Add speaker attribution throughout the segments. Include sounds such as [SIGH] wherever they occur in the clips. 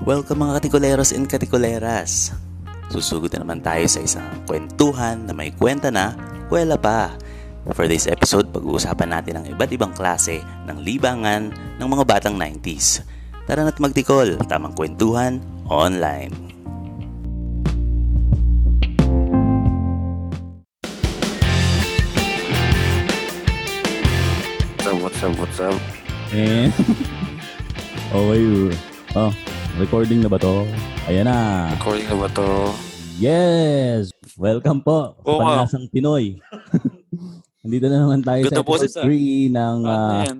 Speaker 1: Welcome mga katikuleros and katikuleras! Susugod na naman tayo sa isang kwentuhan na may kwenta na, kwela pa. For this episode, pag-uusapan natin ang iba't ibang klase ng libangan ng mga batang 90s. Tara na't magtikol, tamang kwentuhan, online.
Speaker 2: What's up, what's up, what's up?
Speaker 1: [LAUGHS]
Speaker 3: Eh. okay. Oh, recording na ba to? Ayan na.
Speaker 2: Recording na ba to?
Speaker 3: Yes! Welcome po. sa
Speaker 2: Oo nga.
Speaker 3: Panlasang Pinoy. [LAUGHS] Nandito na naman tayo
Speaker 2: Ganda
Speaker 3: sa
Speaker 2: boses, ah.
Speaker 3: episode 3 ng
Speaker 1: Ano
Speaker 3: uh,
Speaker 2: yan?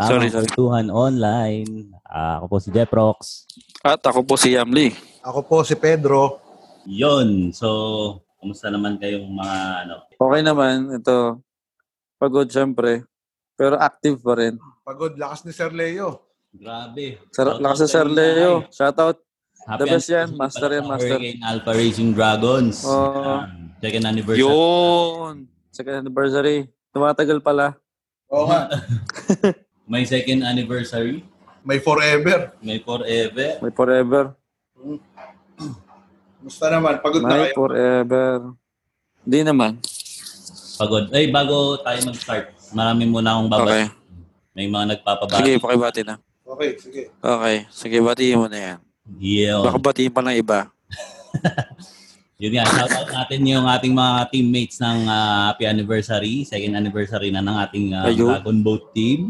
Speaker 2: Sorry,
Speaker 3: Tamang
Speaker 2: sorry.
Speaker 3: Kwentuhan Online. Ah, ako po si Jeprox.
Speaker 2: At ako po si Yamli.
Speaker 4: Ako po si Pedro.
Speaker 3: Yon. So, kumusta naman kayong mga ano?
Speaker 5: Okay naman, ito. Pagod syempre. Pero active pa rin.
Speaker 4: Pagod, lakas ni Sir Leo.
Speaker 3: Grabe.
Speaker 5: Sarap lakas sa Sir Leo. Shoutout. The best yan. Master yan, master. Oh.
Speaker 3: Hurricane Alpha Racing Dragons.
Speaker 5: Oo.
Speaker 3: Um, second anniversary.
Speaker 2: Yun!
Speaker 5: Second anniversary. Tumatagal pala.
Speaker 4: Oo nga,
Speaker 3: May second anniversary.
Speaker 4: may forever.
Speaker 3: May forever.
Speaker 5: May forever.
Speaker 4: Musta naman? Pagod na
Speaker 5: May
Speaker 4: kayo.
Speaker 5: forever. Hindi naman.
Speaker 3: Pagod. Ay, bago tayo mag-start, marami muna akong babati.
Speaker 2: Okay.
Speaker 3: May mga nagpapabati.
Speaker 2: Sige, pakibati na.
Speaker 4: Okay, sige.
Speaker 2: Okay. Sige, batiin mo na yan.
Speaker 3: Yeah.
Speaker 2: Baka batiin pa ng iba.
Speaker 3: Yun nga, shout out natin yung ating mga teammates ng ah, happy anniversary, second anniversary na ng ating ah,
Speaker 2: Ayun.
Speaker 3: Dragon Boat team.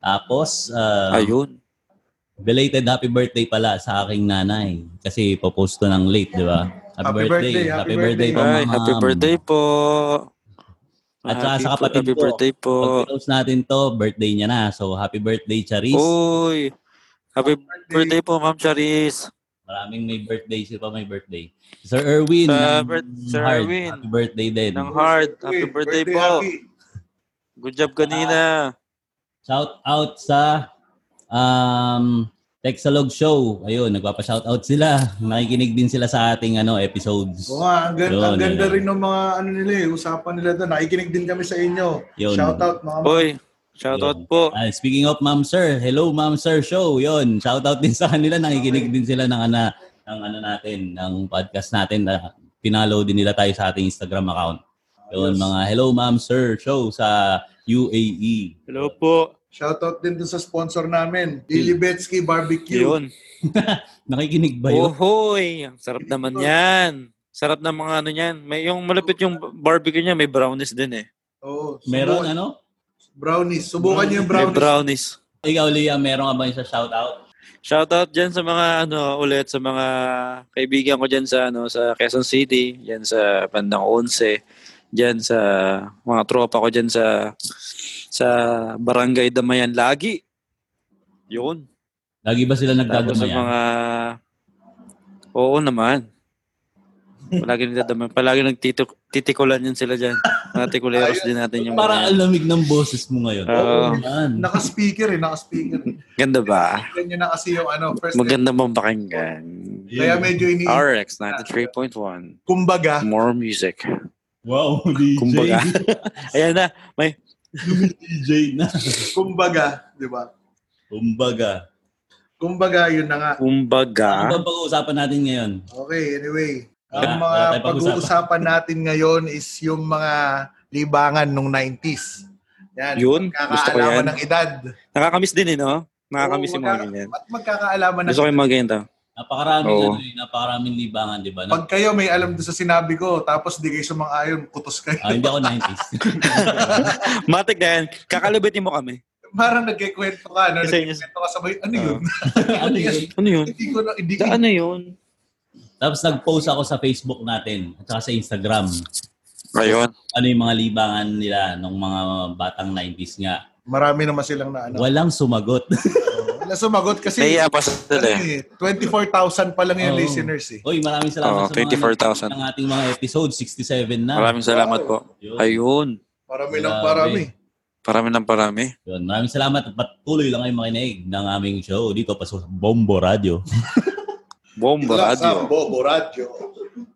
Speaker 3: Tapos, ah,
Speaker 2: Ayun.
Speaker 3: belated happy birthday pala sa aking nanay. Kasi popost ko ng late, di ba?
Speaker 4: Happy birthday, happy birthday.
Speaker 3: po,
Speaker 2: Ay,
Speaker 3: ma'am.
Speaker 2: happy birthday po.
Speaker 3: um, At saka sa kapatid
Speaker 5: happy
Speaker 3: ko.
Speaker 5: birthday po.
Speaker 3: Pag post natin to, birthday niya na. So, happy birthday, Charis.
Speaker 2: Oh. Uy! Happy birthday po, Ma'am Charis.
Speaker 3: Maraming may birthday. Sino pa may birthday? Sir Erwin.
Speaker 2: Sir
Speaker 3: ng
Speaker 2: Bir- Sir
Speaker 3: Hard.
Speaker 2: Erwin.
Speaker 3: Happy birthday din.
Speaker 2: Ng hard. Happy
Speaker 4: Uy,
Speaker 2: birthday po.
Speaker 4: happy.
Speaker 2: Good job kanina.
Speaker 3: Shout out sa um, Texalog Show. Ayun, nagpapa-shout out sila. Nakikinig din sila sa ating ano episodes.
Speaker 4: Oo nga, ang, ganda, ang
Speaker 3: Yun,
Speaker 4: ganda
Speaker 3: yun.
Speaker 4: rin ng mga ano nila eh, usapan nila doon. Nakikinig din kami sa inyo.
Speaker 3: Yun.
Speaker 4: Shoutout mga ma-
Speaker 2: Uy! Shoutout po.
Speaker 3: Ah, speaking of Ma'am Sir, hello Ma'am Sir Show. Yon, shout out din sa kanila. Nakikinig din sila ng ana ng ano natin, ng podcast natin. Na, pinalo din nila tayo sa ating Instagram account. Yon, mga hello Ma'am Sir Show sa E. UAE.
Speaker 2: Hello po.
Speaker 4: Shoutout din doon sa sponsor namin, Lily Betsky Barbecue.
Speaker 2: Yun.
Speaker 3: Nakikinig ba yun?
Speaker 2: Ohoy! Ang sarap naman yan. Sarap ng mga ano niyan. May, yung malapit yung barbecue niya, may brownies din eh.
Speaker 4: Oo,
Speaker 3: Meron
Speaker 4: subukan-
Speaker 3: ano?
Speaker 4: Brownies. Subukan niyo yung
Speaker 2: May
Speaker 4: brownies.
Speaker 2: brownies.
Speaker 3: Ikaw, Lia, meron ka ba isa shout out?
Speaker 2: Shoutout dyan sa mga ano ulit sa mga kaibigan ko dyan sa ano sa Quezon City, dyan sa bandang 11, dyan sa mga tropa ko dyan sa sa Barangay Damayan lagi. Yun.
Speaker 3: Lagi ba sila
Speaker 2: Tapos sa
Speaker 3: nagdadamayan?
Speaker 2: mga Oo naman. Palagi nagdadamay. Palagi nagtitikulan yan sila dyan. Mga tikuleros din natin yung mga
Speaker 3: Parang
Speaker 2: yan.
Speaker 3: ang lamig ng boses mo ngayon.
Speaker 2: Oo.
Speaker 3: man.
Speaker 4: Naka-speaker eh, naka-speaker.
Speaker 2: Ganda ba?
Speaker 4: Ganyan na kasi yung ano, first time.
Speaker 2: Diba? Maganda bang pakinggan?
Speaker 4: Kaya medyo ini...
Speaker 2: RX 93.1.
Speaker 4: Kumbaga,
Speaker 2: More music.
Speaker 3: Wow, [LAUGHS] DJ.
Speaker 2: Kumbaga. Ayan na. May
Speaker 3: DJ na.
Speaker 4: kumbaga, diba? di ba?
Speaker 3: Kumbaga.
Speaker 4: Kumbaga, yun na nga.
Speaker 3: Ano
Speaker 2: kumbaga.
Speaker 3: ba ang pag-uusapan natin ngayon?
Speaker 4: Okay, anyway.
Speaker 3: Wala,
Speaker 4: Ang
Speaker 3: wala
Speaker 4: mga
Speaker 3: tayong
Speaker 4: pag-uusapan natin ngayon is yung mga libangan nung 90s. Yan,
Speaker 2: Yun, gusto ko yan.
Speaker 4: magkakaalaman ng edad.
Speaker 2: Nakakamiss din eh, no? Nakakamiss
Speaker 4: Oo,
Speaker 2: yung mga
Speaker 4: magkaka-
Speaker 2: ganyan.
Speaker 4: At magkakaalaman ng
Speaker 2: Gusto ko yung mga ganyan to.
Speaker 3: Napakaraming,
Speaker 2: Oo.
Speaker 3: ano, eh, napakaraming libangan, di ba?
Speaker 4: Pag kayo may alam doon sa sinabi ko, tapos di kayo sumang-ayon, kutos kayo.
Speaker 3: Ah, hindi ako [LAUGHS] 90s.
Speaker 2: Matik na yan. Kakalabitin mo kami.
Speaker 4: [LAUGHS] Parang nagkikwento ka, no?
Speaker 2: Kasi- Ah.
Speaker 4: Nagkikwento ka sabay, ano yun?
Speaker 3: ano yun?
Speaker 2: Ano yun?
Speaker 4: [LAUGHS] hindi ko na, hindi ko,
Speaker 2: Da, ano yun?
Speaker 3: Tapos nag-post ako sa Facebook natin at saka sa Instagram.
Speaker 2: Ayun.
Speaker 3: Ano yung mga libangan nila nung mga batang 90s nga.
Speaker 4: marami naman silang na ano.
Speaker 3: Walang sumagot. [LAUGHS]
Speaker 4: Wala sumagot kasi,
Speaker 2: Nahiya pa sila eh. Oh.
Speaker 4: ano eh, 24,000 pa lang yung
Speaker 3: Oo.
Speaker 4: listeners eh.
Speaker 3: Uy, maraming salamat
Speaker 2: Oo,
Speaker 3: sa
Speaker 2: 24,000.
Speaker 3: mga ng ating mga episode. 67 na.
Speaker 2: Maraming salamat po.
Speaker 3: Yun.
Speaker 2: Ayun.
Speaker 4: Parami ng
Speaker 3: Grabe.
Speaker 4: parami.
Speaker 2: Parami ng parami.
Speaker 3: Yun, maraming salamat at patuloy lang kayo makinig ng aming show dito pa sa Bombo Radio.
Speaker 4: Dito lang
Speaker 2: Bomba
Speaker 4: sa
Speaker 2: radio.
Speaker 4: Bobo Radio.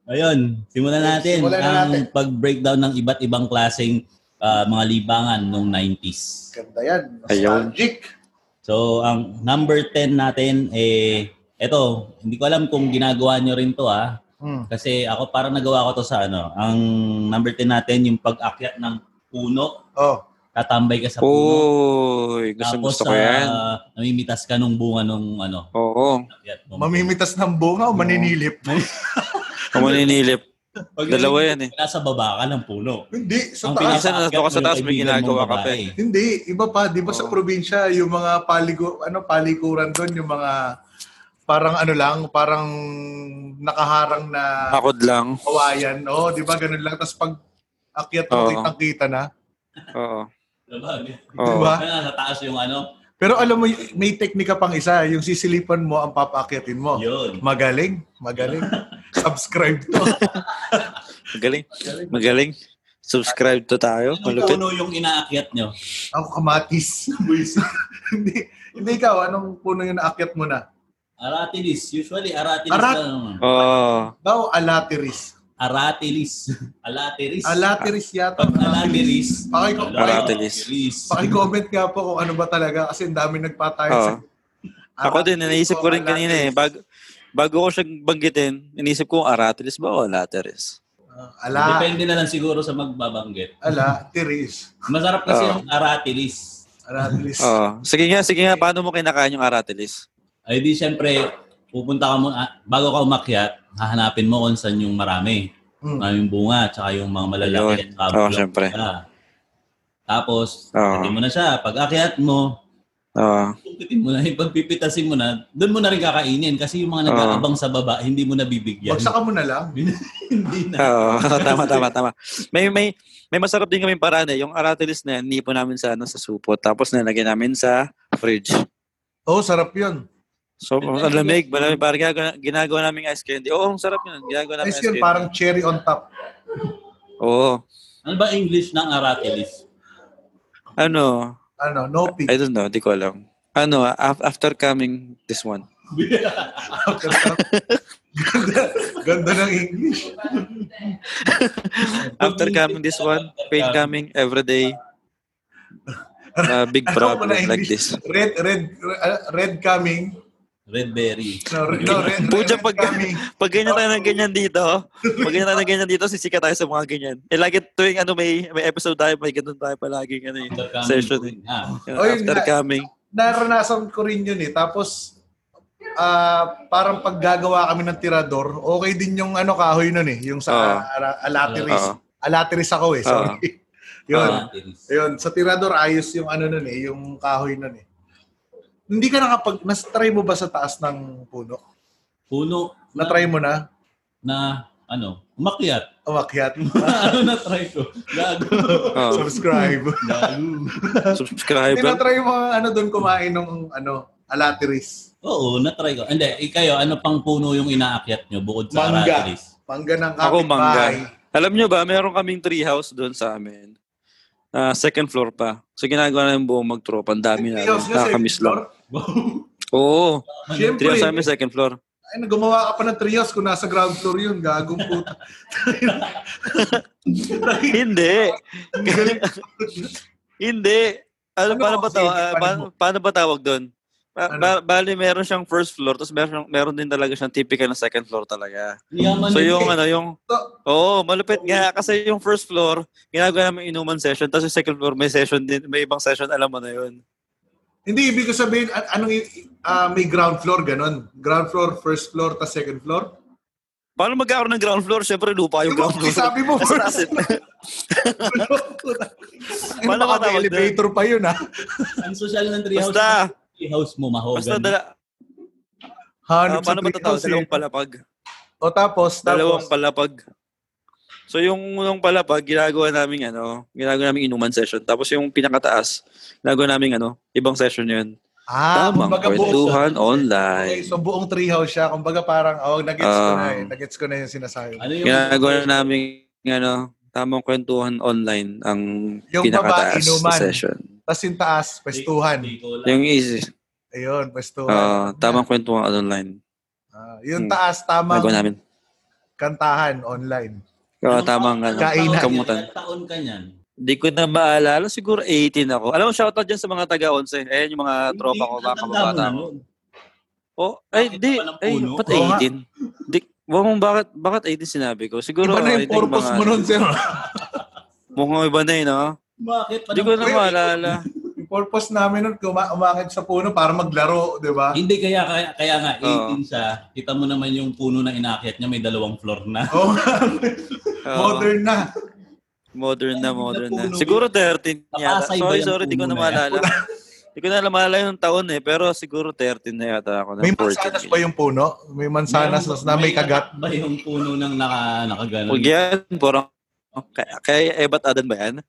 Speaker 3: Ayun, simulan natin
Speaker 4: Simulan na
Speaker 3: ang
Speaker 4: natin.
Speaker 3: pag-breakdown ng iba't ibang klaseng ah, mga libangan noong 90s.
Speaker 4: Ganda yan.
Speaker 2: Ayun.
Speaker 4: Nostalgic.
Speaker 3: So, ang number 10 natin eh Eto, hindi ko alam kung ginagawa nyo rin to ah.
Speaker 4: Mm.
Speaker 3: Kasi ako parang nagawa ko to sa ano, ang number 10 natin, yung pag-akyat ng puno,
Speaker 4: Oh,
Speaker 3: tatambay ka sa puno.
Speaker 2: Uy, gusto, gusto ko
Speaker 3: ah,
Speaker 2: yan.
Speaker 3: namimitas ka nung bunga nung ano,
Speaker 2: Oo.
Speaker 3: akyat mo.
Speaker 4: mamimitas ng bunga o maninilip? [LAUGHS]
Speaker 2: Kung maninilip.
Speaker 3: Pag
Speaker 2: Dalawa yan eh.
Speaker 3: Nasa baba ka ng puno.
Speaker 4: Hindi, sa
Speaker 3: Ang
Speaker 4: taas.
Speaker 2: pinasa-
Speaker 3: pinasaakyat
Speaker 2: nandun ka sa
Speaker 3: mo yung
Speaker 2: taas, may
Speaker 3: kaibigan mong
Speaker 2: ginagawa ka pa eh.
Speaker 3: babae.
Speaker 4: Hindi, iba pa. Di ba sa
Speaker 2: Oo.
Speaker 4: probinsya, yung mga paligo, ano, palikuran doon, yung mga parang ano lang, parang nakaharang na
Speaker 2: Akod lang.
Speaker 4: kawayan. Oo, di ba? Ganun lang. Tapos pag akyat mo,
Speaker 2: Oo.
Speaker 4: kitang-kita na.
Speaker 2: Oo.
Speaker 3: Sabagay.
Speaker 2: Oo.
Speaker 4: Diba?
Speaker 3: Kaya nasa taas yung ano.
Speaker 4: Pero alam mo, y- may teknika pang isa. Yung sisilipan mo ang papaakyatin mo.
Speaker 3: Yun.
Speaker 4: Magaling, magaling. Subscribe to.
Speaker 2: Magaling. Magaling. Subscribe to tayo.
Speaker 3: Anong
Speaker 2: Malupit.
Speaker 3: puno ano yung inaakyat nyo?
Speaker 4: Ako kamatis. [LAUGHS] hindi, hindi ikaw. Anong puno yung naakyat mo na?
Speaker 3: Aratilis. Usually, aratilis
Speaker 4: Arat-
Speaker 3: na naman.
Speaker 2: Oo.
Speaker 4: Daw, alatiris.
Speaker 3: Aratilis. [LAUGHS] Alatiris.
Speaker 4: Alatiris yata.
Speaker 3: Pag alatilis.
Speaker 4: Pakiko-
Speaker 2: Aratilis.
Speaker 4: Pakicomment nga po kung ano ba talaga kasi ang dami nagpatayo
Speaker 2: Oo.
Speaker 4: sa... Ah,
Speaker 6: Ako din, naisip ko rin kanina eh. Bago, bago ko siya banggitin, inisip ko aratilis ba o alateris?
Speaker 4: Ah, ala,
Speaker 3: Depende na lang siguro sa magbabanggit.
Speaker 4: ala, tiris.
Speaker 3: Masarap kasi
Speaker 2: Oo.
Speaker 3: yung aratilis.
Speaker 4: Aratilis.
Speaker 2: Oo. Sige nga, sige nga. Paano mo kinakain yung aratilis?
Speaker 3: Ay di siyempre, pupunta ka muna, bago ka umakyat, hahanapin mo kung saan yung marami.
Speaker 4: Mm.
Speaker 3: Maraming bunga, tsaka yung mga
Speaker 2: Ayun.
Speaker 3: malalaki. at saka
Speaker 2: Oo,
Speaker 3: bulak
Speaker 2: siyempre.
Speaker 3: ka. Tapos,
Speaker 2: Oo.
Speaker 3: pati mo na siya. Pag akyat mo,
Speaker 2: Oo.
Speaker 3: Pagpipitin mo na, [LAUGHS] pagpipitasin mo na, doon mo na rin kakainin kasi yung mga nagkakabang sa baba, hindi mo nabibigyan.
Speaker 4: Bagsakan mo na lang.
Speaker 3: [LAUGHS] hindi na.
Speaker 2: Oo. [LAUGHS] tama, tama, tama. May, may, may masarap din kaming paraan eh. Yung aratilis na yan, nipo namin sa, ano, sa supot. Tapos nilagay namin sa fridge.
Speaker 4: Oo, oh, sarap yun.
Speaker 2: So, ang lamig. Malamig. Parang ginagawa, ginagawa namin ice candy. Oo, ang sarap yun. Ginagawa namin
Speaker 4: Ice
Speaker 2: ice candy.
Speaker 4: cream, parang cherry on top.
Speaker 2: Oo.
Speaker 3: Ano ba English ng aratilis?
Speaker 2: Ano?
Speaker 4: Ano, no peak.
Speaker 2: I don't know. Di ko alam. Ano, af- after coming this one.
Speaker 4: ganda, ganda ng English.
Speaker 2: After coming this one, pain coming every day. Uh, big
Speaker 4: [LAUGHS] Ano
Speaker 2: problem
Speaker 4: na
Speaker 2: like
Speaker 4: English?
Speaker 2: this.
Speaker 4: Red, red, red, red coming.
Speaker 3: Red berry.
Speaker 4: No, red, no, red, red,
Speaker 2: Pucha, pag,
Speaker 4: coming.
Speaker 2: pag ganyan tayo ng ganyan dito, pag ganyan tayo ng ganyan dito, sisika tayo sa mga ganyan. Eh, lagi tuwing ano, may, may episode tayo, may ganun tayo palaging ano, eh, session. Eh.
Speaker 3: Ah,
Speaker 2: Yung
Speaker 4: Oy,
Speaker 2: after
Speaker 4: na-
Speaker 2: coming.
Speaker 4: naranasan ko rin yun eh. Tapos, ah parang paggagawa kami ng tirador, okay din yung ano kahoy nun eh. Yung sa
Speaker 2: Oo.
Speaker 4: ala-
Speaker 2: Oo.
Speaker 4: alatiris. Alatiris ako eh. Sorry. [LAUGHS] yun.
Speaker 3: aratilis.
Speaker 4: Yun. Sa tirador, ayos yung ano nun eh. Yung kahoy nun eh. Hindi ka nakapag... Nas-try mo ba sa taas ng puno?
Speaker 3: Puno
Speaker 4: Na-try mo na?
Speaker 3: na, ano, umakyat. [LAUGHS]
Speaker 2: [LAUGHS]
Speaker 4: Umakyat.
Speaker 3: ano na try ko? Gago.
Speaker 4: [LAUGHS]
Speaker 2: Oh,
Speaker 4: Subscribe.
Speaker 3: Gago.
Speaker 2: subscribe.
Speaker 4: Hindi na-try mo ano doon kumain ng ano, alatiris.
Speaker 3: Oo, na-try ko. Hindi, eh, kayo, ano pang puno yung inaakyat nyo bukod sa
Speaker 4: Mangga.
Speaker 3: aratilis?
Speaker 4: Mangga ng
Speaker 2: Ako, mangga.
Speaker 4: kapitbahay.
Speaker 2: Alam nyo ba, meron kaming treehouse doon sa amin. Ah, second floor pa. So, ginagawa namin buong mag-tropa. Ang dami na.
Speaker 4: Chaos nga sa
Speaker 2: Nakakamiss
Speaker 4: floor.
Speaker 2: lang. Oo.
Speaker 4: Siyempre.
Speaker 2: Treehouse namin, second floor.
Speaker 4: Ay, gumawa ka pa ng trios kung nasa ground floor yun, gagong puta.
Speaker 2: Hindi.
Speaker 4: Galing.
Speaker 2: Hindi. Ano,
Speaker 4: Ano
Speaker 2: paano,
Speaker 4: ako
Speaker 2: ba tawag, ah,
Speaker 4: kasi, paano
Speaker 2: paano, paano ba tawag doon? Ba,
Speaker 4: Ano?
Speaker 2: ba- bali, meron siyang first floor, tapos meron, siyang- meron din talaga siyang typical na second floor talaga.
Speaker 3: Yaman
Speaker 2: So
Speaker 3: nito
Speaker 2: yung
Speaker 3: eh.
Speaker 2: ano, yung... Oo, oh, malupit nga. Kasi yung first floor, ginagawa namin inuman session, tapos yung second floor may session din, may ibang session, alam mo na yun.
Speaker 4: Hindi, ibig ko sabihin, an- anong, i- ah, may ground floor, ganun. Ground floor, first floor, tas second floor.
Speaker 2: Paano magkakaroon ng ground floor? Siyempre, lupa yung
Speaker 4: Diba,
Speaker 2: ground floor. [LAUGHS]
Speaker 4: sabi mo,
Speaker 2: As
Speaker 4: first
Speaker 2: asset.
Speaker 4: Ay,
Speaker 2: Wala ba
Speaker 4: baka
Speaker 2: tawag
Speaker 4: may elevator pa yun, ah. ha?
Speaker 3: Ang social ng treehouse,
Speaker 2: Basta,
Speaker 3: treehouse mo, mahogan.
Speaker 2: basta dala, ah,
Speaker 4: Hanap sa
Speaker 2: paano ba tatawag?
Speaker 4: treehouse, eh.
Speaker 2: Dalawang palapag.
Speaker 4: O tapos, tapos,
Speaker 2: Dalawang palapag. So yung unang palapag, ginagawa namin ano, ginagawa namin inuman session. Tapos yung pinakataas, ginagawa namin ano, ibang session yun.
Speaker 4: ah,
Speaker 2: Tamang
Speaker 4: kumbaga buong,
Speaker 2: kwentuhan
Speaker 4: okay,
Speaker 2: online.
Speaker 4: so buong treehouse siya, kumbaga parang, oh, nagets ko na, eh.
Speaker 2: Ah.
Speaker 4: nagets ko na yung sinasabi.
Speaker 3: Ano yung
Speaker 2: Ginagawa namin ano, tamang kwentuhan online ang
Speaker 4: Yung
Speaker 2: pinakataas
Speaker 4: babae,
Speaker 2: na
Speaker 4: inuman.
Speaker 2: session.
Speaker 4: Tapos yung taas, pwestuhan.
Speaker 3: Hindi ko alam.
Speaker 2: Yung easy,
Speaker 4: Ayun, pwestuhan.
Speaker 2: ah, tamang kwentuhan online.
Speaker 4: Ah, yung
Speaker 2: Hmm.
Speaker 4: taas, tamang
Speaker 2: Ginagawa namin.
Speaker 4: kantahan online.
Speaker 2: Ah,
Speaker 3: Anong
Speaker 2: tamang ano,
Speaker 4: Kainan.
Speaker 2: kamutan.
Speaker 3: Ilang taon ka niyan?
Speaker 2: Di ko na maalala. Siguro 18 ako. Alam mo, shoutout dyan sa mga taga-11. Ayan yung mga tropa ko, mga
Speaker 3: Ang tanda mo
Speaker 2: kababata
Speaker 3: na
Speaker 2: ko.
Speaker 3: nun.
Speaker 2: Oh, ay,
Speaker 3: Bakit
Speaker 2: di.
Speaker 3: ka ba ng
Speaker 2: Ay,
Speaker 3: puno?
Speaker 2: ba't
Speaker 4: Oo nga.
Speaker 2: 18? Di, wag mong bakit, bakit 18 sinabi ko? Siguro,
Speaker 4: Iba na yung
Speaker 2: I think
Speaker 4: purpose
Speaker 2: mga- ano.
Speaker 4: mo nun, sir.
Speaker 2: Mukhang iba na yun, no?
Speaker 3: Bakit?
Speaker 2: Hindi ko na
Speaker 4: Wait.
Speaker 2: maalala.
Speaker 4: [LAUGHS] yung purpose namin nun, kuma- umakit sa puno para maglaro, di
Speaker 2: [LAUGHS]
Speaker 4: ba?
Speaker 3: Hindi, kaya, kaya, kaya nga, 18
Speaker 2: Oo.
Speaker 3: siya. Kita mo naman yung puno na inakyat niya, may dalawang floor na.
Speaker 4: Oh,
Speaker 2: Oo.
Speaker 4: modern na.
Speaker 2: Modern na, modern na.
Speaker 3: Napuno.
Speaker 2: Siguro 13 yata.
Speaker 3: Nakasay ba
Speaker 2: Sorry,
Speaker 3: yung
Speaker 2: sorry, di ko na
Speaker 3: puno na yan?
Speaker 2: maalala. Di ko na alam maalala yung taon eh, pero siguro 13 na yata ako.
Speaker 4: May mansanas ba yung puno? May mansanas
Speaker 3: Meron-
Speaker 4: na may kagat.
Speaker 3: Ba yung puno ng naka, nakaganon?
Speaker 2: Huwag yan, parang, kaya, kaya Ebat Adan ba yan?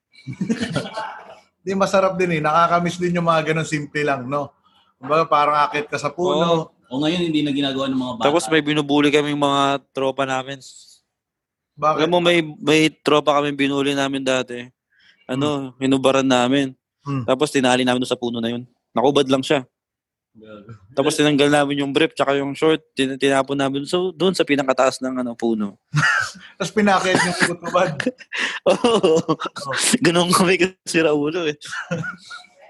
Speaker 4: Di masarap din eh. Nakakamiss din yung mga ganun simple lang, no? Kumbaga parang akit ka sa puno.
Speaker 3: O ngayon, hindi na ginagawa ng mga bata.
Speaker 2: Tapos may binubuli kami mga tropa namin.
Speaker 4: Bakit?
Speaker 2: Alam mo, may, may tropa kami binuli namin dati. Ano, hinubaran namin.
Speaker 4: Hmm.
Speaker 2: Tapos tinali namin doon sa puno na yun. Nakubad lang siya. Tapos
Speaker 3: Eh.
Speaker 2: tinanggal namin yung brief tsaka yung short. Tin- tinapon namin so, doon sa pinakataas ng ano, puno.
Speaker 4: Tapos pinakit yung
Speaker 2: [LAUGHS]
Speaker 4: [LAUGHS] kutubad.
Speaker 2: Oo. Ganun kami kasi ulo eh.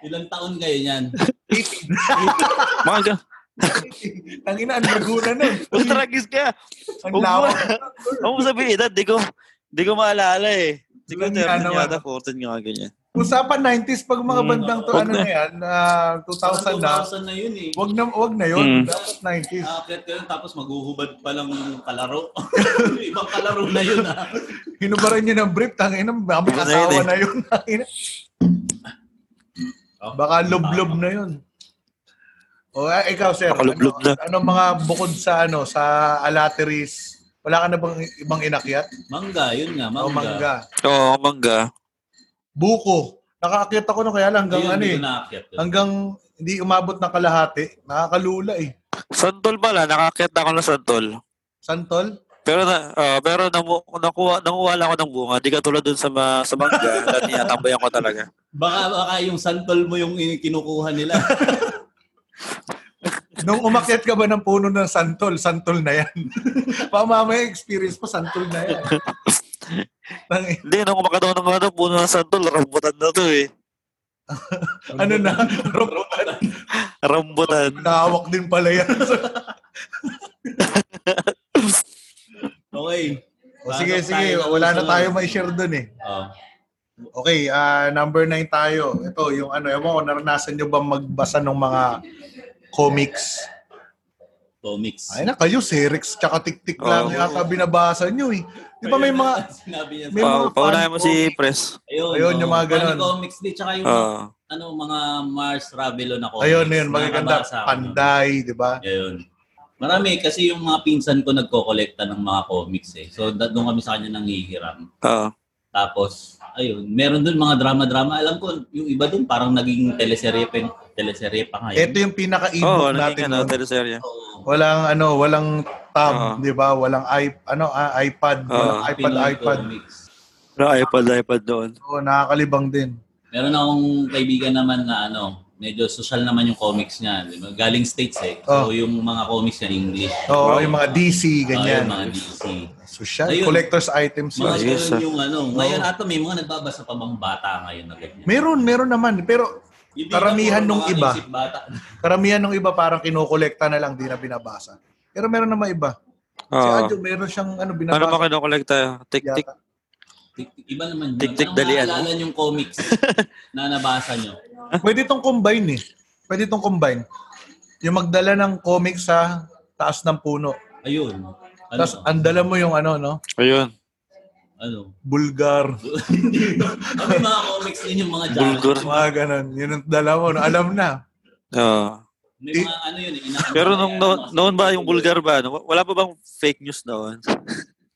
Speaker 3: Ilang taon kayo niyan?
Speaker 2: Mga ga-
Speaker 4: Ang ina, ang laguna nun.
Speaker 2: Huwag tragis ka.
Speaker 4: Ang
Speaker 2: Huwag mo.
Speaker 4: lawa.
Speaker 2: Huwag mo sabihin edad. Di ko, di ko maalala eh. Siguro na
Speaker 4: Ilan yan,
Speaker 2: yata 14 nga ganyan.
Speaker 4: Usapan 90s pag mga bandang to,
Speaker 2: Wag
Speaker 4: ano
Speaker 2: Mm. na.
Speaker 4: na yan, ah, 2000 na.
Speaker 3: 2000 na yun eh.
Speaker 4: Wag na, wag na yun.
Speaker 2: Mm.
Speaker 4: Dapat 90s.
Speaker 3: Nakakit ka yun, tapos maghuhubad pa lang yung kalaro. [LAUGHS] Ibang kalaro na yun ah.
Speaker 4: Hinubaran niyo ng brief, tangin na, may
Speaker 2: Wag na yun
Speaker 4: asawa
Speaker 2: eh.
Speaker 4: na yun. tangina. Oh. Baka lublob na yun. O eh, ikaw, sir.
Speaker 2: Baka lublob
Speaker 4: ano, anong mga bukod sa ano sa alateris? Wala ka na bang ibang inakyat?
Speaker 3: Mangga, yun nga, mangga.
Speaker 4: O Oh, mangga.
Speaker 2: Oo, oh, mangga.
Speaker 4: Buko. Nakaakyat ako no kaya lang hanggang
Speaker 3: Ayun,
Speaker 4: ano
Speaker 3: hindi
Speaker 4: eh.
Speaker 3: ko naakyat yun.
Speaker 4: Hanggang hindi umabot ng kalahati. Nakakalula eh.
Speaker 2: Santol pala. Nakakit ako ng santol.
Speaker 4: Santol?
Speaker 2: Pero na, ah, pero namu, nakuha, nakuha lang ako ng bunga. Di ka tulad dun sa, ma, sa [LAUGHS] mangga. Dati natambayan ko talaga.
Speaker 3: Baka, baka yung santol mo yung in- kinukuha
Speaker 4: [LAUGHS]
Speaker 3: nila.
Speaker 4: Nung umakyat ka ba ng puno ng santol, santol na yan. [LAUGHS] Pamamaya experience pa, santol na
Speaker 2: [LAUGHS]
Speaker 4: yan. Tangin-
Speaker 2: Hindi, nung kumakataon ng ano, puno ng santol, rambutan na to eh.
Speaker 4: ano na? Robotan.
Speaker 2: Rambutan.
Speaker 4: Nakawak din pala
Speaker 2: [LAUGHS]
Speaker 4: yan.
Speaker 3: Okay.
Speaker 4: o, Oh, sige, sige. Wala na tayo may share dun eh.
Speaker 3: Oh.
Speaker 4: Okay, ah, number 9 tayo. Ito, yung ano, ewan ko, naranasan nyo ba magbasa ng mga comics?
Speaker 3: Comics.
Speaker 4: Ay na, kayo, Serix, tsaka Tiktik
Speaker 2: Oo.
Speaker 4: lang yata binabasa nyo eh. Di ba may
Speaker 3: Ayun
Speaker 4: mga,
Speaker 3: na, [LAUGHS] Sinabi niya.
Speaker 4: may mga
Speaker 2: Pa, paunayan mo
Speaker 4: fan
Speaker 2: si Pres.
Speaker 3: Ayun, oh.
Speaker 4: Ayun, yung mga
Speaker 3: funny
Speaker 4: ganun.
Speaker 3: comics din, tsaka yung mga-
Speaker 2: Oo.
Speaker 3: ano, mga Mars Ravelo na comics.
Speaker 4: ayun, ayun, magaganda,
Speaker 3: Nakabasa ako nun.
Speaker 4: Panday, di ba?
Speaker 3: Ayun. Marami, kasi yung mga pinsan ko nagkokolekta ng mga comics eh. So, da- doon kami sa kanya nanghihiram.
Speaker 2: Oo.
Speaker 3: Tapos, ayun, meron doon mga drama-drama. Alam ko, yung iba doon parang naging teleserye pa, teleserye pa ngayon.
Speaker 4: Ito yung pinaka-inbook
Speaker 2: Oo,
Speaker 4: natin.
Speaker 2: naging ano,
Speaker 4: nun.
Speaker 2: teleserye.
Speaker 3: Oo.
Speaker 4: Walang ano, walang tab,
Speaker 2: Oo.
Speaker 4: di ba? Walang i ano, ah, iPad,
Speaker 2: Oo.
Speaker 4: walang iPad,
Speaker 3: Pinoy
Speaker 4: iPad.
Speaker 3: comics.
Speaker 2: Wala, iPad, iPad doon.
Speaker 4: Oo, nakakalibang din.
Speaker 3: Meron akong kaibigan naman na ano, medyo social naman yung comics niya. di ba? Galing States eh. So
Speaker 4: Oh.
Speaker 3: yung mga comics niya English.
Speaker 4: Oo,
Speaker 2: Wow.
Speaker 4: yung mga DC, ganyan.
Speaker 3: Oh, yung mga DC.
Speaker 4: Social,
Speaker 3: Ayun.
Speaker 4: collector's items. yun.
Speaker 3: Mga
Speaker 2: Ayos,
Speaker 3: ganun yung ano. Ngayon
Speaker 4: Oo.
Speaker 3: ato may mga nagbabasa pa mga bata ngayon na ganyan.
Speaker 4: Meron, meron naman. Pero
Speaker 3: Hindi
Speaker 4: Karamihan
Speaker 3: na puro
Speaker 4: nung
Speaker 3: mga
Speaker 4: iba.
Speaker 3: isip Bata.
Speaker 4: Karamihan ng iba parang kinokolekta na lang, di na binabasa. Pero meron naman iba. Si
Speaker 2: Oo.
Speaker 4: Adjo, meron siyang ano,
Speaker 2: Ano
Speaker 4: binabasa.
Speaker 2: ba kinokolekta? Tik-tik.
Speaker 4: yata.
Speaker 3: Tik- Iba naman. yun.
Speaker 2: Tik-tik ano?
Speaker 3: Anong
Speaker 2: dalian,
Speaker 3: maalala yung
Speaker 2: [LAUGHS]
Speaker 3: comics na nabasa nyo?
Speaker 4: Pwede itong combine eh. Pwede itong combine. Yung magdala ng comic sa taas ng puno.
Speaker 3: Ayun. Ano?
Speaker 4: Tapos andala mo yung ano, no?
Speaker 2: Ayun.
Speaker 3: ano?
Speaker 4: Bulgar.
Speaker 3: Kami mga comics din yung mga genre.
Speaker 2: Bulgur.
Speaker 4: Mga ganun. Yun ang dala mo. No? Alam na.
Speaker 2: Oo.
Speaker 3: May mga ano yun. eh, ina-
Speaker 2: Pero nung
Speaker 3: ano,
Speaker 2: no-
Speaker 3: mga-
Speaker 2: noon ba yung Bulgar ba? ano, Wala pa bang fake news noon?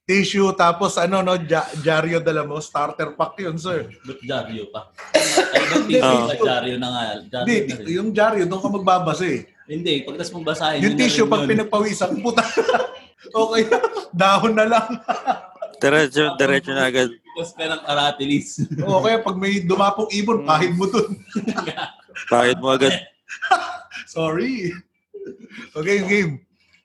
Speaker 4: Tissue, tapos ano, no? Ja- Jaryo dala mo. Starter pack yun, sir.
Speaker 3: Ba't Jaryo pa? Ay, ba't tissue
Speaker 2: Oo.
Speaker 3: pa Jaryo na nga? Jaryo
Speaker 4: Hindi,
Speaker 3: na rin.
Speaker 4: yung Jaryo, doon ka magbabasa eh.
Speaker 3: Hindi, pagtas mong basahin.
Speaker 4: Yung
Speaker 3: yun na
Speaker 4: tissue,
Speaker 3: rin
Speaker 4: pag
Speaker 3: yun.
Speaker 4: pinagpawisan, puta. [LAUGHS] okay, dahon na lang.
Speaker 2: Diretso, diretso na agad.
Speaker 3: Tapos ka ng aratilis. [LAUGHS]
Speaker 4: O kaya pag may dumapong ibon, pahid mo dun.
Speaker 2: Bakit mo agad?
Speaker 4: Sorry. Okay, game.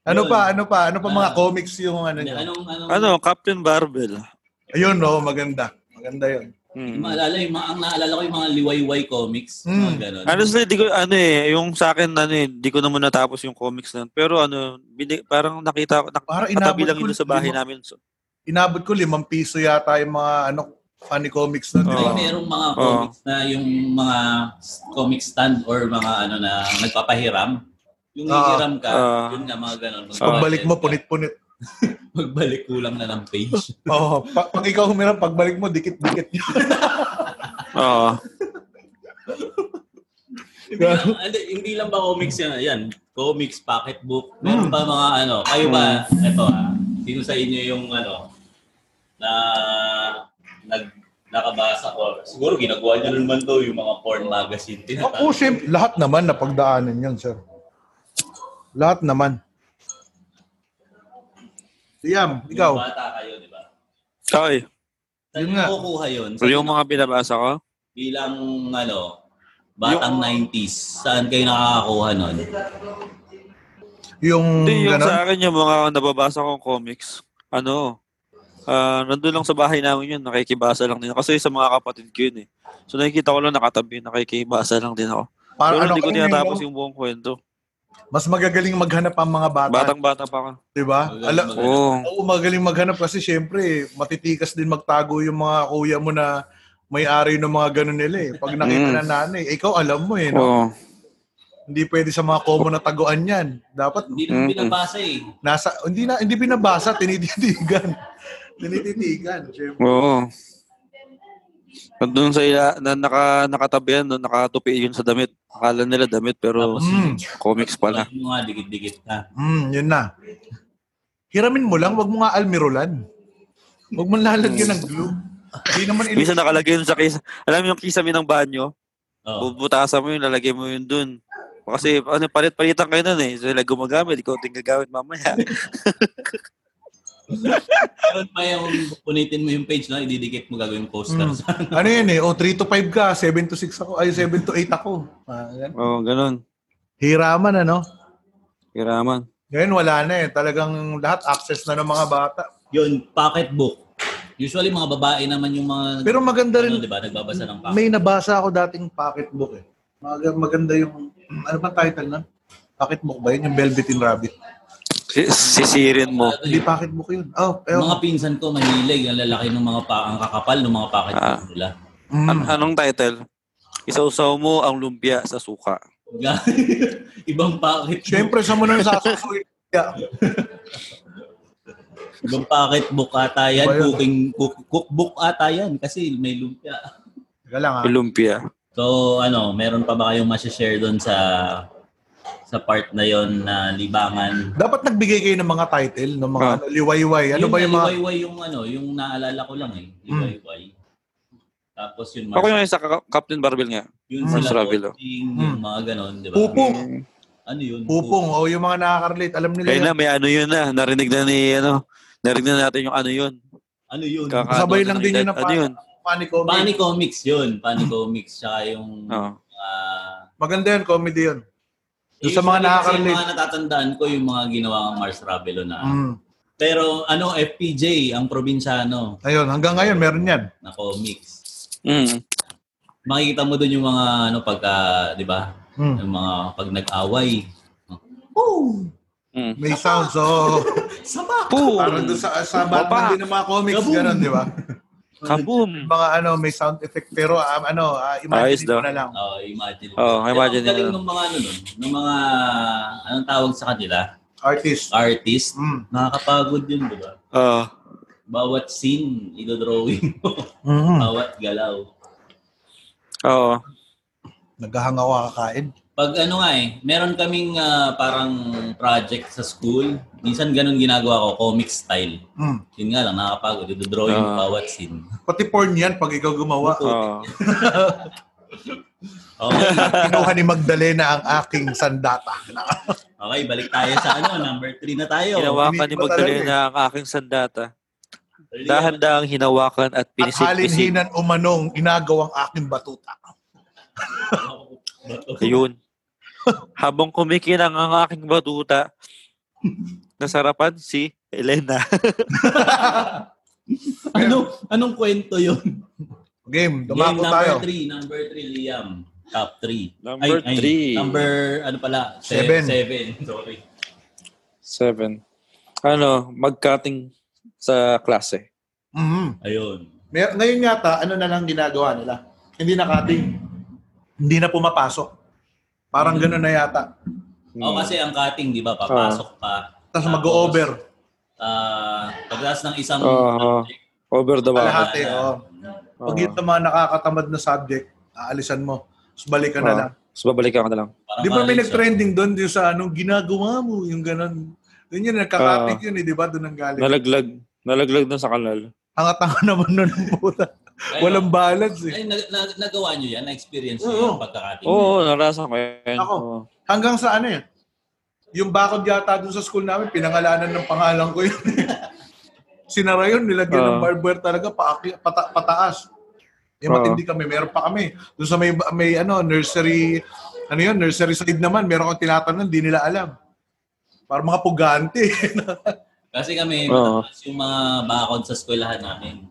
Speaker 4: Ano
Speaker 3: Yun.
Speaker 4: pa, ano pa, ano pa mga
Speaker 3: Ah.
Speaker 4: comics yung ano nyo?
Speaker 3: anong, anong,
Speaker 2: Ano, Captain Barbell.
Speaker 4: Ayun, no, maganda. Maganda yun.
Speaker 3: Yung
Speaker 2: Hmm.
Speaker 3: Maalala yung mga, ang naalala ko yung mga liwayway comics, mga
Speaker 4: Mm.
Speaker 3: ganun.
Speaker 2: Honestly, di ko, ano eh, yung sa akin, ano eh, di ko naman natapos yung comics na yun. Pero ano, bini, parang nakita ko, nak-
Speaker 4: Para
Speaker 2: katabi
Speaker 4: inabot
Speaker 2: lang
Speaker 4: ko,
Speaker 2: yun sa bahay
Speaker 4: lima-
Speaker 2: namin. So,
Speaker 4: inabot ko limang piso yata yung mga ano, funny comics na, di
Speaker 2: Oo.
Speaker 4: ba?
Speaker 3: Ay, merong mga
Speaker 2: Oo.
Speaker 3: comics na yung mga s- comic stand or mga ano na nagpapahiram. Yung
Speaker 4: Oo.
Speaker 3: hihiram ka,
Speaker 2: Oo.
Speaker 3: yun nga mga ganun. Magbabayad
Speaker 4: Pagbalik mo,
Speaker 3: ka.
Speaker 4: punit-punit.
Speaker 3: Pagbalik kulang na ng
Speaker 4: [LAUGHS]
Speaker 3: page.
Speaker 4: Oo, pa- pag ikaw humirang, pagbalik mo, dikit-dikit niya.
Speaker 2: oo.
Speaker 3: hindi, lang, hindi, hindi lang ba comics yan? Yan, comics, pocketbook.
Speaker 2: Hmm.
Speaker 3: Meron ba mga ano? Kayo ba, eto ah, sino sa inyo yung ano, na nag nakabasa ko. Siguro ginagawa niyo naman to yung mga porn magazine.
Speaker 4: Ako, syempre, lahat naman napagdaanan yun, sir. Lahat naman. Liam,
Speaker 3: Ikaw.
Speaker 4: ikaw.
Speaker 3: Bata kayo, di ba?
Speaker 2: Okay.
Speaker 3: Saan
Speaker 4: Yun
Speaker 3: yung
Speaker 4: nga.
Speaker 3: kukuha yun?
Speaker 2: So, yung mga binabasa ko,
Speaker 3: bilang ano, batang 90s, saan kayo nakakakuha nun?
Speaker 4: Yung,
Speaker 2: Hindi, yung
Speaker 4: ganun.
Speaker 2: sa akin yung mga nababasa kong comics, ano, ah nandun lang sa bahay namin yun, nakikibasa lang din ako. Kasi sa mga kapatid ko yun eh. So nakikita ko lang nakatabi, nakikibasa lang din ako.
Speaker 4: Para
Speaker 2: Pero
Speaker 4: ano
Speaker 2: hindi ko
Speaker 4: kami,
Speaker 2: tinatapos
Speaker 4: no?
Speaker 2: yung buong kwento.
Speaker 4: Mas magagaling maghanap ang mga bata.
Speaker 2: Batang-bata pa ako.
Speaker 4: Di ba?
Speaker 3: Magagaling
Speaker 4: Alam,
Speaker 3: mag-
Speaker 2: Oo.
Speaker 4: Oo, magaling maghanap kasi syempre matitikas din magtago yung mga kuya mo na may-ari ng mga ganun nila eh. Pag nakita
Speaker 2: Mm.
Speaker 4: na nanay, ikaw alam mo eh. No?
Speaker 2: Oo.
Speaker 4: Hindi pwede sa mga komo na taguan yan. Dapat
Speaker 3: Hindi naman
Speaker 2: Mm-mm.
Speaker 3: binabasa eh.
Speaker 4: nasa, hindi na, hindi binabasa, tinititigan. [LAUGHS] tinititigan, syempre.
Speaker 2: Oo. Nandun sa ila, na naka, nakatabi yan, no, nakatupi yun sa damit. Akala nila damit, pero
Speaker 4: Mm,
Speaker 2: comics pala.
Speaker 3: Wala mo nga, dikit-dikit ka.
Speaker 4: mm, yun na. Hiramin mo lang, wag mo nga almirolan. Wag mo lalagyan ng glue. Hindi naman
Speaker 2: Minsan nakalagay yun sa kisa. Alam mo yung kisame ng banyo?
Speaker 3: Oh.
Speaker 2: Bubutasan mo yun, lalagay mo yun dun. Kasi ano, palit-palitan kayo nun eh. So, like, gumagamit, ikaw din gagamit mamaya.
Speaker 3: Meron pa yung punitin mo yung page na ididikit mo gagawin yung poster.
Speaker 4: ano yun eh, o 3 to 5 ka, 7 to 6 ako, ay 7 to 8 ako. Ah, ganun.
Speaker 2: [LAUGHS] Oo, oh, ganun.
Speaker 4: Hiraman ano?
Speaker 2: Hiraman.
Speaker 4: Ngayon wala na eh. Talagang lahat access na ng mga bata.
Speaker 3: [LAUGHS] yun, pocketbook. Usually mga babae naman yung mga
Speaker 4: Pero maganda
Speaker 3: ano, di
Speaker 4: rin.
Speaker 3: ba, nagbabasa ng pocketbook.
Speaker 4: May nabasa ako dating pocketbook eh. Mag- maganda yung, ano ba title na? Pocketbook ba yun? Yung Velveteen Rabbit.
Speaker 2: Si- Sisirin mo.
Speaker 3: Ano
Speaker 4: Hindi
Speaker 3: yun?
Speaker 4: pocketbook yun. Oh, eh,
Speaker 3: mga pinsan ko mahilig ang lalaki ng mga pa ang kakapal ng mga
Speaker 4: Ah.
Speaker 3: pocketbook nila. [LAUGHS]
Speaker 2: An-
Speaker 4: mm,
Speaker 2: anong title? Isausaw mo ang lumpia sa suka.
Speaker 3: Ibang pocketbook.
Speaker 4: Siyempre, sa mo nang sasusuin. Yeah.
Speaker 3: Ibang pocketbook ata yan.
Speaker 4: Ba yun?
Speaker 3: Cooking, cook, cookbook ata yan. Kasi may lumpia.
Speaker 4: Teka lang ah.
Speaker 2: Lumpia.
Speaker 3: So ano, meron pa ba kayong masashare doon sa sa part na yon na libangan?
Speaker 4: Dapat nagbigay kayo ng mga title, ng mga
Speaker 2: Ah.
Speaker 4: ano, liwayway. Ano
Speaker 3: Yun
Speaker 4: ba
Speaker 3: na,
Speaker 4: yung mga... Hmm.
Speaker 3: liwayway yung ano, yung naalala ko lang eh. Liwayway. Tapos yun,
Speaker 2: Ako yung isa, Ka- Captain Barbell nga.
Speaker 3: yun
Speaker 4: Mm.
Speaker 3: sila
Speaker 2: Marshall Villa.
Speaker 3: posting, yung mga ganon, di ba?
Speaker 4: Pupong.
Speaker 3: Ano yun?
Speaker 4: Pupong. O yung mga nakaka-relate. Alam nila
Speaker 2: Kaya
Speaker 4: yun.
Speaker 2: na, may ano yun na. Narinig na ni, ano, narinig na natin yung ano yun.
Speaker 3: Ano yun?
Speaker 2: Kaka-
Speaker 4: Sabay
Speaker 2: ano,
Speaker 4: lang din yun na
Speaker 2: Ano yun?
Speaker 4: Funny comedy.
Speaker 3: Funny comics yun. Funny comics. Tsaka yung...
Speaker 2: Oo.
Speaker 3: ah,
Speaker 4: Maganda yun, comedy yun. Doon sa mga
Speaker 3: usually kasi
Speaker 4: nakaka-relate.
Speaker 3: yung mga natatandaan ko yung mga ginawa ng Mars Ravelo na.
Speaker 4: Mm.
Speaker 3: Pero ano, FPJ, ang probinsyano
Speaker 4: Ayun, hanggang ngayon, meron yan.
Speaker 3: na comics.
Speaker 2: Mm.
Speaker 3: Makikita mo doon yung mga ano pagka, di ba?
Speaker 4: Mm.
Speaker 3: Yung mga pag nag-away.
Speaker 2: Mm.
Speaker 4: May sound,
Speaker 3: [LAUGHS]
Speaker 4: so...
Speaker 3: Sama!
Speaker 2: Boom!
Speaker 4: Parang doon sa, sa Batman
Speaker 2: Opa!
Speaker 4: din ng mga comics,
Speaker 3: Kaboom!
Speaker 4: gano'n, di ba?
Speaker 2: Kaboom!
Speaker 4: Mga ano, may sound effect, pero um, ano, ah,
Speaker 2: Ayos
Speaker 4: imagine
Speaker 2: daw.
Speaker 4: mo na lang.
Speaker 3: Oh, imagine.
Speaker 2: Oo, imagine
Speaker 3: Pero ang galing
Speaker 2: nila.
Speaker 3: ng mga ano nun, ng mga, anong tawag sa kanila?
Speaker 4: Artist.
Speaker 3: Artist.
Speaker 4: Mm.
Speaker 3: Nakakapagod yun, di ba?
Speaker 2: Oo.
Speaker 3: Bawat scene, idodrawing mo. [LAUGHS]
Speaker 4: Mm-hmm.
Speaker 3: Bawat galaw.
Speaker 2: Oo.
Speaker 4: Naghahang ako kakain.
Speaker 3: Pag ano nga eh, meron kaming ah, parang project sa school. Minsan ganun ginagawa ko, comic style.
Speaker 4: Mm.
Speaker 3: Yun nga lang, nakakapagod. Dodrawing
Speaker 2: Ah.
Speaker 3: bawat scene. [LAUGHS]
Speaker 4: Pati porn yan pag ikaw gumawa.
Speaker 2: Oo.
Speaker 3: Okay,
Speaker 4: Kinuha ni Magdalena ang aking sandata.
Speaker 3: okay balik tayo sa ano, number 3 na tayo.
Speaker 2: Hinawakan ni
Speaker 4: oh. Hindi ko talaga eh.
Speaker 2: Magdalena ang aking sandata.
Speaker 3: Early
Speaker 2: dahan dahang hinawakan at
Speaker 4: At
Speaker 2: pinisik-pisik.
Speaker 4: halinhinan umanong ginagawang aking batuta.
Speaker 2: Yun. Habang kumikinang ang aking batuta, nasarapan si Elena.
Speaker 3: ano, anong kwento yun?
Speaker 4: Game,
Speaker 3: Game
Speaker 4: dumako
Speaker 3: number
Speaker 4: tayo.
Speaker 3: 3, number 3, Liam. Top 3.
Speaker 2: Number three.
Speaker 3: number, ano pala?
Speaker 4: Seven.
Speaker 3: 7. [LAUGHS] Sorry.
Speaker 6: Seven. Ano, mag-cutting sa klase.
Speaker 4: Mhm.
Speaker 3: Ayun.
Speaker 4: Mer- ngayon yata, ano na lang ginagawa nila? Hindi na cutting. Hindi na pumapasok. Parang gano'n na yata.
Speaker 2: Hmm.
Speaker 3: O Oh, kasi ang cutting, di ba?
Speaker 2: Ah.
Speaker 3: Papasok pa.
Speaker 4: Tapos mag-over.
Speaker 3: ah pagdaas ng isang
Speaker 2: Ah.
Speaker 6: Oo. over
Speaker 2: diba?
Speaker 6: the bar.
Speaker 4: Kalahati, oo. Pag yun ng mga nakakatamad na subject, aalisan mo. Tapos balikan na
Speaker 6: Oo.
Speaker 4: lang.
Speaker 6: Tapos babalikan ko na lang.
Speaker 3: parang
Speaker 4: Di ba may
Speaker 3: college,
Speaker 4: nag-trending doon yung sa anong ginagawa mo? Yung gano'n. Yun yun, nagkakatik yun eh, di ba? Doon ang galing.
Speaker 2: Nalaglag. Nalaglag na sa kanal.
Speaker 4: Hangatanga naman nun ang puta.
Speaker 3: oh. Ayun,
Speaker 4: Walang balance eh.
Speaker 3: Ay, na, na, nagawa nyo yan? Na-experience nyo
Speaker 4: Oo.
Speaker 3: yung pagka-cutting?
Speaker 2: Oo, narasan ko yan.
Speaker 4: Hmm. Ako.
Speaker 2: Oo.
Speaker 4: Hanggang sa ano eh. Yung bakod yata dun sa school namin, pinangalanan ng pangalan ko yun. [LAUGHS] Sinara yun, nilagyan ng
Speaker 2: Ah.
Speaker 4: barber talaga, paaki, pata, pataas. Eh,
Speaker 2: Ah.
Speaker 4: matindi kami, meron pa kami. Doon sa may, may ano, nursery, ano yun, nursery side naman, meron akong tinatanong, di nila alam. Para mga pugante. [LAUGHS]
Speaker 3: Kasi kami,
Speaker 2: Oo.
Speaker 3: mataas yung mga bakod sa eskwelahan namin.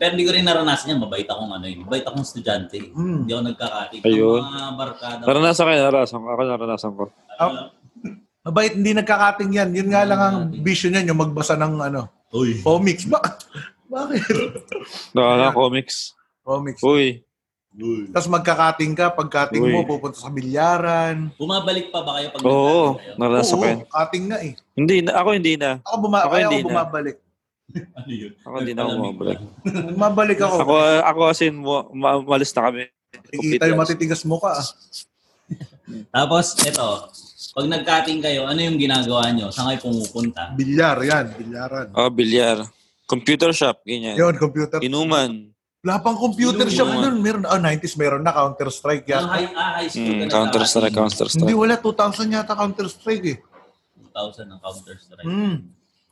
Speaker 3: Pero hindi ko rin naranasan yan. Mabait akong ano yun. Mabait akong estudyante.
Speaker 4: Mm.
Speaker 3: Hindi ako nagka-cutting.
Speaker 2: Hmm. Ayun.
Speaker 3: Ang mga barkada. ko,
Speaker 2: Naranasan ko yan, narasan ko. Ako naranasan ko.
Speaker 3: ano,
Speaker 4: Mabait, hindi nagkakating yan. Yun nga lang ang bisyo niyan, yung magbasa ng ano,
Speaker 3: Uy.
Speaker 4: comics. [LAUGHS] Ba? Bakit?
Speaker 2: Nakala comics.
Speaker 4: comics.
Speaker 2: Uy.
Speaker 3: Uy.
Speaker 4: Tapos magkakating ka, pagkating mo,
Speaker 2: Uy.
Speaker 4: pupunta sa bilyaran.
Speaker 3: Bumabalik pa ba kayo pag
Speaker 2: Oo,
Speaker 3: nagka-cutting kayo?
Speaker 2: naranasan ko yan.
Speaker 4: Oo, cutting na eh.
Speaker 2: Hindi, na, ako hindi na.
Speaker 4: Ako, buma-
Speaker 2: Ako
Speaker 4: ay, ako
Speaker 2: hindi na.
Speaker 4: bumabalik.
Speaker 3: Ano yun?
Speaker 2: Ako hindi na ako
Speaker 3: Nagpalamig
Speaker 2: mabalik.
Speaker 3: lang.
Speaker 4: Bumabalik ako.
Speaker 2: Ako, ako as in, wa- ma- umalis na kami. Complete
Speaker 4: Nakikita yung
Speaker 2: lunch.
Speaker 4: matitigas mukha. ah.
Speaker 3: Tapos, eto. Pag nag-cutting kayo, ano yung ginagawa nyo? Saan kayo pumupunta?
Speaker 4: Bilyar, yan. Bilyaran.
Speaker 2: Oh, bilyar. Computer shop, ganyan.
Speaker 4: Yun, computer.
Speaker 2: Inuman.
Speaker 4: Wala pang computer
Speaker 3: Yun,
Speaker 4: shop
Speaker 2: yun.
Speaker 4: nun. Meron, ah, 90s meron na, Counter-Strike
Speaker 3: Ang
Speaker 4: yata.
Speaker 3: high, ah, high school
Speaker 2: Mm,
Speaker 3: ka
Speaker 2: Counter-Strike,
Speaker 3: nagka-cutting.
Speaker 4: Hindi,
Speaker 2: Counter-Strike.
Speaker 4: wala. 2000 yata Counter-Strike eh.
Speaker 3: 2000 ang Counter-Strike.
Speaker 4: Mm.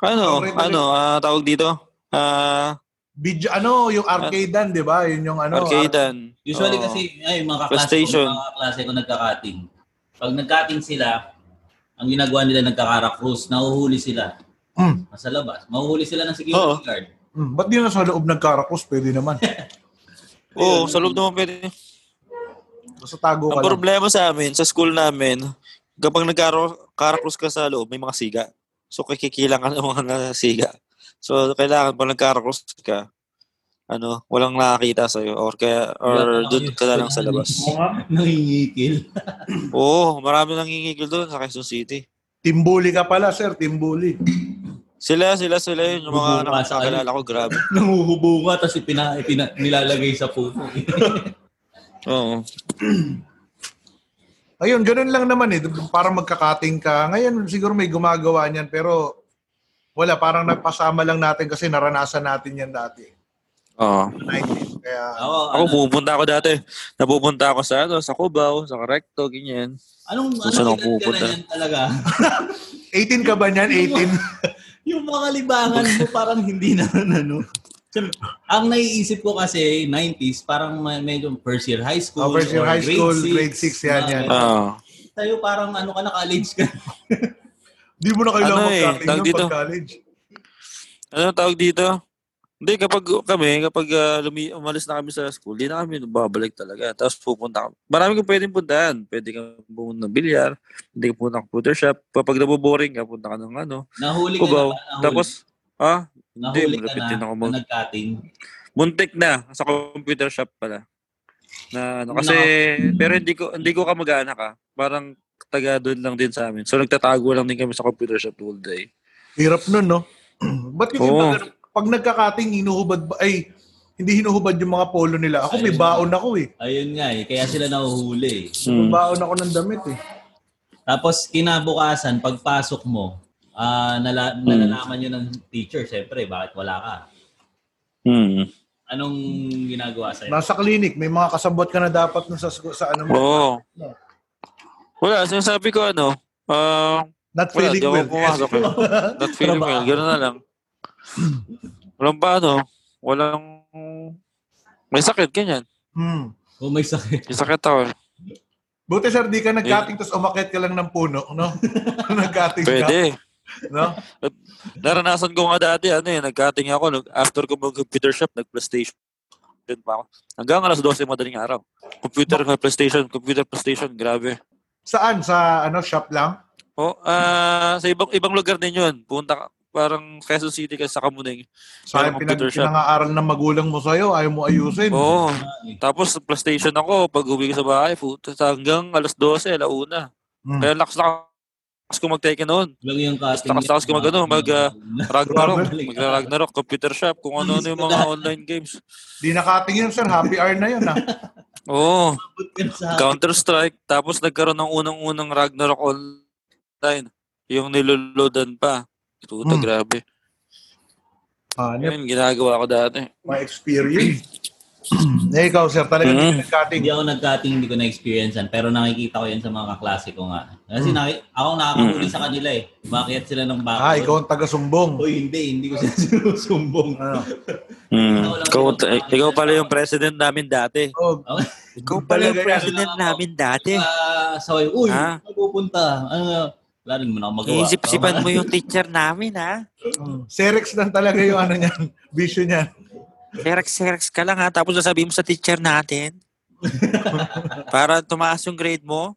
Speaker 2: Ano,
Speaker 4: Favorite
Speaker 2: ano, ah, tawag dito? Ah,
Speaker 4: Video, ano, yung arcadean, di ba? Yun yung ano.
Speaker 2: Arcadean.
Speaker 3: Usually
Speaker 2: Oo.
Speaker 3: kasi, ay, mga kaklase ko,
Speaker 2: PlayStation.
Speaker 3: mga kaklase ko nagka-cutting. Pag nagka-cutting sila, ang ginagawa nila nagkakarakrus, nahuhuli sila.
Speaker 4: ar- Mm.
Speaker 3: Nasa labas. Mahuhuli sila ng security
Speaker 2: Oo.
Speaker 3: guard.
Speaker 4: Mm. Ba't di na sa loob nagkarakos? Pwede naman.
Speaker 2: [LAUGHS] Oo, sa loob naman pwede.
Speaker 4: Basta tago
Speaker 2: Ang
Speaker 4: ka lang.
Speaker 2: problema sa amin, sa school namin, kapag nagkarakros ka sa loob, may mga siga. So, kikikilang ka ng mga [LAUGHS] siga. So, kailangan pag nagkarakros ka, ano, walang nakakita sa'yo or kaya or doon ka na lang sa
Speaker 3: [LAUGHS]
Speaker 2: labas.
Speaker 3: Nangingikil.
Speaker 2: Oo, marami nangingigil doon sa Quezon City.
Speaker 4: Timbuli ka pala, sir. Timbuli.
Speaker 2: Sila, sila, sila yun. Yung mga
Speaker 3: Bubunga sa
Speaker 2: nakakilala ko, grabe.
Speaker 3: Nanguhubo nga, tapos ipina, ipina, nilalagay sa puso. [LAUGHS]
Speaker 2: Oo.
Speaker 4: Ayun, ganun lang naman eh. Parang magkakating ka. Ngayon, siguro may gumagawa niyan, pero wala. Parang nagpasama lang natin kasi naranasan natin yan dati.
Speaker 2: Oo.
Speaker 4: 90s. Kaya,
Speaker 3: Ako,
Speaker 2: Ako,
Speaker 3: ano,
Speaker 2: pupunta ako dati. Napupunta ako sa, ano, sa Cubao, sa Correcto, ganyan.
Speaker 3: anong,
Speaker 2: Kung saan ako
Speaker 3: anong edad ka na
Speaker 2: pupunta?
Speaker 3: yan talaga? [LAUGHS]
Speaker 4: 18 ka ba niyan? 18?
Speaker 3: Yung mga libangan mo parang hindi na [LAUGHS] ano. Siyempre, Ang naiisip ko kasi, 90s, parang may- medyo first year high school.
Speaker 4: Oh, first year
Speaker 3: or
Speaker 4: high school, grade six, yan,
Speaker 3: mga
Speaker 4: yan.
Speaker 3: ganun.
Speaker 2: Oo.
Speaker 3: Tayo parang ano ka na, college ka.
Speaker 4: [LAUGHS] Di mo na kailangan
Speaker 2: Ano eh,
Speaker 4: magkating
Speaker 2: tawag
Speaker 4: ng
Speaker 2: dito?
Speaker 4: pag-college.
Speaker 2: Ano tawag dito? Hindi, kapag kami, kapag ah, lumi, umalis na kami sa school, di na kami babalik talaga. Tapos pupunta kami. Marami kang pwedeng puntahan. Pwede kang pumunta ng bilyar, pwede kang pumunta ng computer shop. Kapag naboboring ka, punta ka ng ano,
Speaker 3: [LAUGHS] Nahuli ka
Speaker 2: Cubao.
Speaker 3: na ba? Nahuli.
Speaker 2: Tapos, ah,
Speaker 3: nahuli
Speaker 2: hindi,
Speaker 3: ka
Speaker 2: malapit
Speaker 3: na,
Speaker 2: din ako mag-
Speaker 3: na nag-cutting.
Speaker 2: muntik na sa computer shop pala. Na ano, kasi, pero hindi ko, hindi ko kamag-anak ah. Parang taga doon lang din sa amin. So nagtatago lang din kami sa computer shop all day.
Speaker 4: Hirap nun, no? [CLEARS THROAT] Ba't
Speaker 2: Oo.
Speaker 4: yung iba, ganun? pag nagkakating, hinuhubad ba? Ay, hindi hinuhubad yung mga polo nila. Ako, may
Speaker 3: Ayun.
Speaker 4: baon ako eh.
Speaker 3: Ayun nga eh, kaya sila nahuhuli. eh.
Speaker 4: May
Speaker 2: Mm.
Speaker 4: baon ako ng damit eh.
Speaker 3: Tapos kinabukasan, pagpasok mo, ah nala-
Speaker 2: Hmm.
Speaker 3: nalalaman yun ng teacher, syempre, bakit wala ka?
Speaker 4: Hmm.
Speaker 2: Mm.
Speaker 3: Anong ginagawa sa'yo?
Speaker 4: Nasa clinic, may mga kasabot ka na dapat nun sa, sa ano mo.
Speaker 2: Oo. Wala, sinasabi ko ano, ah,
Speaker 4: Not
Speaker 2: wala,
Speaker 4: feeling
Speaker 2: di ako
Speaker 4: well.
Speaker 2: pumasok eh. Not feeling
Speaker 3: Ano ba?
Speaker 2: well, gano'n na lang. Walang paano, walang, may sakit, ganyan.
Speaker 4: [LAUGHS] Hmm.
Speaker 3: Oh, may sakit.
Speaker 2: May sakit ako. eh.
Speaker 4: Buti sir, di ka nagkating tapos umakit ka lang ng puno, no? [LAUGHS] nagkating
Speaker 2: Pwede.
Speaker 4: ka, no?
Speaker 2: Naranasan ko nga dati, ano eh, nagkating ako, nag, after ko mag-computer shop, nag-playstation student pa ako. Hanggang alas 12 madaling araw. Computer, PlayStation, computer, PlayStation, grabe.
Speaker 4: Saan? Sa ano, shop lang?
Speaker 2: Oh, ah sa ibang ibang lugar din yun. Punta ka, parang Quezon City ka sa Kamuning.
Speaker 4: Sa
Speaker 2: Parang
Speaker 4: pinag-
Speaker 2: computer shop.
Speaker 4: pinangaaral ng magulang mo sa'yo, ayaw mo ayusin.
Speaker 2: Oo.
Speaker 3: eh.
Speaker 2: Tapos PlayStation ako, pag uwi ko sa bahay, puta, hanggang alas 12, alauna.
Speaker 4: Hmm.
Speaker 2: Kaya lakas na lakas ko mag-Tekken noon.
Speaker 3: Lang yung cutting.
Speaker 2: Tapos-tapos ko mag- ano, mag, ah, Ragnarok,
Speaker 3: Grabe.
Speaker 2: mag-Ragnarok, computer shop, kung ano-ano yung mga online games.
Speaker 4: Di nakatingin, sir. Happy hour na yun, ah. ha?
Speaker 2: Oo,
Speaker 3: Abot ka sa
Speaker 2: Counter-Strike. Tapos nagkaroon ng unang-unang Ragnarok online. Yung niloloadan pa. Puta,
Speaker 4: Hmm.
Speaker 2: grabe.
Speaker 4: Ah, ano,
Speaker 2: Yun, ginagawa ko dati.
Speaker 4: my experience. [CLEARS THROAT] eh, ikaw, sir, talaga
Speaker 2: Mm.
Speaker 4: mm. nagkating.
Speaker 3: Hindi ako nag-cutting, hindi ko na-experience yan. Pero nakikita ko yan sa mga kaklase ko nga. Kasi
Speaker 2: Hmm.
Speaker 3: naki- ako nakakahuli sa kanila eh. Bakit sila ng bakit?
Speaker 4: Ah, ikaw ang taga-sumbong.
Speaker 3: Uy, hindi. Hindi ko [LAUGHS] sila sinusumbong.
Speaker 4: Ano?
Speaker 2: Mm.
Speaker 3: Ikaw lang
Speaker 2: Ikaw,
Speaker 3: yung-
Speaker 2: eh, ikaw pala yung president namin dati.
Speaker 4: Oh,
Speaker 3: Okay.
Speaker 2: Ikaw
Speaker 4: pala yung
Speaker 3: president namin
Speaker 2: dati.
Speaker 3: Ah, saway, uy,
Speaker 2: Ha?
Speaker 3: pupunta. Ano nga? Wala rin mo na ako magawa.
Speaker 2: mo yung teacher namin, ha?
Speaker 4: Serex lang talaga yung ano niyan, [LAUGHS] vision niyan.
Speaker 2: Serex-serex ka lang, ha? Tapos sasabihin mo sa teacher natin. para tumaas yung grade mo.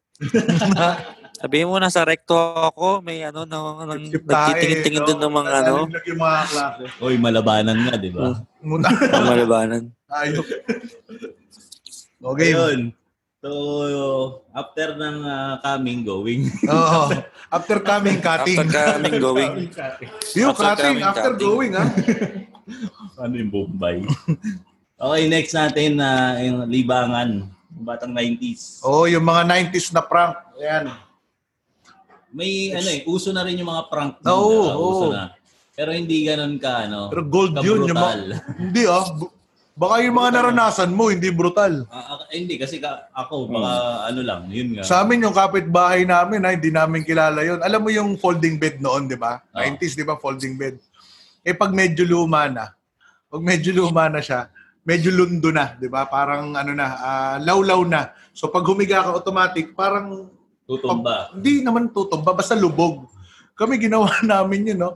Speaker 2: Sabihin mo, nasa recto ako, may ano, no, nang, nagtitingin-tingin doon ng mga ano,
Speaker 4: Nalalim lang yung mga klase.
Speaker 3: Uy, malabanan nga, di
Speaker 4: Ah,
Speaker 3: ba?
Speaker 4: Muna. [LAUGHS]
Speaker 2: ng malabanan.
Speaker 4: Ayok. Okay.
Speaker 3: Ayun. So, after ng ah, coming, going. [LAUGHS]
Speaker 4: Oo. After coming, cutting.
Speaker 2: After kaming going.
Speaker 4: Yung
Speaker 2: after
Speaker 4: cutting,
Speaker 2: coming,
Speaker 4: after
Speaker 2: cutting.
Speaker 4: going, ha?
Speaker 3: ano yung
Speaker 4: [LAUGHS]
Speaker 3: Bombay? okay, next natin na yung libangan. Yung Batang 90s.
Speaker 4: Oo, yung mga 90s na prank. Ayan.
Speaker 3: May ano eh, uso na rin yung mga prank. nun,
Speaker 4: Oo,
Speaker 3: ah, uso
Speaker 4: oo.
Speaker 3: na. Pero hindi ganun ka ano.
Speaker 4: Pero gold yun. Yung
Speaker 3: kabrutal.
Speaker 4: mga, hindi, ah. Bu- Baka yung mga naranasan mo, hindi brutal.
Speaker 3: Ah, ah, hindi kasi ka, ako baka ano lang, yun
Speaker 4: Hmm.
Speaker 3: nga.
Speaker 4: Sa amin, yung kapitbahay namin, ha, hindi namin kilala yun. Alam mo yung folding bed noon, di ba?
Speaker 3: Oo.
Speaker 4: 90s, di ba? Folding bed. Eh, pag medyo luma na, pag medyo luma na siya, medyo lundo na, di ba? Parang ano na, ah, lawlaw na. So, pag humiga ka automatic, parang
Speaker 3: Tutumba.
Speaker 4: Pag- Hindi naman tutumba, basta lubog. Kami ginawa [LAUGHS] namin yun, no?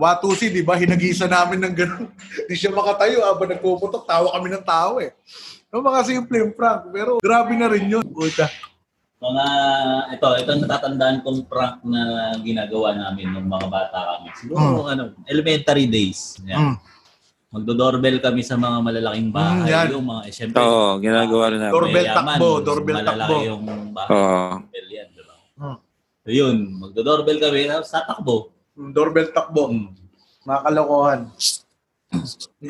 Speaker 4: Watusi, di ba? Hinagisa namin ng [LAUGHS] gano'n. Hindi siya makatayo habang nagpuputok. Tawa kami ng tao eh. No, mga simple yung prank. Pero grabe na rin yun. Puta.
Speaker 3: Mga, ito, ito natatandaan kong prank na ginagawa namin nung mga bata kami.
Speaker 4: Hmm.
Speaker 3: Siguro, ano, elementary days. Yan.
Speaker 4: Mm.
Speaker 3: Magdo-doorbell kami sa mga malalaking bahay.
Speaker 4: Mm, yan.
Speaker 3: yung mga, eh, syempre,
Speaker 2: Oo, ginagawa rin namin.
Speaker 4: Doorbell
Speaker 3: mayayaman,
Speaker 4: takbo, doorbell
Speaker 3: malalaki
Speaker 4: takbo.
Speaker 3: yung bahay.
Speaker 2: Oo.
Speaker 3: Doorbell yan, di ba?
Speaker 4: Mm.
Speaker 3: So, yun, magdo-doorbell kami, tapos tatakbo.
Speaker 4: Mm, Doorbell takbo.
Speaker 3: Mm.
Speaker 4: Mga kalokohan.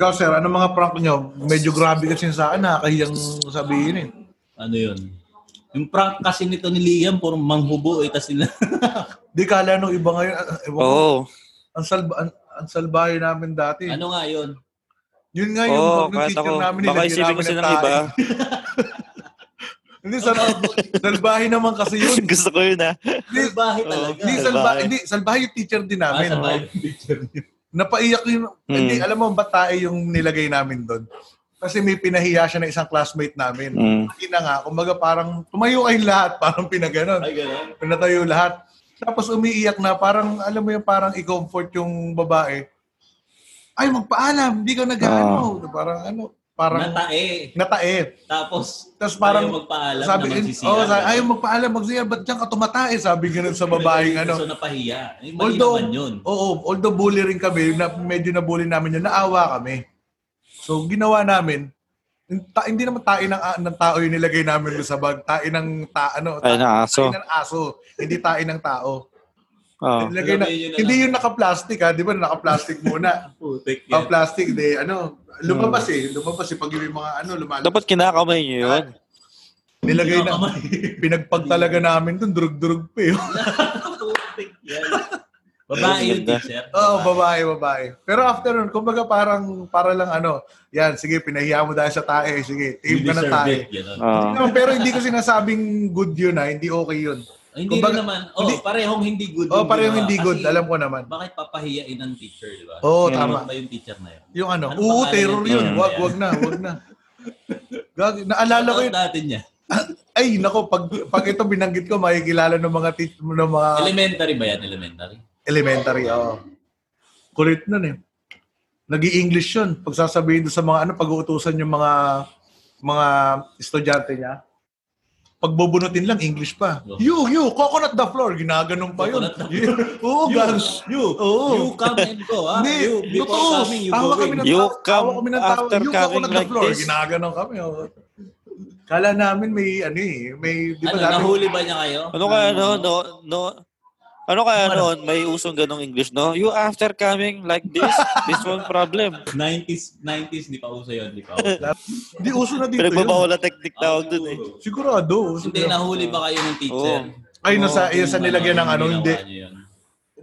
Speaker 4: Ikaw, sir, ano mga prank nyo? Medyo grabe kasi sa akin. Nakakahiyang sabihin eh.
Speaker 3: Ano yun? Yung prank kasi nito ni Liam, puro manghubo eh, tapos nila.
Speaker 4: Di kala nung iba ngayon. ah, ah, ewan ko.
Speaker 2: Oo.
Speaker 4: Ang, salba, ang, ang salbahe namin dati.
Speaker 3: [LAUGHS] ano nga yun?
Speaker 4: Yun nga yung
Speaker 2: Oo,
Speaker 4: bagong
Speaker 2: kahit
Speaker 4: teacher
Speaker 2: ako.
Speaker 4: namin.
Speaker 2: Baka
Speaker 4: nilagyan
Speaker 2: isipin
Speaker 4: namin
Speaker 2: kasi
Speaker 4: ng
Speaker 2: ng iba.
Speaker 4: tae. Hindi,
Speaker 2: [LAUGHS]
Speaker 4: sal- salbahe naman kasi yun.
Speaker 2: Gusto ko yun, ha?
Speaker 4: Hindi,
Speaker 3: Bahay
Speaker 2: Oo.
Speaker 3: talaga.
Speaker 4: hindi,
Speaker 2: Salbahe.
Speaker 4: salbahe, hindi, salbahe yung teacher din
Speaker 3: Ah,
Speaker 4: namin.
Speaker 3: sa bahay yung picture niyo.
Speaker 4: Napaiyak yun.
Speaker 2: Hmm.
Speaker 4: Hindi, alam mo, ba't tae yung nilagay namin doon? Kasi may pinahiya siya na isang classmate namin.
Speaker 2: Mm.
Speaker 4: Hindi na nga, kumbaga parang tumayo kayong lahat, parang pinaganon.
Speaker 3: Ay, gano'n.
Speaker 4: Pinatayo lahat. Tapos umiiyak na, parang, alam mo yung parang i-comfort yung babae. Ay, magpaalam, hindi ka nag-ano.
Speaker 2: Ah.
Speaker 4: Parang ano, parang
Speaker 3: Natae.
Speaker 4: natae.
Speaker 3: Tapos,
Speaker 4: Tapos parang
Speaker 3: ayaw magpaalam
Speaker 4: sabi,
Speaker 3: na magsisira.
Speaker 4: oh, sabi, ayaw magpaalam, magsisira, ba't diyan ka tumatae? Sabi ganun sa babaeng ano.
Speaker 3: Gusto napahiya. Eh, mali
Speaker 4: Although,
Speaker 3: naman yun.
Speaker 4: oo, although bully rin kami, na, medyo nabully namin yun, naawa kami. So, ginawa namin, ta- hindi naman tae ng, ah, ng tao yung nilagay namin doon sa bag. Tae ng ta, ano,
Speaker 2: Ay,
Speaker 4: tae
Speaker 2: na aso.
Speaker 4: ng aso. Hindi tae ng tao.
Speaker 2: Oo.
Speaker 4: Nilagay na,
Speaker 3: Alam mo, yun na
Speaker 4: hindi
Speaker 3: lang.
Speaker 4: yun naka-plastic ha, di ba? Naka-plastic
Speaker 3: [LAUGHS]
Speaker 4: muna.
Speaker 3: Putik
Speaker 4: Ang
Speaker 3: yan.
Speaker 4: plastic, di, ano, lumabas
Speaker 2: Hmm.
Speaker 4: eh. Lumabas eh. Pag yung mga ano, lumalabas.
Speaker 2: Dapat kinakamay niyo yun.
Speaker 4: Nilagay na,
Speaker 3: Kinakamay.
Speaker 4: [LAUGHS] pinagpag talaga namin dun, durug-durug pa eh.
Speaker 3: [LAUGHS] Putik yan. Babae yun,
Speaker 2: Ganda.
Speaker 3: teacher.
Speaker 4: Oo, babae, babae. Pero after nun, kumbaga parang, para lang ano, yan, sige, pinahiya mo dahil sa tae, sige, team
Speaker 3: You
Speaker 4: ka ng
Speaker 3: deserve
Speaker 4: tae.
Speaker 3: it, gano'n.
Speaker 2: Oo.
Speaker 4: No, pero hindi ko sinasabing good yun ha, hindi okay yun.
Speaker 3: Ay, Hindi
Speaker 4: Kumbaga,
Speaker 3: rin naman. Oh,
Speaker 4: hindi-
Speaker 3: parehong hindi good.
Speaker 4: Oo,
Speaker 3: yung
Speaker 4: parang
Speaker 3: ginawa.
Speaker 4: hindi good,
Speaker 3: Kasi
Speaker 4: alam ko naman.
Speaker 3: Bakit papahiyain ng teacher, di ba?
Speaker 4: Oo,
Speaker 2: Hmm.
Speaker 4: tama.
Speaker 3: Ano ba yung teacher na yun?
Speaker 4: Yung ano,
Speaker 3: Ano
Speaker 4: oo,
Speaker 3: pangalan
Speaker 4: terror
Speaker 3: niya?
Speaker 4: yun,
Speaker 3: Hmm.
Speaker 4: wag, wag na, wag na. Gag, naalala ko
Speaker 3: Shoutout
Speaker 4: yun.
Speaker 3: natin niya.
Speaker 4: Ay, nako, pag, pag ito binanggit ko, makikilala ng mga, tit- ng mga
Speaker 3: Elementary ba yan? Elementary?
Speaker 4: elementary, oo. Kulit nun eh. nag english yun. Pagsasabihin doon sa mga ano, pag-uutusan yung mga mga estudyante niya. Pagbubunutin lang, English pa.
Speaker 3: Oh.
Speaker 4: You, you, coconut the floor. Ginaganong pa yun.
Speaker 3: Coconut
Speaker 4: [LAUGHS] Oo,
Speaker 3: You,
Speaker 4: guys.
Speaker 3: you,
Speaker 4: Oo.
Speaker 3: you come and go. Ah.
Speaker 4: Hindi,
Speaker 3: you,
Speaker 4: totoo.
Speaker 3: before coming, you
Speaker 4: Tawa
Speaker 3: going.
Speaker 4: kami ng
Speaker 2: You
Speaker 4: tawa,
Speaker 2: come
Speaker 4: tawa kami ng tawa.
Speaker 2: after
Speaker 4: you
Speaker 2: coming
Speaker 4: coconut the
Speaker 2: like
Speaker 4: floor.
Speaker 2: this.
Speaker 4: Ginaganong kami. oh. Kala namin may ano eh, may di ba
Speaker 3: ano,
Speaker 4: dati-
Speaker 3: nahuli ba niya kayo?
Speaker 2: Ano kaya no, no, no, ano kaya noon, may usong ganong English, no? You after coming like this, this one problem.
Speaker 3: 90s, 90s, di pa uso yun, di
Speaker 4: [LAUGHS]
Speaker 3: pa uso.
Speaker 4: Di uso na dito yun.
Speaker 2: Pinagbabawala technique tawag dun eh.
Speaker 4: Sigurado. uso
Speaker 3: Hindi,
Speaker 4: na-
Speaker 3: nahuli ba kayo ng teacher?
Speaker 4: Ay, nasa,
Speaker 3: Yung
Speaker 4: yun sa nilagyan ng ano,
Speaker 3: ginawa
Speaker 4: hindi.
Speaker 3: niyo yun.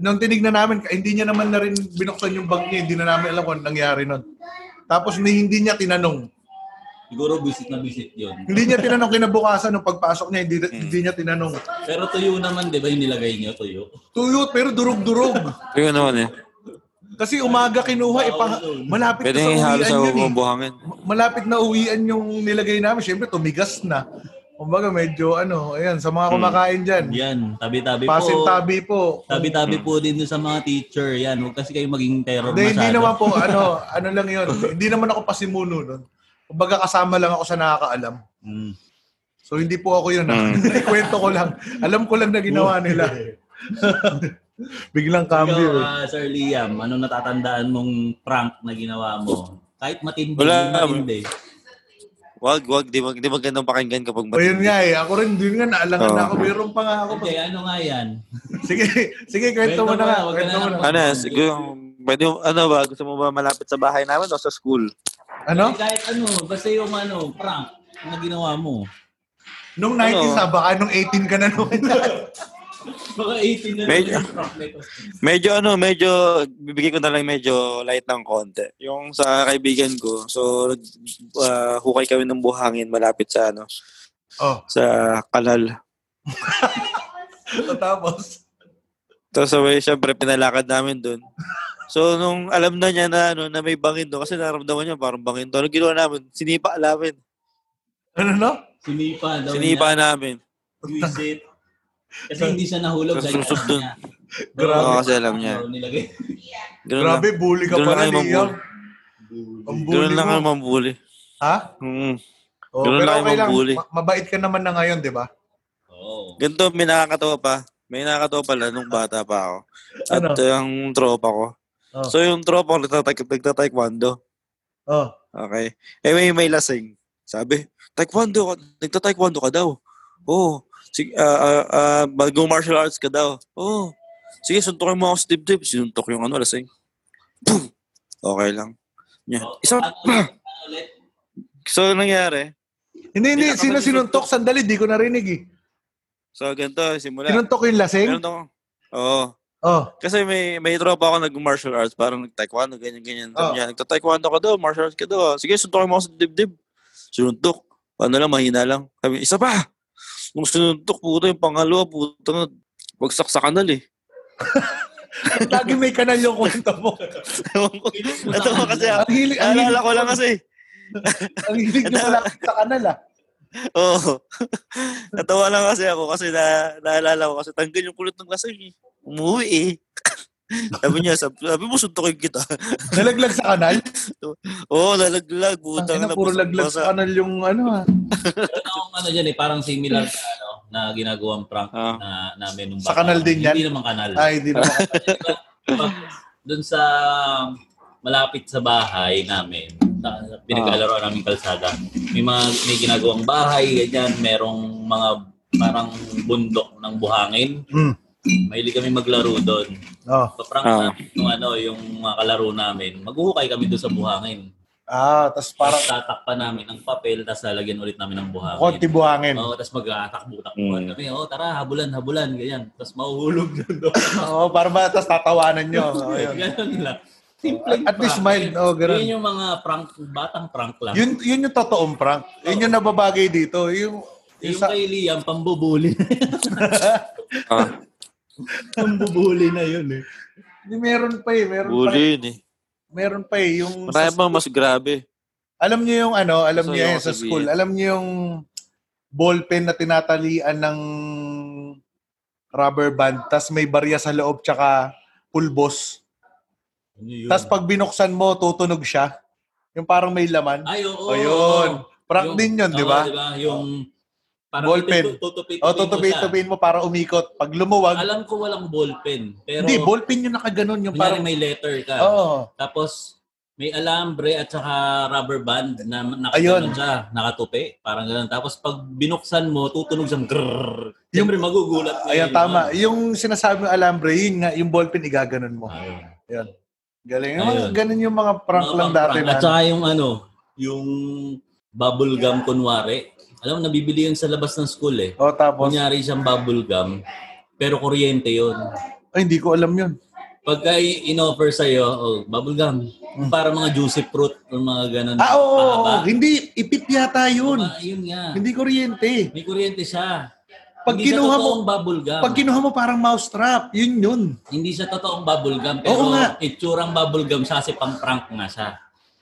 Speaker 4: Nung tinignan namin, hindi niya naman na rin binuksan yung bag niya, hindi na namin alam kung anong nangyari nun. Tapos ni- hindi niya tinanong.
Speaker 3: Siguro visit na visit yun.
Speaker 4: Hindi niya tinanong kinabukasan nung pagpasok niya, hindi, hindi niya tinanong.
Speaker 3: Pero tuyo naman, di ba yung nilagay niyo, tuyo?
Speaker 4: Tuyot, pero durog-durog.
Speaker 2: Tingnan naman eh.
Speaker 4: Kasi umaga kinuha, ipa, malapit na
Speaker 2: Pwede
Speaker 4: sa
Speaker 2: nga halos sa
Speaker 4: uwian yun eh.
Speaker 2: bubuhangin.
Speaker 4: Malapit na uwian yung nilagay namin. Siyempre, tumigas na. Kumbaga, medyo ano, ayan, sa mga kumakain dyan.
Speaker 3: Yan, tabi-tabi po.
Speaker 4: Pasintabi po.
Speaker 3: Tabi-tabi po din dun sa mga teacher. Yan, huwag kasi kayo maging terror
Speaker 4: Hindi, hindi
Speaker 3: masyado.
Speaker 4: naman po, ano, ano lang yun. hindi naman ako pasimuno nun. Kumbaga kasama lang ako sa nakakaalam.
Speaker 3: Mm.
Speaker 4: So hindi po ako yun. [LAUGHS] ah. Kwento ko lang. Alam ko lang na ginawa nila. Biglang
Speaker 3: Ikaw,
Speaker 4: cambio. eh.
Speaker 3: ah, Sir Liam, anong natatandaan mong prank na ginawa mo? Kahit matindi,
Speaker 2: Wala.
Speaker 3: matindi.
Speaker 2: Wag, wag, di, mag, di magandang pakinggan kapag
Speaker 4: O yun nga eh. Ako rin, yun nga, naalangan na
Speaker 2: Oo.
Speaker 4: ako. Meron pa nga ako.
Speaker 3: Hindi, ano nga yan?
Speaker 4: Sige, sige, kwento mo na nga.
Speaker 3: Kwento mo na,
Speaker 4: Kwento mo
Speaker 3: wag ka
Speaker 4: na.
Speaker 2: Ano, siguro, pwede, ano ba, gusto mo ba malapit sa bahay namin o sa school?
Speaker 4: Ano?
Speaker 3: Hindi, Kahit ano, basta yung ano, prank na ginawa mo.
Speaker 4: Nung 90s ha, baka nung 18 ka na nung.
Speaker 3: Baka 18 na lang
Speaker 2: Medyo-
Speaker 3: yung prank na ito.
Speaker 2: Medyo ano, medyo, bibigyan ko na lang medyo light ng konti. Yung sa kaibigan ko, so, uh, hukay kami ng buhangin malapit sa, ano,
Speaker 4: oh,
Speaker 2: [LAUGHS] sa kanal.
Speaker 4: tapos.
Speaker 2: Tapos sabay, syempre, pinalakad namin dun. So, nung alam na niya na, ano, na may bangin doon, kasi naramdaman niya parang bangin doon. Ano ginawa namin? Sinipa namin.
Speaker 4: Ano no?
Speaker 3: Sinipa daw
Speaker 2: Sinipa
Speaker 3: niya.
Speaker 2: namin.
Speaker 3: Sinipa. Kasi hindi siya nahulog. dahil
Speaker 2: Susubsob
Speaker 3: alam
Speaker 2: dun.
Speaker 3: niya.
Speaker 4: Grabe.
Speaker 2: Oo, kasi alam niya.
Speaker 3: Ano, nilagay. [LAUGHS]
Speaker 2: Ganun
Speaker 4: Grabe, bully ka
Speaker 2: Ganun
Speaker 4: pala,
Speaker 2: lang yung
Speaker 4: Liam. Ang
Speaker 2: Lang,
Speaker 4: bully
Speaker 2: ganun lang ang
Speaker 4: mo.
Speaker 2: mambuli.
Speaker 4: Ha?
Speaker 2: Mm.
Speaker 4: Oh,
Speaker 2: Ganun
Speaker 4: pero
Speaker 2: lang yung
Speaker 4: okay lang.
Speaker 2: mambuli.
Speaker 4: Ma- mabait ka naman na ngayon, di ba?
Speaker 3: Oo.
Speaker 2: Ganito, may nakakatawa pa. May nakakatawa pala nung bata pa ako. At
Speaker 4: Ano?
Speaker 2: uh, ang tropa ko.
Speaker 4: Oh.
Speaker 2: So yung tropa ko nagtatak- nagtataekwondo.
Speaker 4: Oh.
Speaker 2: Okay. Eh may, may lasing. Sabi, taekwondo ka, nagtataekwondo ka daw. Oo. Oh, sige, ah, ah, ah, bago martial arts ka daw. Oo. Oh, sige, suntukin mo ako sa dibdib. Sinuntok yung ano, lasing. Boom! Okay lang. Yan. Isa [CLEARS THROAT]
Speaker 3: Ano
Speaker 2: pa!
Speaker 3: ulit? Ano ulit?
Speaker 2: So, anong nangyari?
Speaker 4: Hindi, hindi.
Speaker 2: Hindi ka
Speaker 4: Sino
Speaker 2: naman
Speaker 4: sinuntok? Sandali, di ko narinig eh.
Speaker 2: So, ganito, simula.
Speaker 4: Sinuntok yung lasing?
Speaker 2: Meron ako. Oo.
Speaker 4: Oh. [LAUGHS]
Speaker 2: Kasi may may tropa ako nag-martial arts, parang nag-taekwondo, ganyan-ganyan.
Speaker 4: Oh.
Speaker 2: Sabi niya, nagta-taekwondo ka daw, martial arts ka daw. ah. Sige, suntukin mo ako sa dibdib. Sinuntok. Ano lang, mahina lang. Sabi, isa pa! Nung sinuntok, puto yung pangalawa, puto na, bagsak sa kanal eh. [LAUGHS]
Speaker 4: Lagi may kanal yung kwento mo.
Speaker 2: Ewan ko. Natawa kasi ako.
Speaker 4: Ang hilig, ang hilig,
Speaker 2: Naalala ko lang kasi. eh.
Speaker 4: ang hilig
Speaker 2: [LAUGHS]
Speaker 4: nyo
Speaker 2: Ang-
Speaker 4: pala sa kanal ah.
Speaker 2: Oo. [LAUGHS] Natawa lang kasi ako kasi na, naalala ko kasi tanggal yung kulot ng lasing eh. Umuwi eh. [LAUGHS] sabi niya, sabi, sabi mo, suntukin kita. [LAUGHS]
Speaker 4: Nalaglag sa kanal?
Speaker 2: Oo, nalaglag.
Speaker 4: Ang
Speaker 2: Butang
Speaker 4: ina, puro
Speaker 2: basag-
Speaker 4: laglag
Speaker 2: basa.
Speaker 4: sa kanal yung ano ah.
Speaker 3: Meron akong ano dyan eh, parang similar sa ano, na ginagawang prank
Speaker 2: Ah.
Speaker 3: na namin nung
Speaker 4: Sa kanal din yan?
Speaker 3: Hindi naman kanal.
Speaker 4: Ay,
Speaker 2: [LAUGHS]
Speaker 4: di ba?
Speaker 3: Doon sa malapit sa bahay namin, na, na
Speaker 2: Ah.
Speaker 3: pinaglalaro namin kalsada. May mga may ginagawang bahay, ganyan, merong mga parang bundok ng buhangin.
Speaker 4: Mm.
Speaker 3: Mahilig kami maglaro doon.
Speaker 4: Oh.
Speaker 3: Paprank
Speaker 2: Ah.
Speaker 3: namin yung ano, yung mga kalaro namin. Maghuhukay kami doon sa buhangin.
Speaker 4: Ah, tas
Speaker 3: Parang
Speaker 4: parang
Speaker 3: tatakpan namin ng papel, tapos lalagyan ulit namin ng buhangin.
Speaker 4: konti buhangin.
Speaker 3: Oo, tapos magkatakbo-takbuhan kami. Oo, tara, habulan, habulan, ganyan. Tapos mahuhulog doon doon.
Speaker 4: Oo, Oh, para ba tas tatawanan nyo. [LAUGHS] Oh, yun.
Speaker 3: Ganun lang.
Speaker 4: At least mild. Oh, ganun.
Speaker 3: Yun yung mga prank, batang prank lang.
Speaker 4: Yun, yun yung totoong prank. Yun yung nababagay dito. Yung, yung
Speaker 3: yung
Speaker 4: sa,
Speaker 3: kay Liam,
Speaker 4: [LAUGHS]
Speaker 3: pambubuli na yun.
Speaker 2: Ah.
Speaker 3: pambubuli na yun eh.
Speaker 4: Hindi, meron pa eh. Meron pa,
Speaker 2: Bulin eh.
Speaker 4: meron pa eh. Yung
Speaker 2: Marami bang mas grabe?
Speaker 4: Alam niyo yung ano, alam
Speaker 2: Gusto
Speaker 4: niyo
Speaker 2: ko
Speaker 4: yan sa
Speaker 2: sabihin.
Speaker 4: school. Alam niyo yung ball pen na tinatalian ng rubber band tas may barya sa loob tsaka pulbos.
Speaker 3: Ano yun?
Speaker 4: Tapos pag binuksan mo, tutunog siya. Yung parang may laman.
Speaker 3: Ay, oo.
Speaker 4: O Oh, yun. Prank
Speaker 3: Oh. Yung-
Speaker 4: din yun, di ba?
Speaker 3: Oo, Yung parang
Speaker 4: Ball pen. Oh,
Speaker 3: tutupin
Speaker 4: O, tutupin-tupin mo para umikot. Pag lumuwag,
Speaker 3: Alam ko walang ball pen. Pero
Speaker 4: hindi, ballpen yung nakaganon. Yung
Speaker 3: kunyari
Speaker 4: parang, Oh,
Speaker 3: may letter ka.
Speaker 4: oo.
Speaker 3: Tapos may alambre at saka rubber band na
Speaker 4: Ayun.
Speaker 3: nakatunog siya, nakatupi. Parang ganun. Tapos pag binuksan mo, tutunog siyang grrrr. Siyempre magugulat. ka,
Speaker 4: Ayan,
Speaker 3: di ba?
Speaker 4: tama. Yung sinasabi ng alambre, yun nga, yung ballpen, igaganon mo.
Speaker 3: Ayun.
Speaker 4: Galing. Yung mga
Speaker 3: Ayun.
Speaker 4: ganun yung mga prank
Speaker 3: Mga
Speaker 4: lang dati
Speaker 3: pang-prank.
Speaker 4: na.
Speaker 3: At saka yung ano, yung bubble gum kunwari. Alam mo, nabibili yun sa labas ng school eh.
Speaker 4: O, Oh, tapos,
Speaker 3: Kunyari siyang bubble gum, pero kuryente yun.
Speaker 4: ay, hindi ko alam yun.
Speaker 3: Pagka i- in-offer sa'yo, oh, bubble gum, para mga juicy fruit or mga ganun.
Speaker 4: Hmm. Ah, oo, oo, oo.
Speaker 3: Mahaba.
Speaker 4: Hindi, ipit yata yun.
Speaker 3: Ah, yun nga.
Speaker 4: Hindi kuryente.
Speaker 3: May kuryente siya.
Speaker 4: Pag
Speaker 3: hindi
Speaker 4: kinuha
Speaker 3: siya
Speaker 4: mo-
Speaker 3: totoong bubble gum.
Speaker 4: Pag kinuha mo parang mousetrap, yun yun.
Speaker 3: hindi siya totoong bubble gum, pero
Speaker 4: Oo nga.
Speaker 3: itsurang bubble gum siya kasi pang-prank nga siya.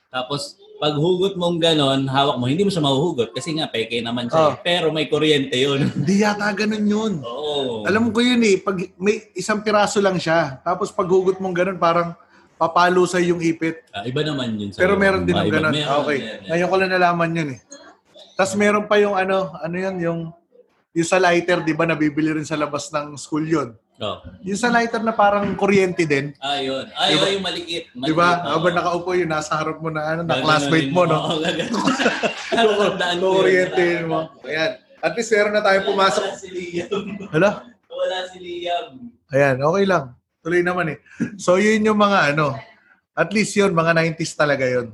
Speaker 3: Tapos, pag hugot mong ganon, hawak mo, hindi mo siya mahuhugot kasi nga peke naman siya. eh.
Speaker 4: Oh.
Speaker 3: Pero may kuryente yun. [LAUGHS]
Speaker 4: Hindi yata ganun yun.
Speaker 3: Oo.
Speaker 4: Alam ko yun eh, pag may isang piraso lang siya, tapos pag hugot mong ganun, parang papalo sa yung ipit.
Speaker 3: Ah, iba naman yun. sa'yo.
Speaker 4: Pero meron din ng
Speaker 3: Iba-
Speaker 4: ganun.
Speaker 3: meron,
Speaker 4: Ah, okay.
Speaker 3: meron.
Speaker 4: Ngayon ko lang nalaman yun eh. Tapos meron pa yung ano, ano yun, yung, yung sa lighter, di ba, nabibili rin sa labas ng school yun.
Speaker 3: Oh.
Speaker 4: Yung sa lighter na parang kuryente din.
Speaker 3: Ah, yun. Ah,
Speaker 4: Diba?
Speaker 3: yun, yung maliit. maliit
Speaker 4: Di ba?
Speaker 3: oo.
Speaker 4: Habang nakaupo yun, nasa harap mo na, ano, na
Speaker 3: Gaganunin
Speaker 4: classmate mo,
Speaker 3: [LAUGHS]
Speaker 4: no?
Speaker 3: Oo, gaganunin.
Speaker 4: [LAUGHS]
Speaker 3: Natatandaan ko
Speaker 4: Kung
Speaker 3: yun.
Speaker 4: orientin mo. Ayan. At least meron na tayo pumasok.
Speaker 3: Wala si Liam.
Speaker 4: Hala?
Speaker 3: Wala si Liam.
Speaker 4: Ayan, okay lang. Tuloy naman eh. So yun yung mga ano, at least yun, mga 90s talaga yun.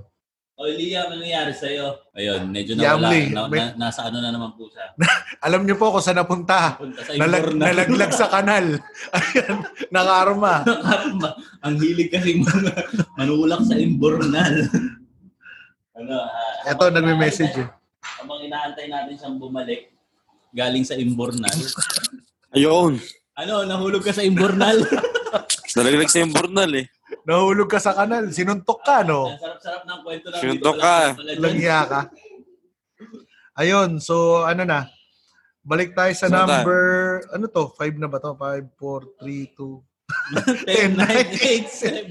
Speaker 3: O Liam, ano nangyari sa'yo? Ayun, medyo nawala.
Speaker 4: Yamli.
Speaker 3: Na,
Speaker 4: May-
Speaker 3: na- nasa ano na naman po siya.
Speaker 4: Alam niyo po kung saan napunta.
Speaker 3: Punta sa
Speaker 4: Nalag,
Speaker 3: Ibor na. [LAUGHS]
Speaker 4: nalaglag sa kanal. Ayan, nakarma.
Speaker 3: Ma- ang hilig kasi man- manulak sa imbornal. ano, ah,
Speaker 4: Eto,
Speaker 3: habang
Speaker 4: nagme-message eh.
Speaker 3: inaantay- Habang inaantay natin siyang bumalik, galing sa imbornal.
Speaker 2: Ayun.
Speaker 3: Ano, nahulog ka sa
Speaker 4: [LAUGHS]
Speaker 3: imbornal?
Speaker 2: Nalaglag sa yung burnal eh.
Speaker 4: Nahulog ka sa kanal. Sinuntok ka, no?
Speaker 3: Ang sarap-sarap ng kwento namin.
Speaker 2: Suntok
Speaker 3: Wala
Speaker 2: ka.
Speaker 3: pa pala dyan.
Speaker 4: Langya ka. Ayun, so ano na. Balik tayo sa
Speaker 2: Saan tayo?
Speaker 4: number, ano to? 5 na ba to? 5, 4, 3, 2,
Speaker 3: 10,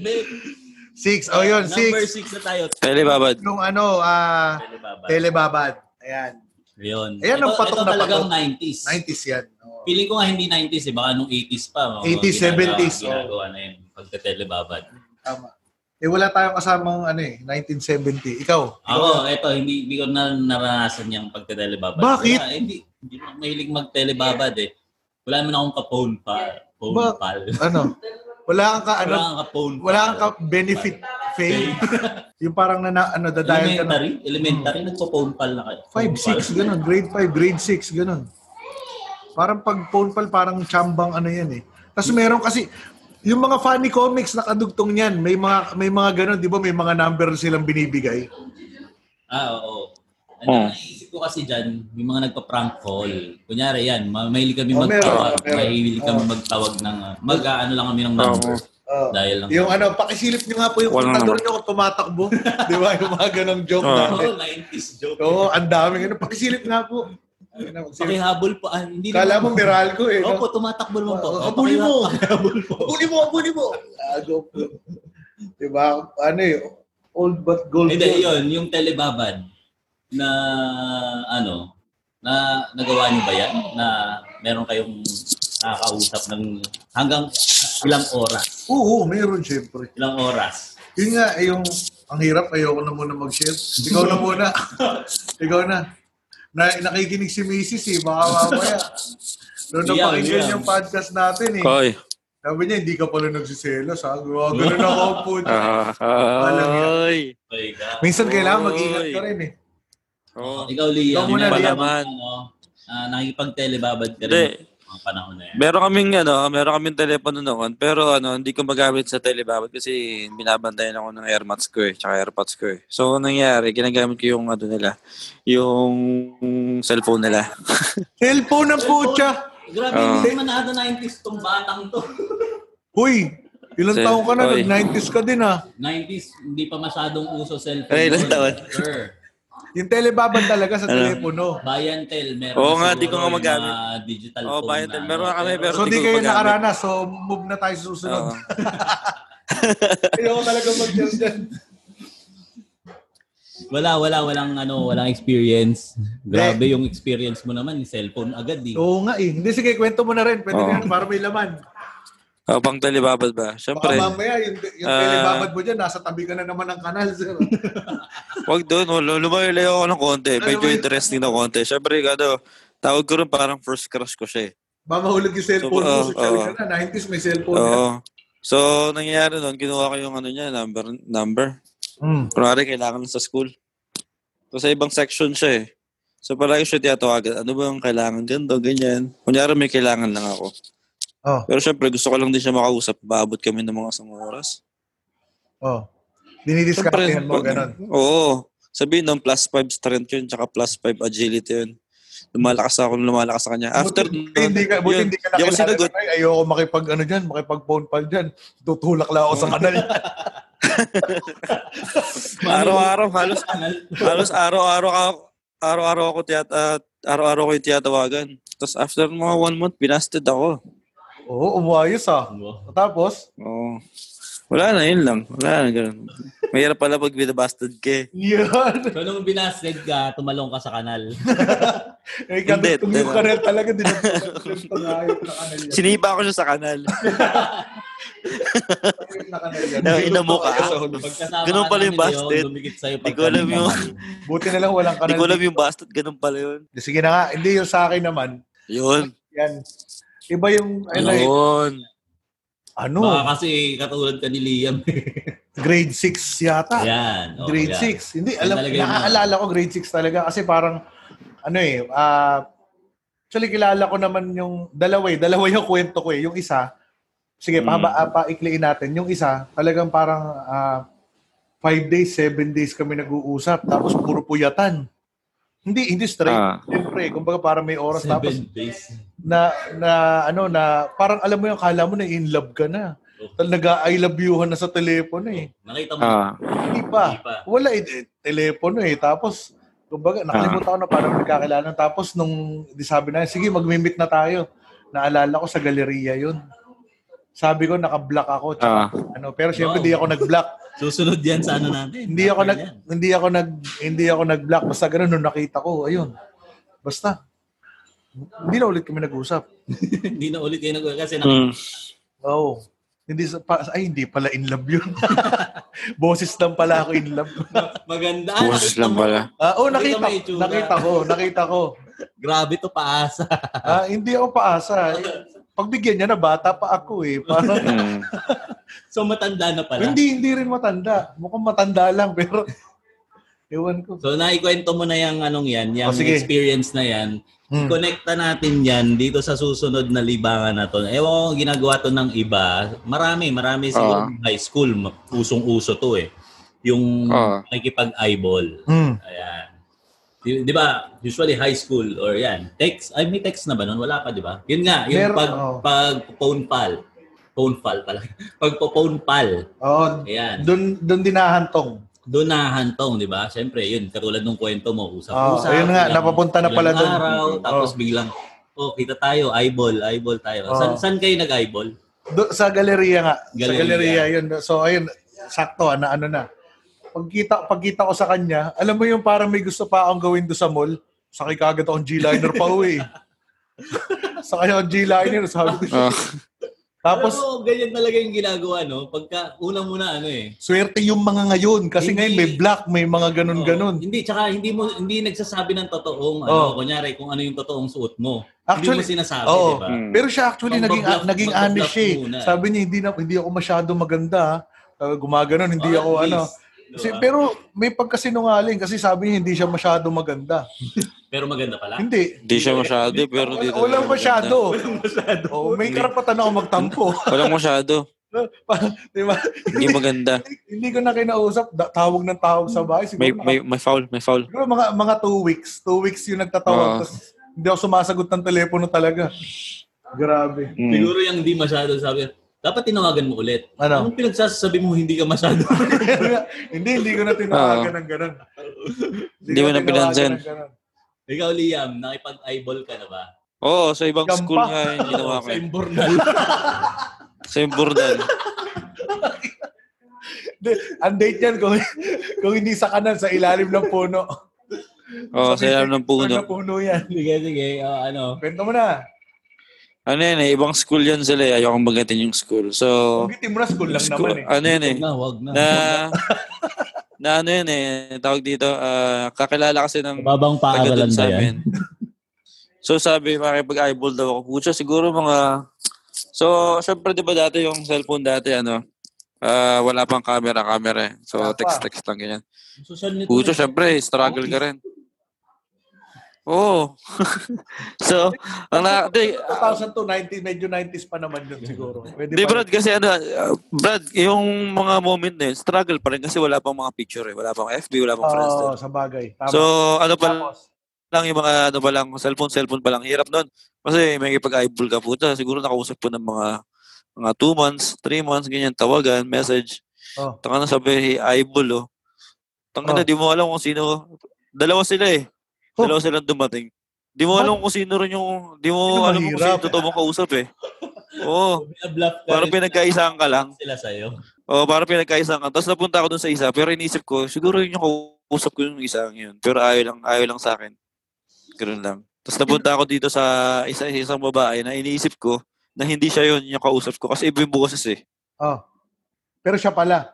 Speaker 3: 9, 8, 7.
Speaker 4: 6. Oh, yun,
Speaker 3: Number
Speaker 4: 6.
Speaker 3: 6 na tayo.
Speaker 2: Pele babad.
Speaker 4: Nung ano, ah,
Speaker 3: Telebaba.
Speaker 4: telebabad. Ayan.
Speaker 3: Yun.
Speaker 4: Ayan ang patok
Speaker 3: ito
Speaker 4: na
Speaker 3: talagang
Speaker 4: patok.
Speaker 3: 90s.
Speaker 4: 90s yan. Oo.
Speaker 3: Feeling ko nga hindi 90s eh. Baka nung 80s pa. mga
Speaker 4: 80s,
Speaker 3: ginagawa-
Speaker 4: 70s, oh.
Speaker 3: Ginagawa na yun. Pagka-telebabad.
Speaker 4: Tama. Eh, wala tayong kasamang ano eh, 1970. Ikaw?
Speaker 3: Ako, eto, hindi, hindi ko na naranasan yung pagka-telebabad.
Speaker 4: Bakit?
Speaker 3: Wala, eh, hindi, hindi ako mahilig mag-telebabad eh. Wala naman akong ka-phone pa. Phone
Speaker 4: Ba-
Speaker 3: pal.
Speaker 4: Ano? Wala kang ka, ano,
Speaker 3: Wala akong ka-phone
Speaker 4: wala
Speaker 3: pal.
Speaker 4: kang ka benefit fame. [LAUGHS] yung parang na, na- Hmm. ano, dadayan ka na.
Speaker 3: Elementary? Elementary, nagpo-phone pal na kayo.
Speaker 4: 5,
Speaker 3: Phone pal.
Speaker 4: 6, ganun. Grade 5, grade 6, ganun. Parang pag phone pal, parang chambang ano yan eh. Tapos meron kasi, yung mga funny comics nakadugtong yan, may mga may mga ganun, 'di ba? May mga number silang binibigay.
Speaker 3: Ah, oo. Ano
Speaker 2: Oo.
Speaker 3: naisip ko kasi dyan, yung mga nagpa-prank call. Kunyari yan, ma- mahilig kami
Speaker 4: Oh, meron,
Speaker 3: magtawag.
Speaker 4: meron. Oh.
Speaker 3: Mahilig kami magtawag ng, ah, mag-ano lang kami ng number.
Speaker 4: Oo.
Speaker 3: Dahil lang.
Speaker 4: Yung ano, pakisilip nyo nga po yung
Speaker 2: Walang
Speaker 4: pagtagro
Speaker 2: naman.
Speaker 4: nyo kung tumatakbo. [LAUGHS] Di ba? Yung mga ganong joke
Speaker 2: Oo.
Speaker 4: natin.
Speaker 3: Oo, 90s joke.
Speaker 4: Oo, ang daming ano. Pakisilip nga po. Ayun na, magsilip.
Speaker 3: Pakihabol po. Ah, hindi
Speaker 4: Kala mo miral ko eh.
Speaker 3: Opo,
Speaker 4: No?
Speaker 3: tumatakbo naman po.
Speaker 4: Oo,
Speaker 3: Opo,
Speaker 4: habulin mo.
Speaker 3: Pakihabol po.
Speaker 4: Buli mo, buli mo. Gago po. Di ba? Ano eh. Old but gold.
Speaker 3: Hindi, yun, yung telebabad na ano, na nagawa niyo ba yan? Na meron kayong nakakausap ng hanggang ilang oras.
Speaker 4: Oo, meron syempre.
Speaker 3: Ilang oras.
Speaker 4: Yun nga, eh, yung ang hirap, ayoko na muna mag-share. Ikaw na muna. [LAUGHS] Ikaw na. Na, nakikinig si Macy's eh, baka mamaya. Doon na
Speaker 3: Yeah,
Speaker 4: pakinggan
Speaker 3: yeah.
Speaker 4: yung podcast natin eh.
Speaker 2: Koy.
Speaker 4: Sabi niya, hindi ka pala nagsiselos ha. Gumagano na ako po.
Speaker 2: Ah,
Speaker 4: Alam yan.
Speaker 2: Ay.
Speaker 3: Okay ka.
Speaker 4: Minsan kailangan mag-ingat ka rin eh.
Speaker 2: Oo.
Speaker 3: Ikaw, Liam.
Speaker 4: Ikaw muna,
Speaker 3: meron
Speaker 2: Liam.
Speaker 3: bang, Ano, uh, nakikipag-telebabad ka
Speaker 2: Hindi.
Speaker 3: rin mga panahon na yan.
Speaker 2: Meron kaming ano, meron kaming telepono noon, pero ano, hindi ko magamit sa telebabad kasi binabantayan ako ng AirMats ko eh, tsaka AirPods ko eh. So, anong nangyari, ginagamit ko yung ano nila, yung cellphone nila.
Speaker 4: Cellphone ng putya. Ah.
Speaker 3: Grabe,
Speaker 2: Oo.
Speaker 3: hindi naman ata 90s tong batang [LAUGHS] to.
Speaker 4: Huy, ilang
Speaker 2: Sir,
Speaker 4: taon ka na,
Speaker 2: oy.
Speaker 4: nag-90s ka din ah.
Speaker 3: 90s, hindi pa masyadong uso cellphone.
Speaker 2: Ay, ilang
Speaker 3: noon,
Speaker 2: taon?
Speaker 3: Sir,
Speaker 4: Yung telebaban talaga sa telepono.
Speaker 3: Bayantel, meron
Speaker 2: Oo nga,
Speaker 3: siguro
Speaker 2: di ko nga
Speaker 3: yung
Speaker 2: magamit.
Speaker 3: mga digital
Speaker 2: Oo,
Speaker 3: phone
Speaker 2: Bayantel,
Speaker 3: na
Speaker 2: meron
Speaker 3: ano,
Speaker 2: kami, pero
Speaker 4: So
Speaker 2: di
Speaker 4: di
Speaker 2: ko
Speaker 4: kayo
Speaker 2: magamit.
Speaker 4: nakaranas, so move na tayo sa susunod.
Speaker 2: Oo.
Speaker 4: [LAUGHS] Ayoko talaga mag-judge dyan.
Speaker 3: Wala, wala, walang ano, walang experience. Grabe yung experience mo naman, cellphone agad eh.
Speaker 4: Oo nga eh. Hindi, sige, kwento mo na rin. Pwede
Speaker 2: Oo.
Speaker 4: na yan, para may laman.
Speaker 2: Ah, pang talibabad ba?
Speaker 4: Baka
Speaker 2: Siyempre,
Speaker 4: mamaya, yung, yung
Speaker 2: Ah.
Speaker 4: telebabad mo dyan, nasa tabi ka na naman ng kanal. sir. [LAUGHS]
Speaker 2: wag doon. Wal- Lumayo-layo ako ng konti. Medyo
Speaker 4: Ano ba-
Speaker 2: interesting na konti. Siyempre, ano, tawag ko rin parang first crush ko siya eh.
Speaker 4: Mamahulog yung cellphone mo.
Speaker 2: Oo,
Speaker 4: Social
Speaker 2: oo.
Speaker 4: ka na. 90s may cellphone. yan.
Speaker 2: Oo. So, nangyayari noon, kinuha ko yung ano niya, number, number.
Speaker 4: Mm.
Speaker 2: Kunwari, kailangan sa school. So, sa ibang section siya eh. So, palagi siya tiyatawagan, ano ba ang kailangan ganito, ganyan. Kunyari, may kailangan lang ako.
Speaker 4: Oh.
Speaker 2: Pero syempre, gusto ko lang din siya makausap. Baabot kami ng mga isang oras.
Speaker 4: Oh. Dinidiskartehan mo, ganun.
Speaker 2: Oo. Sabihin nung plus 5 strength yun, tsaka plus 5 agility yun. Lumalakas ako, lumalakas sa kanya. After
Speaker 4: buti, buti hindi ka, buti
Speaker 2: yun,
Speaker 4: hindi ka
Speaker 2: di ako
Speaker 4: nakilala.
Speaker 2: sinagot.
Speaker 4: na, Ay, ayoko makipag ano dyan, makipag phone pal dyan. Tutulak lang ako sa
Speaker 2: [LAUGHS]
Speaker 4: kanal.
Speaker 2: Araw-araw, halos,
Speaker 3: Kanal.
Speaker 2: halos araw-araw ako, araw-araw ako tiyat, ah, araw-araw ko yung tiyatawagan. Tapos after mga one month, binasted ako.
Speaker 4: Oo, umayos ah.
Speaker 2: Ano
Speaker 4: Tapos,
Speaker 2: Oo. Wala na, yun lang. Wala na, ganun. Mahirap pala pag binabastard ka eh.
Speaker 4: yun.
Speaker 3: So nung binasted ka, tumalong ka sa
Speaker 2: [LAUGHS]
Speaker 3: kanal.
Speaker 4: Ay, kadugtong
Speaker 2: Hindi,
Speaker 4: Eh, yung
Speaker 2: ganun.
Speaker 4: kanal talaga.
Speaker 2: [LAUGHS]
Speaker 4: Dinadugtong nga yung kanal yan.
Speaker 2: Siniba ko siya sa kanal.
Speaker 4: Yung kanal yan.
Speaker 2: Ang ina mo ka.
Speaker 3: Pagkasama
Speaker 2: Ganun
Speaker 3: ka
Speaker 2: pala yung
Speaker 3: namin, ayun,
Speaker 2: busted.
Speaker 3: Dumikit sa'yo.
Speaker 2: Di ko alam yung,
Speaker 4: Buti na lang walang
Speaker 2: di
Speaker 4: kanal.
Speaker 2: ko alam yung bastard. Ganun pala yun.
Speaker 4: Sige na nga, hindi yung sa akin naman.
Speaker 2: Yun.
Speaker 4: Yan. Iba yung, ano, eh,
Speaker 2: Yun.
Speaker 4: ano
Speaker 3: Baka kasi katulad ka ni
Speaker 4: [LAUGHS]
Speaker 3: Liam.
Speaker 4: grade 6 yata.
Speaker 3: Yan. oh,
Speaker 4: grade
Speaker 3: yan.
Speaker 4: 6. Hindi, alam,
Speaker 3: talaga ano. yun.
Speaker 4: naaalala ko grade 6 talaga kasi parang, ano eh, ah, actually kilala ko naman yung dalawa eh, dalawa yung kwento ko eh. Yung isa, sige,
Speaker 2: Mm.
Speaker 4: paba, ah, paikliin natin. Yung isa, talagang parang ah, five days, seven days kami nag-uusap tapos puro puyatan. Hindi, hindi straight.
Speaker 2: Ah.
Speaker 4: Siyempre, kumbaga parang may oras tapos
Speaker 3: Seven days.
Speaker 4: na na ano na parang alam mo yung kala mo na in love ka na. Tal nag I love you na sa telepono eh.
Speaker 3: Nakita mo.
Speaker 2: Ah.
Speaker 4: Hindi pa.
Speaker 3: Hindi pa.
Speaker 4: Wala eh, eh, telepono eh. Tapos kumbaga nakalimutan ko na parang nagkakilala tapos nung di sabi na sige mag-meet na tayo. Naalala ko sa galeria yun. Sabi ko naka-block ako
Speaker 2: Ah.
Speaker 4: tsaka, ano pero syempre
Speaker 3: Wow.
Speaker 4: di ako nag-block.
Speaker 3: Susunod yan sa ano natin.
Speaker 4: Hindi ako
Speaker 3: After
Speaker 4: nag
Speaker 3: yan.
Speaker 4: hindi ako nag hindi ako nag-block basta ganun nung nakita ko ayun. Basta hindi na ulit kami nag-usap.
Speaker 3: Hindi na ulit kayo nag- Kasi nak-
Speaker 2: Mm.
Speaker 4: Oo. Hindi sa, pa, ay, hindi pala in love yun. [LAUGHS] Boses lang pala ako in love.
Speaker 3: maganda.
Speaker 2: Boses lang pala.
Speaker 4: Ah, oh,
Speaker 3: Hindi
Speaker 4: nakita,
Speaker 3: ka may itsura.
Speaker 4: nakita ko, nakita ko.
Speaker 3: Grabe to paasa.
Speaker 4: Ah, hindi ako paasa. Eh, Pagbigyan niya na bata pa ako eh.
Speaker 3: [LAUGHS]
Speaker 4: Parang,
Speaker 2: Mm.
Speaker 3: So matanda na pala.
Speaker 4: hindi, hindi rin matanda. Mukhang matanda lang, pero ewan ko.
Speaker 3: So naikwento mo na yung anong yan, yung
Speaker 4: Oh, sige.
Speaker 3: experience na yan.
Speaker 4: Hmm.
Speaker 3: Connecta natin yan dito sa susunod na libangan na to. Ewan ko, ginagawa to ng iba. Marami, marami siguro
Speaker 2: Ah.
Speaker 3: high school. ma- Usong-uso to eh. Yung
Speaker 2: Ah.
Speaker 3: nakikipag-eyeball.
Speaker 4: Hmm.
Speaker 3: Ayan. Di, di ba, usually high school or yan. Text, ay may text na ba nun? Wala pa, di ba? Yun nga, yung
Speaker 4: Meron,
Speaker 3: pag,
Speaker 4: oh.
Speaker 3: pag phone pal. Phone pal pala. [LAUGHS] pag phone pal.
Speaker 4: Oo,
Speaker 3: Ayan.
Speaker 4: doon doon dinahantong.
Speaker 3: Doon na hantong, di ba? Siyempre, yun, katulad nung kwento mo, usap-usap.
Speaker 4: Oh, ayun nga,
Speaker 3: ilang-
Speaker 4: napapunta na
Speaker 3: ilang
Speaker 4: pala doon.
Speaker 3: araw,
Speaker 4: Oh.
Speaker 3: tapos biglang, oh, kita tayo, eyeball, eyeball tayo.
Speaker 4: Oh.
Speaker 3: San, san kayo nag-eyeball?
Speaker 4: Do, sa galeria nga. Sa
Speaker 3: Galeria.
Speaker 4: galeria yun. So, ayun, sakto, ano, ano na. Pagkita, pagkita ko sa kanya, alam mo yung parang may gusto pa akong gawin doon sa mall, sakay kagad akong G-liner pa uwi. [LAUGHS] sakay akong G-liner, sabi ko.
Speaker 2: Ah.
Speaker 4: Tapos,
Speaker 3: Pero ganyan talaga yung ginagawa, no? Pagka, unang muna, ano eh.
Speaker 4: swerte yung mga ngayon. Kasi
Speaker 3: Hindi.
Speaker 4: ngayon may black, may mga
Speaker 3: oh,
Speaker 4: ganun-ganun.
Speaker 3: Hindi, tsaka hindi mo, hindi nagsasabi ng
Speaker 4: Oh.
Speaker 3: totoong, ano, kunyari, kung ano yung totoong suot mo.
Speaker 4: Actually,
Speaker 3: hindi mo sinasabi,
Speaker 4: oo.
Speaker 3: di ba?
Speaker 2: Mm.
Speaker 4: Pero siya actually
Speaker 3: Pang
Speaker 4: naging
Speaker 3: bablock-
Speaker 4: naging
Speaker 3: pang
Speaker 4: honest
Speaker 3: bablock
Speaker 4: siya. eh.
Speaker 3: muna.
Speaker 4: Sabi niya hindi na hindi ako masyado maganda. ah. Uh, gumaganon, hindi
Speaker 3: Oh,
Speaker 4: ako
Speaker 3: at
Speaker 4: ano.
Speaker 3: least, di
Speaker 4: Kasi,
Speaker 3: ba? pero,
Speaker 4: pero may pagkasinungaling kasi sabi niya hindi siya masyado maganda.
Speaker 3: maganda pala.
Speaker 4: Hindi.
Speaker 2: Hindi siya masyado, pero
Speaker 4: Wala,
Speaker 2: dito.
Speaker 4: walang masyado. Walang masyado. Oh, may karapatan ako magtampo.
Speaker 2: Walang masyado.
Speaker 4: Pa- Di ba?
Speaker 2: Hindi maganda.
Speaker 4: [LAUGHS] Hindi ko na kinausap. Da- tawag ng tawag sa bahay. Siguro,
Speaker 2: May,
Speaker 4: naka-
Speaker 2: may, may foul, may foul.
Speaker 4: siguro mga, mga two weeks. Two weeks yung nagtatawag.
Speaker 2: Ah.
Speaker 4: tas hindi ako sumasagot ng telepono talaga. Grabe.
Speaker 2: Mm.
Speaker 3: Siguro yung hindi masyado sabi, dapat tinawagan mo ulit.
Speaker 4: Ano?
Speaker 3: Anong pinagsasabi mo hindi ka masyado?
Speaker 4: [LAUGHS] hindi, hindi ko na tinawagan ng ganun.
Speaker 2: Hindi
Speaker 4: ko
Speaker 2: mo na
Speaker 4: tinawagan
Speaker 2: pinansin.
Speaker 4: ng ganun.
Speaker 3: Ikaw, Liam, nakipag-eyeball ka na ba? [LAUGHS]
Speaker 2: Oo, sa ibang
Speaker 4: Gampa.
Speaker 2: school eh.
Speaker 4: [LAUGHS]
Speaker 2: nga yung ginawa ko.
Speaker 3: Sa
Speaker 2: eh.
Speaker 3: Imbornal.
Speaker 2: Sa Burdan.
Speaker 4: Ang date niyan kung, kung hindi sa kanan, sa ilalim ng puno.
Speaker 2: Oo, sa ilalim ng puno.
Speaker 4: Sa puno yan.
Speaker 3: Sige, sige. Oh, ano?
Speaker 4: Kwento mo na.
Speaker 2: Ano yan eh, ibang school yan sila eh. Ayokong banggitin yung school. So,
Speaker 4: Ulitin mo na, school lang
Speaker 2: Oh. school,
Speaker 4: naman eh.
Speaker 2: ano yan eh.
Speaker 3: Wag na, wag na.
Speaker 2: Na, na ano yan eh, tawag dito, ah, kakilala kasi ng
Speaker 3: Babang
Speaker 2: taga
Speaker 3: paaralan
Speaker 2: dun
Speaker 3: ba
Speaker 2: sa
Speaker 3: yan?
Speaker 2: amin. So sabi, makipag-eyeball daw ako. Pucha, siguro mga... So, syempre, di ba dati yung cellphone dati, ano, ah, wala pang camera, camera eh. So,
Speaker 4: Wala pa.
Speaker 2: text-text lang ganyan.
Speaker 3: Social network.
Speaker 2: Pucha, syempre, struggle ka rin. Oo. [LAUGHS] so, ang na... Di,
Speaker 4: 2002, 90, medyo 90s pa naman yun siguro. Pwede
Speaker 2: Di
Speaker 4: pa-
Speaker 2: Brad, kasi ano, uh, Brad, yung mga moment na yun, struggle pa rin kasi wala pang mga picture eh. Wala pang FB, wala pang friends.
Speaker 4: Oo,
Speaker 2: din.
Speaker 4: sa bagay. Tama.
Speaker 2: So, ano pa
Speaker 4: Tapos,
Speaker 2: lang yung mga ano pa lang, cellphone, cellphone pa lang, hirap nun. Kasi may ipag-eyeball ka po. Siguro nakausap po ng mga mga 2 months, 3 months, ganyan, tawagan, message.
Speaker 4: Oh.
Speaker 2: Taka na sabi, hey, eyeball, oh. Taka na,
Speaker 4: Oh.
Speaker 2: di mo alam kung sino. Dalawa sila eh.
Speaker 4: Oh.
Speaker 2: Dalawa silang dumating. Di mo
Speaker 4: Bakit?
Speaker 2: alam kung sino rin yung, di
Speaker 4: Sino
Speaker 2: mo alam kung
Speaker 4: mahirap?
Speaker 2: sino totoo mong kausap
Speaker 4: [LAUGHS]
Speaker 2: eh. Oo.
Speaker 3: Binablap ka
Speaker 2: Parang
Speaker 3: rin
Speaker 2: pinagkaisahan ka lang.
Speaker 3: sila sa'yo.
Speaker 2: Oo, parang pinagkaisa ka. Tapos napunta ako dun sa isa, pero iniisip ko, siguro yun yung kausap ko yung isang yun. Pero ayaw lang, ayaw lang sa akin. Ganun lang. Tapos napunta ako dito sa isa isang babae na iniisip ko na hindi siya yun yung kausap ko kasi iba yung boses eh.
Speaker 4: Oh. Pero siya pala.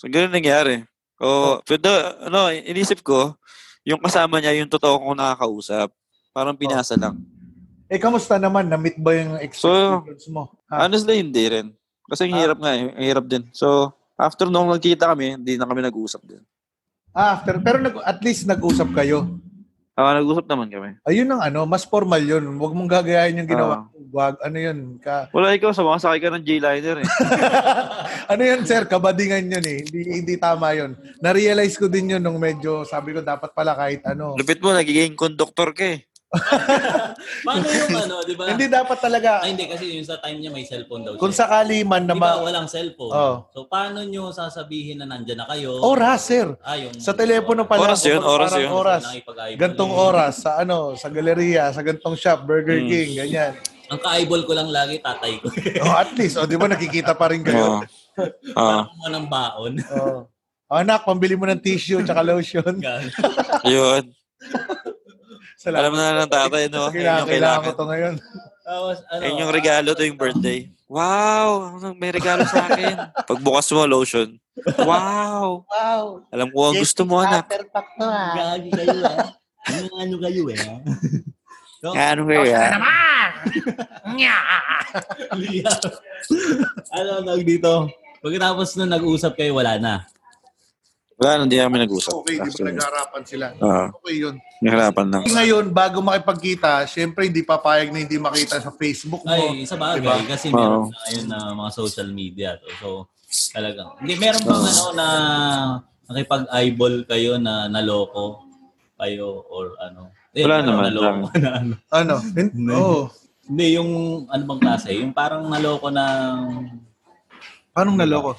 Speaker 2: So, ganun nangyari. Oo, pero ano, iniisip ko, yung kasama niya yung totoo kong nakakausap. Parang pinasa lang.
Speaker 4: Eh, kamusta naman? Na-meet ba yung expectations mo? Ha?
Speaker 2: Honestly, hindi rin. Kasi ang
Speaker 4: Ah.
Speaker 2: hirap nga eh. Ang hirap din. So, after nung nagkita kami, hindi na kami nag-uusap din.
Speaker 4: Ah, after. Pero nag, at least nag-usap kayo.
Speaker 2: Ah, nag-usap naman kami.
Speaker 4: Ayun ang ano, mas formal yun. Huwag mong gagayahin yung
Speaker 2: Ah.
Speaker 4: ginawa. mo. Wag, ano yun? Ka,
Speaker 2: Wala ikaw, sumasakay ka ng J-liner eh.
Speaker 4: ano yun, sir? Kabadingan yun eh. Hindi, hindi tama yun. Na-realize ko din yun nung medyo, sabi ko, dapat pala kahit ano.
Speaker 2: [LAUGHS] Lupit mo, nagiging conductor ka eh.
Speaker 3: Paano yung ano, di ba?
Speaker 4: Hindi dapat talaga.
Speaker 3: Ah, hindi kasi yung sa time niya may cellphone daw
Speaker 4: Kung
Speaker 3: siya.
Speaker 4: sakali man na
Speaker 3: Di ba
Speaker 4: ma... Oh.
Speaker 3: walang cellphone?
Speaker 4: Oo.
Speaker 3: So paano nyo sasabihin na nandyan na kayo?
Speaker 4: Oras, sir.
Speaker 3: Ah, yung,
Speaker 4: Oh, Sa telepono pala.
Speaker 2: Oras yun,
Speaker 4: kapag
Speaker 2: oras
Speaker 4: parang
Speaker 2: yun.
Speaker 4: Oras.
Speaker 3: Nakipag-eyeball
Speaker 4: Gantong
Speaker 3: lang.
Speaker 4: oras sa ano, sa galeria, sa gantong shop, Burger
Speaker 2: Mm.
Speaker 4: King, ganyan.
Speaker 3: Ang ka-eyeball ko lang lagi, tatay ko.
Speaker 4: Oh, at least, oh, di ba nakikita pa rin kayo?
Speaker 2: Oo. Oo.
Speaker 3: Kumuha ng baon. [LAUGHS]
Speaker 4: Oh. Oh, anak, pambili mo ng tissue tsaka lotion.
Speaker 2: Yun. Alam
Speaker 4: Salamat. ah,
Speaker 2: na ng tatay, no? Yan
Speaker 4: Kailangan,
Speaker 2: yung
Speaker 4: kailangan ko
Speaker 2: kailangan.
Speaker 4: to ngayon.
Speaker 3: Tapos, ano,
Speaker 2: Yan yung regalo to yung birthday. Wow! Ano, May regalo sa akin. Pagbukas mo, lotion. Wow!
Speaker 4: Wow.
Speaker 2: Alam ko ang gusto mo, anak.
Speaker 4: Perfect to ah. ha.
Speaker 3: Gagi kayo eh. Ano ano kayo eh.
Speaker 2: Ano kaya?
Speaker 3: [LAUGHS] ano nag dito? Pagkatapos na nag-usap kayo, wala na.
Speaker 2: Wala, hindi kami nag-usap.
Speaker 4: Okay, di ba naghaharapan sila?
Speaker 2: Oo.
Speaker 4: Okay yun.
Speaker 2: Nahirapan lang.
Speaker 4: Ngayon, bago makipagkita, syempre hindi papayag na hindi makita sa Facebook mo.
Speaker 3: Ay, sa bagay.
Speaker 4: Diba?
Speaker 2: Oo.
Speaker 3: Kasi meron na ngayon na mga social media. So, so talagang. Hindi, meron bang ano na nakipag-eyeball kayo na naloko kayo or ano? Eh,
Speaker 2: Wala
Speaker 3: ano,
Speaker 2: naman,
Speaker 3: Naloko na ano.
Speaker 4: Ano?
Speaker 2: [LAUGHS]
Speaker 3: Hindi.
Speaker 4: Oo. Oh,
Speaker 3: Hindi, yung ano bang klase? Yung parang naloko ng...
Speaker 4: paano naloko?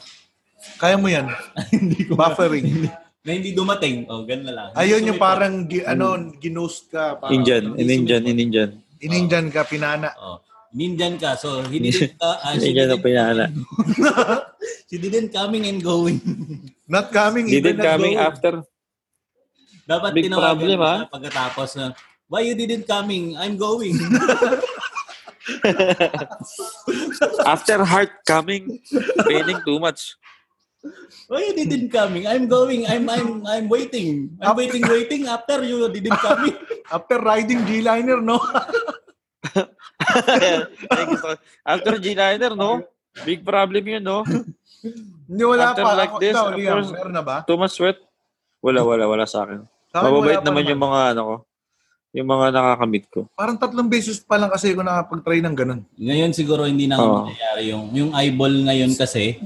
Speaker 4: Kaya mo yan.
Speaker 3: [LAUGHS] hindi ko ma-
Speaker 4: Buffering.
Speaker 3: na hindi dumating. Oh, ganun na lang.
Speaker 4: Ayun yung
Speaker 3: Sumipot.
Speaker 4: parang gi, ano, ginost ka. Parang,
Speaker 2: Hmm. Indian, in Indian, in Indian.
Speaker 4: Inindian ka, pinana.
Speaker 3: Oh. Ninjan ka. So, he didn't, uh, ah, she,
Speaker 2: Indian ang
Speaker 3: didn't,
Speaker 2: pinala.
Speaker 3: she didn't coming and going. [LAUGHS]
Speaker 4: Not coming,
Speaker 2: Hindi
Speaker 4: even
Speaker 2: din
Speaker 4: not
Speaker 2: coming
Speaker 4: going.
Speaker 2: after.
Speaker 3: Dapat
Speaker 2: Big
Speaker 3: tinawagan
Speaker 2: problem,
Speaker 3: mo
Speaker 2: ah.
Speaker 3: na pagkatapos na, why you didn't coming? I'm going. [LAUGHS]
Speaker 2: After heart coming. Feeling too much.
Speaker 3: why you didn't coming? I'm going. I'm I'm I'm waiting. I'm waiting, waiting after you didn't
Speaker 2: [LAUGHS]
Speaker 3: coming.
Speaker 4: After riding G-liner, no? [LAUGHS]
Speaker 2: Thank you, sir. After G-Liner, no? Big problem yun, no?
Speaker 4: Hindi, wala
Speaker 2: After
Speaker 4: pa.
Speaker 2: like
Speaker 4: Ako-
Speaker 2: this,
Speaker 4: ikaw,
Speaker 2: of
Speaker 4: Liam,
Speaker 2: course-
Speaker 4: meron na ba?
Speaker 2: Too much sweat? Wala, wala, wala sa akin.
Speaker 4: Sa akin,
Speaker 2: Mababait
Speaker 4: wala pa
Speaker 2: naman yung mga ano ko. Yung mga nakakamit ko.
Speaker 4: Parang tatlong beses pa lang kasi ako nakapag-try ng ganun.
Speaker 3: Ngayon siguro hindi na
Speaker 2: Oo.
Speaker 3: mangyayari yung yung eyeball ngayon kasi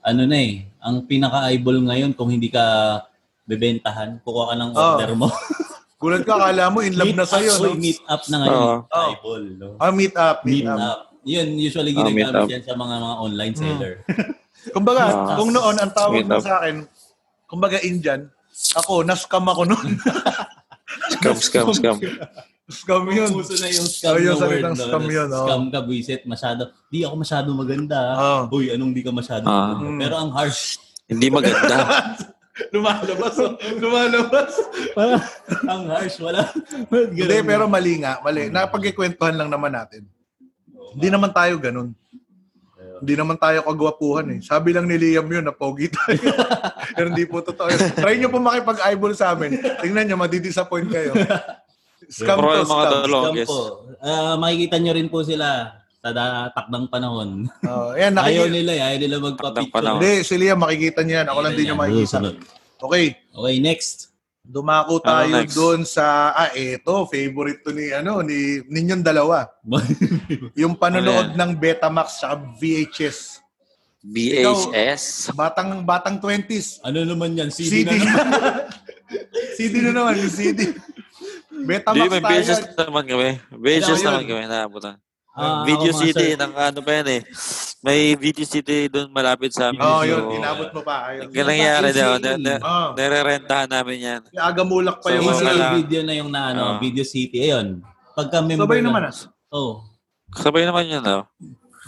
Speaker 3: ano na eh, ang pinaka-eyeball ngayon kung hindi ka bebentahan, kukuha ka ng
Speaker 4: Oo.
Speaker 3: order mo.
Speaker 4: Gulat ka, akala mo in Oh. [LAUGHS] love na sa'yo,
Speaker 3: up,
Speaker 4: no?
Speaker 3: uy, meet up na ngayon.
Speaker 2: Oo.
Speaker 3: yung Eyeball, no?
Speaker 4: Ah, meet up. Meet,
Speaker 3: Meet
Speaker 4: up.
Speaker 3: up. Yun, usually
Speaker 2: Ah, meet
Speaker 3: ginagamit
Speaker 2: up.
Speaker 3: yan sa mga mga
Speaker 4: Mm.
Speaker 3: online seller.
Speaker 4: Kumbaga,
Speaker 2: Ah.
Speaker 4: kung noon, ang tawag
Speaker 2: Meet
Speaker 4: mo
Speaker 2: up.
Speaker 4: sa akin, kumbaga Indian, ako, na-scam ako noon. [LAUGHS]
Speaker 2: Scam, scam, scam.
Speaker 4: scam yun.
Speaker 3: Puso na yung scam
Speaker 4: Oh,
Speaker 3: na
Speaker 4: yung
Speaker 3: word.
Speaker 4: salitang
Speaker 3: no?
Speaker 4: scam yun, oh.
Speaker 3: Scam ka, buisit. Masyado, di ako masyado maganda.
Speaker 4: Oh.
Speaker 3: Uy, anong di ka masyado
Speaker 2: Ah.
Speaker 4: Hmm.
Speaker 3: maganda? Pero ang harsh, [LAUGHS]
Speaker 2: Hindi maganda.
Speaker 4: [LAUGHS] lumalabas. oh. [LAUGHS] lumalabas.
Speaker 3: Parang, ang harsh, wala. [LAUGHS]
Speaker 4: Hindi, pero mali nga. Mali. Napagkikwentuhan lang naman natin. Hindi naman tayo ganun. Hindi naman tayo kagwapuhan eh. Sabi lang ni Liam yun na pogi
Speaker 3: [LAUGHS]
Speaker 4: tayo. Pero hindi po totoo yun. Try nyo po makipag-eyeball sa amin. Tingnan nyo, madidisappoint
Speaker 2: [LAUGHS]
Speaker 4: kayo. Scam
Speaker 2: Pero
Speaker 4: to,
Speaker 2: yung mga
Speaker 4: scam.
Speaker 3: Yan
Speaker 2: dalongges.
Speaker 3: po. Ah, makikita nyo rin po sila sa da- takdang panahon.
Speaker 4: Oh, yan,
Speaker 3: Ayaw
Speaker 4: nakikita.
Speaker 3: nila, eh, ayaw nila
Speaker 2: Takdang
Speaker 3: magpa-picture.
Speaker 2: panahon.
Speaker 4: Hindi, si Liam makikita niya yan. Ako lang din yung makikita.
Speaker 3: Sunod.
Speaker 4: Okay,
Speaker 3: Okay, next. [LAUGHS]
Speaker 4: dumako
Speaker 2: Ano
Speaker 4: tayo
Speaker 2: next?
Speaker 4: doon sa, ah, eto, favorite to ni, ano, ni, ninyong dalawa. Yung
Speaker 2: Ano
Speaker 4: panonood
Speaker 2: yan?
Speaker 4: ng Betamax sa VHS.
Speaker 2: BHS.
Speaker 4: Batang, batang 20s.
Speaker 3: ano naman yan? CD,
Speaker 4: CD.
Speaker 3: na
Speaker 4: [LAUGHS]
Speaker 3: naman.
Speaker 4: CD na naman, yung CD. Betamax
Speaker 2: Hindi, may
Speaker 4: tayo
Speaker 2: BHS
Speaker 4: yan.
Speaker 2: naman kami. BHS
Speaker 4: Ayun.
Speaker 2: naman kami naabutan.
Speaker 3: Ah, ako,
Speaker 2: video
Speaker 3: mga
Speaker 2: CD,
Speaker 3: sir.
Speaker 2: ng ano pa yan eh. May video CD doon malapit sa amin.
Speaker 4: Oo, oh,
Speaker 2: So,
Speaker 4: yun. Inabot mo pa. Ayun.
Speaker 2: Ang nangyari
Speaker 3: Yung
Speaker 2: daw,
Speaker 3: sa
Speaker 2: na, na,
Speaker 4: Oh,
Speaker 2: nererentahan namin yan.
Speaker 4: agamulak pa
Speaker 2: So,
Speaker 4: yung
Speaker 2: wala
Speaker 4: ano.
Speaker 2: lang.
Speaker 3: video na yung na ano,
Speaker 2: Ah.
Speaker 3: Video City. Ayun. Pagka member
Speaker 4: Sabay
Speaker 3: na-
Speaker 4: naman ah.
Speaker 3: Oh.
Speaker 2: Sabay naman yun, no?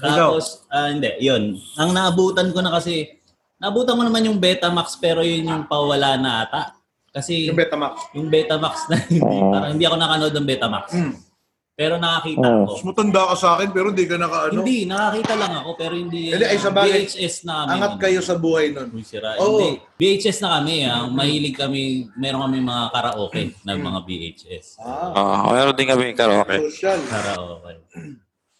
Speaker 3: Tapos, ah, hindi, yun. Ang naabutan ko na kasi, naabutan ko naman yung Betamax pero yun yung pawala na ata. Kasi
Speaker 4: Yung Betamax.
Speaker 3: yung Betamax na hindi,
Speaker 2: Oo.
Speaker 3: parang hindi ako nakanood ng Betamax.
Speaker 4: Mm.
Speaker 3: Pero nakakita
Speaker 2: Oo.
Speaker 3: ko.
Speaker 4: Mas matanda ka sa akin pero hindi ka ano, nakaano.
Speaker 3: Hindi, nakakita lang ako pero hindi.
Speaker 4: Hindi, ay, sa bagay,
Speaker 3: VHS na kami.
Speaker 4: Angat
Speaker 3: nun.
Speaker 4: kayo sa buhay nun.
Speaker 3: Uy, sira.
Speaker 4: Oo.
Speaker 3: Hindi. VHS na kami. Ah. Mahilig kami, meron kami mga karaoke
Speaker 4: Hmm.
Speaker 3: na mga VHS.
Speaker 4: Ah,
Speaker 2: Oh, meron din kami karaoke.
Speaker 4: social.
Speaker 3: Karaoke.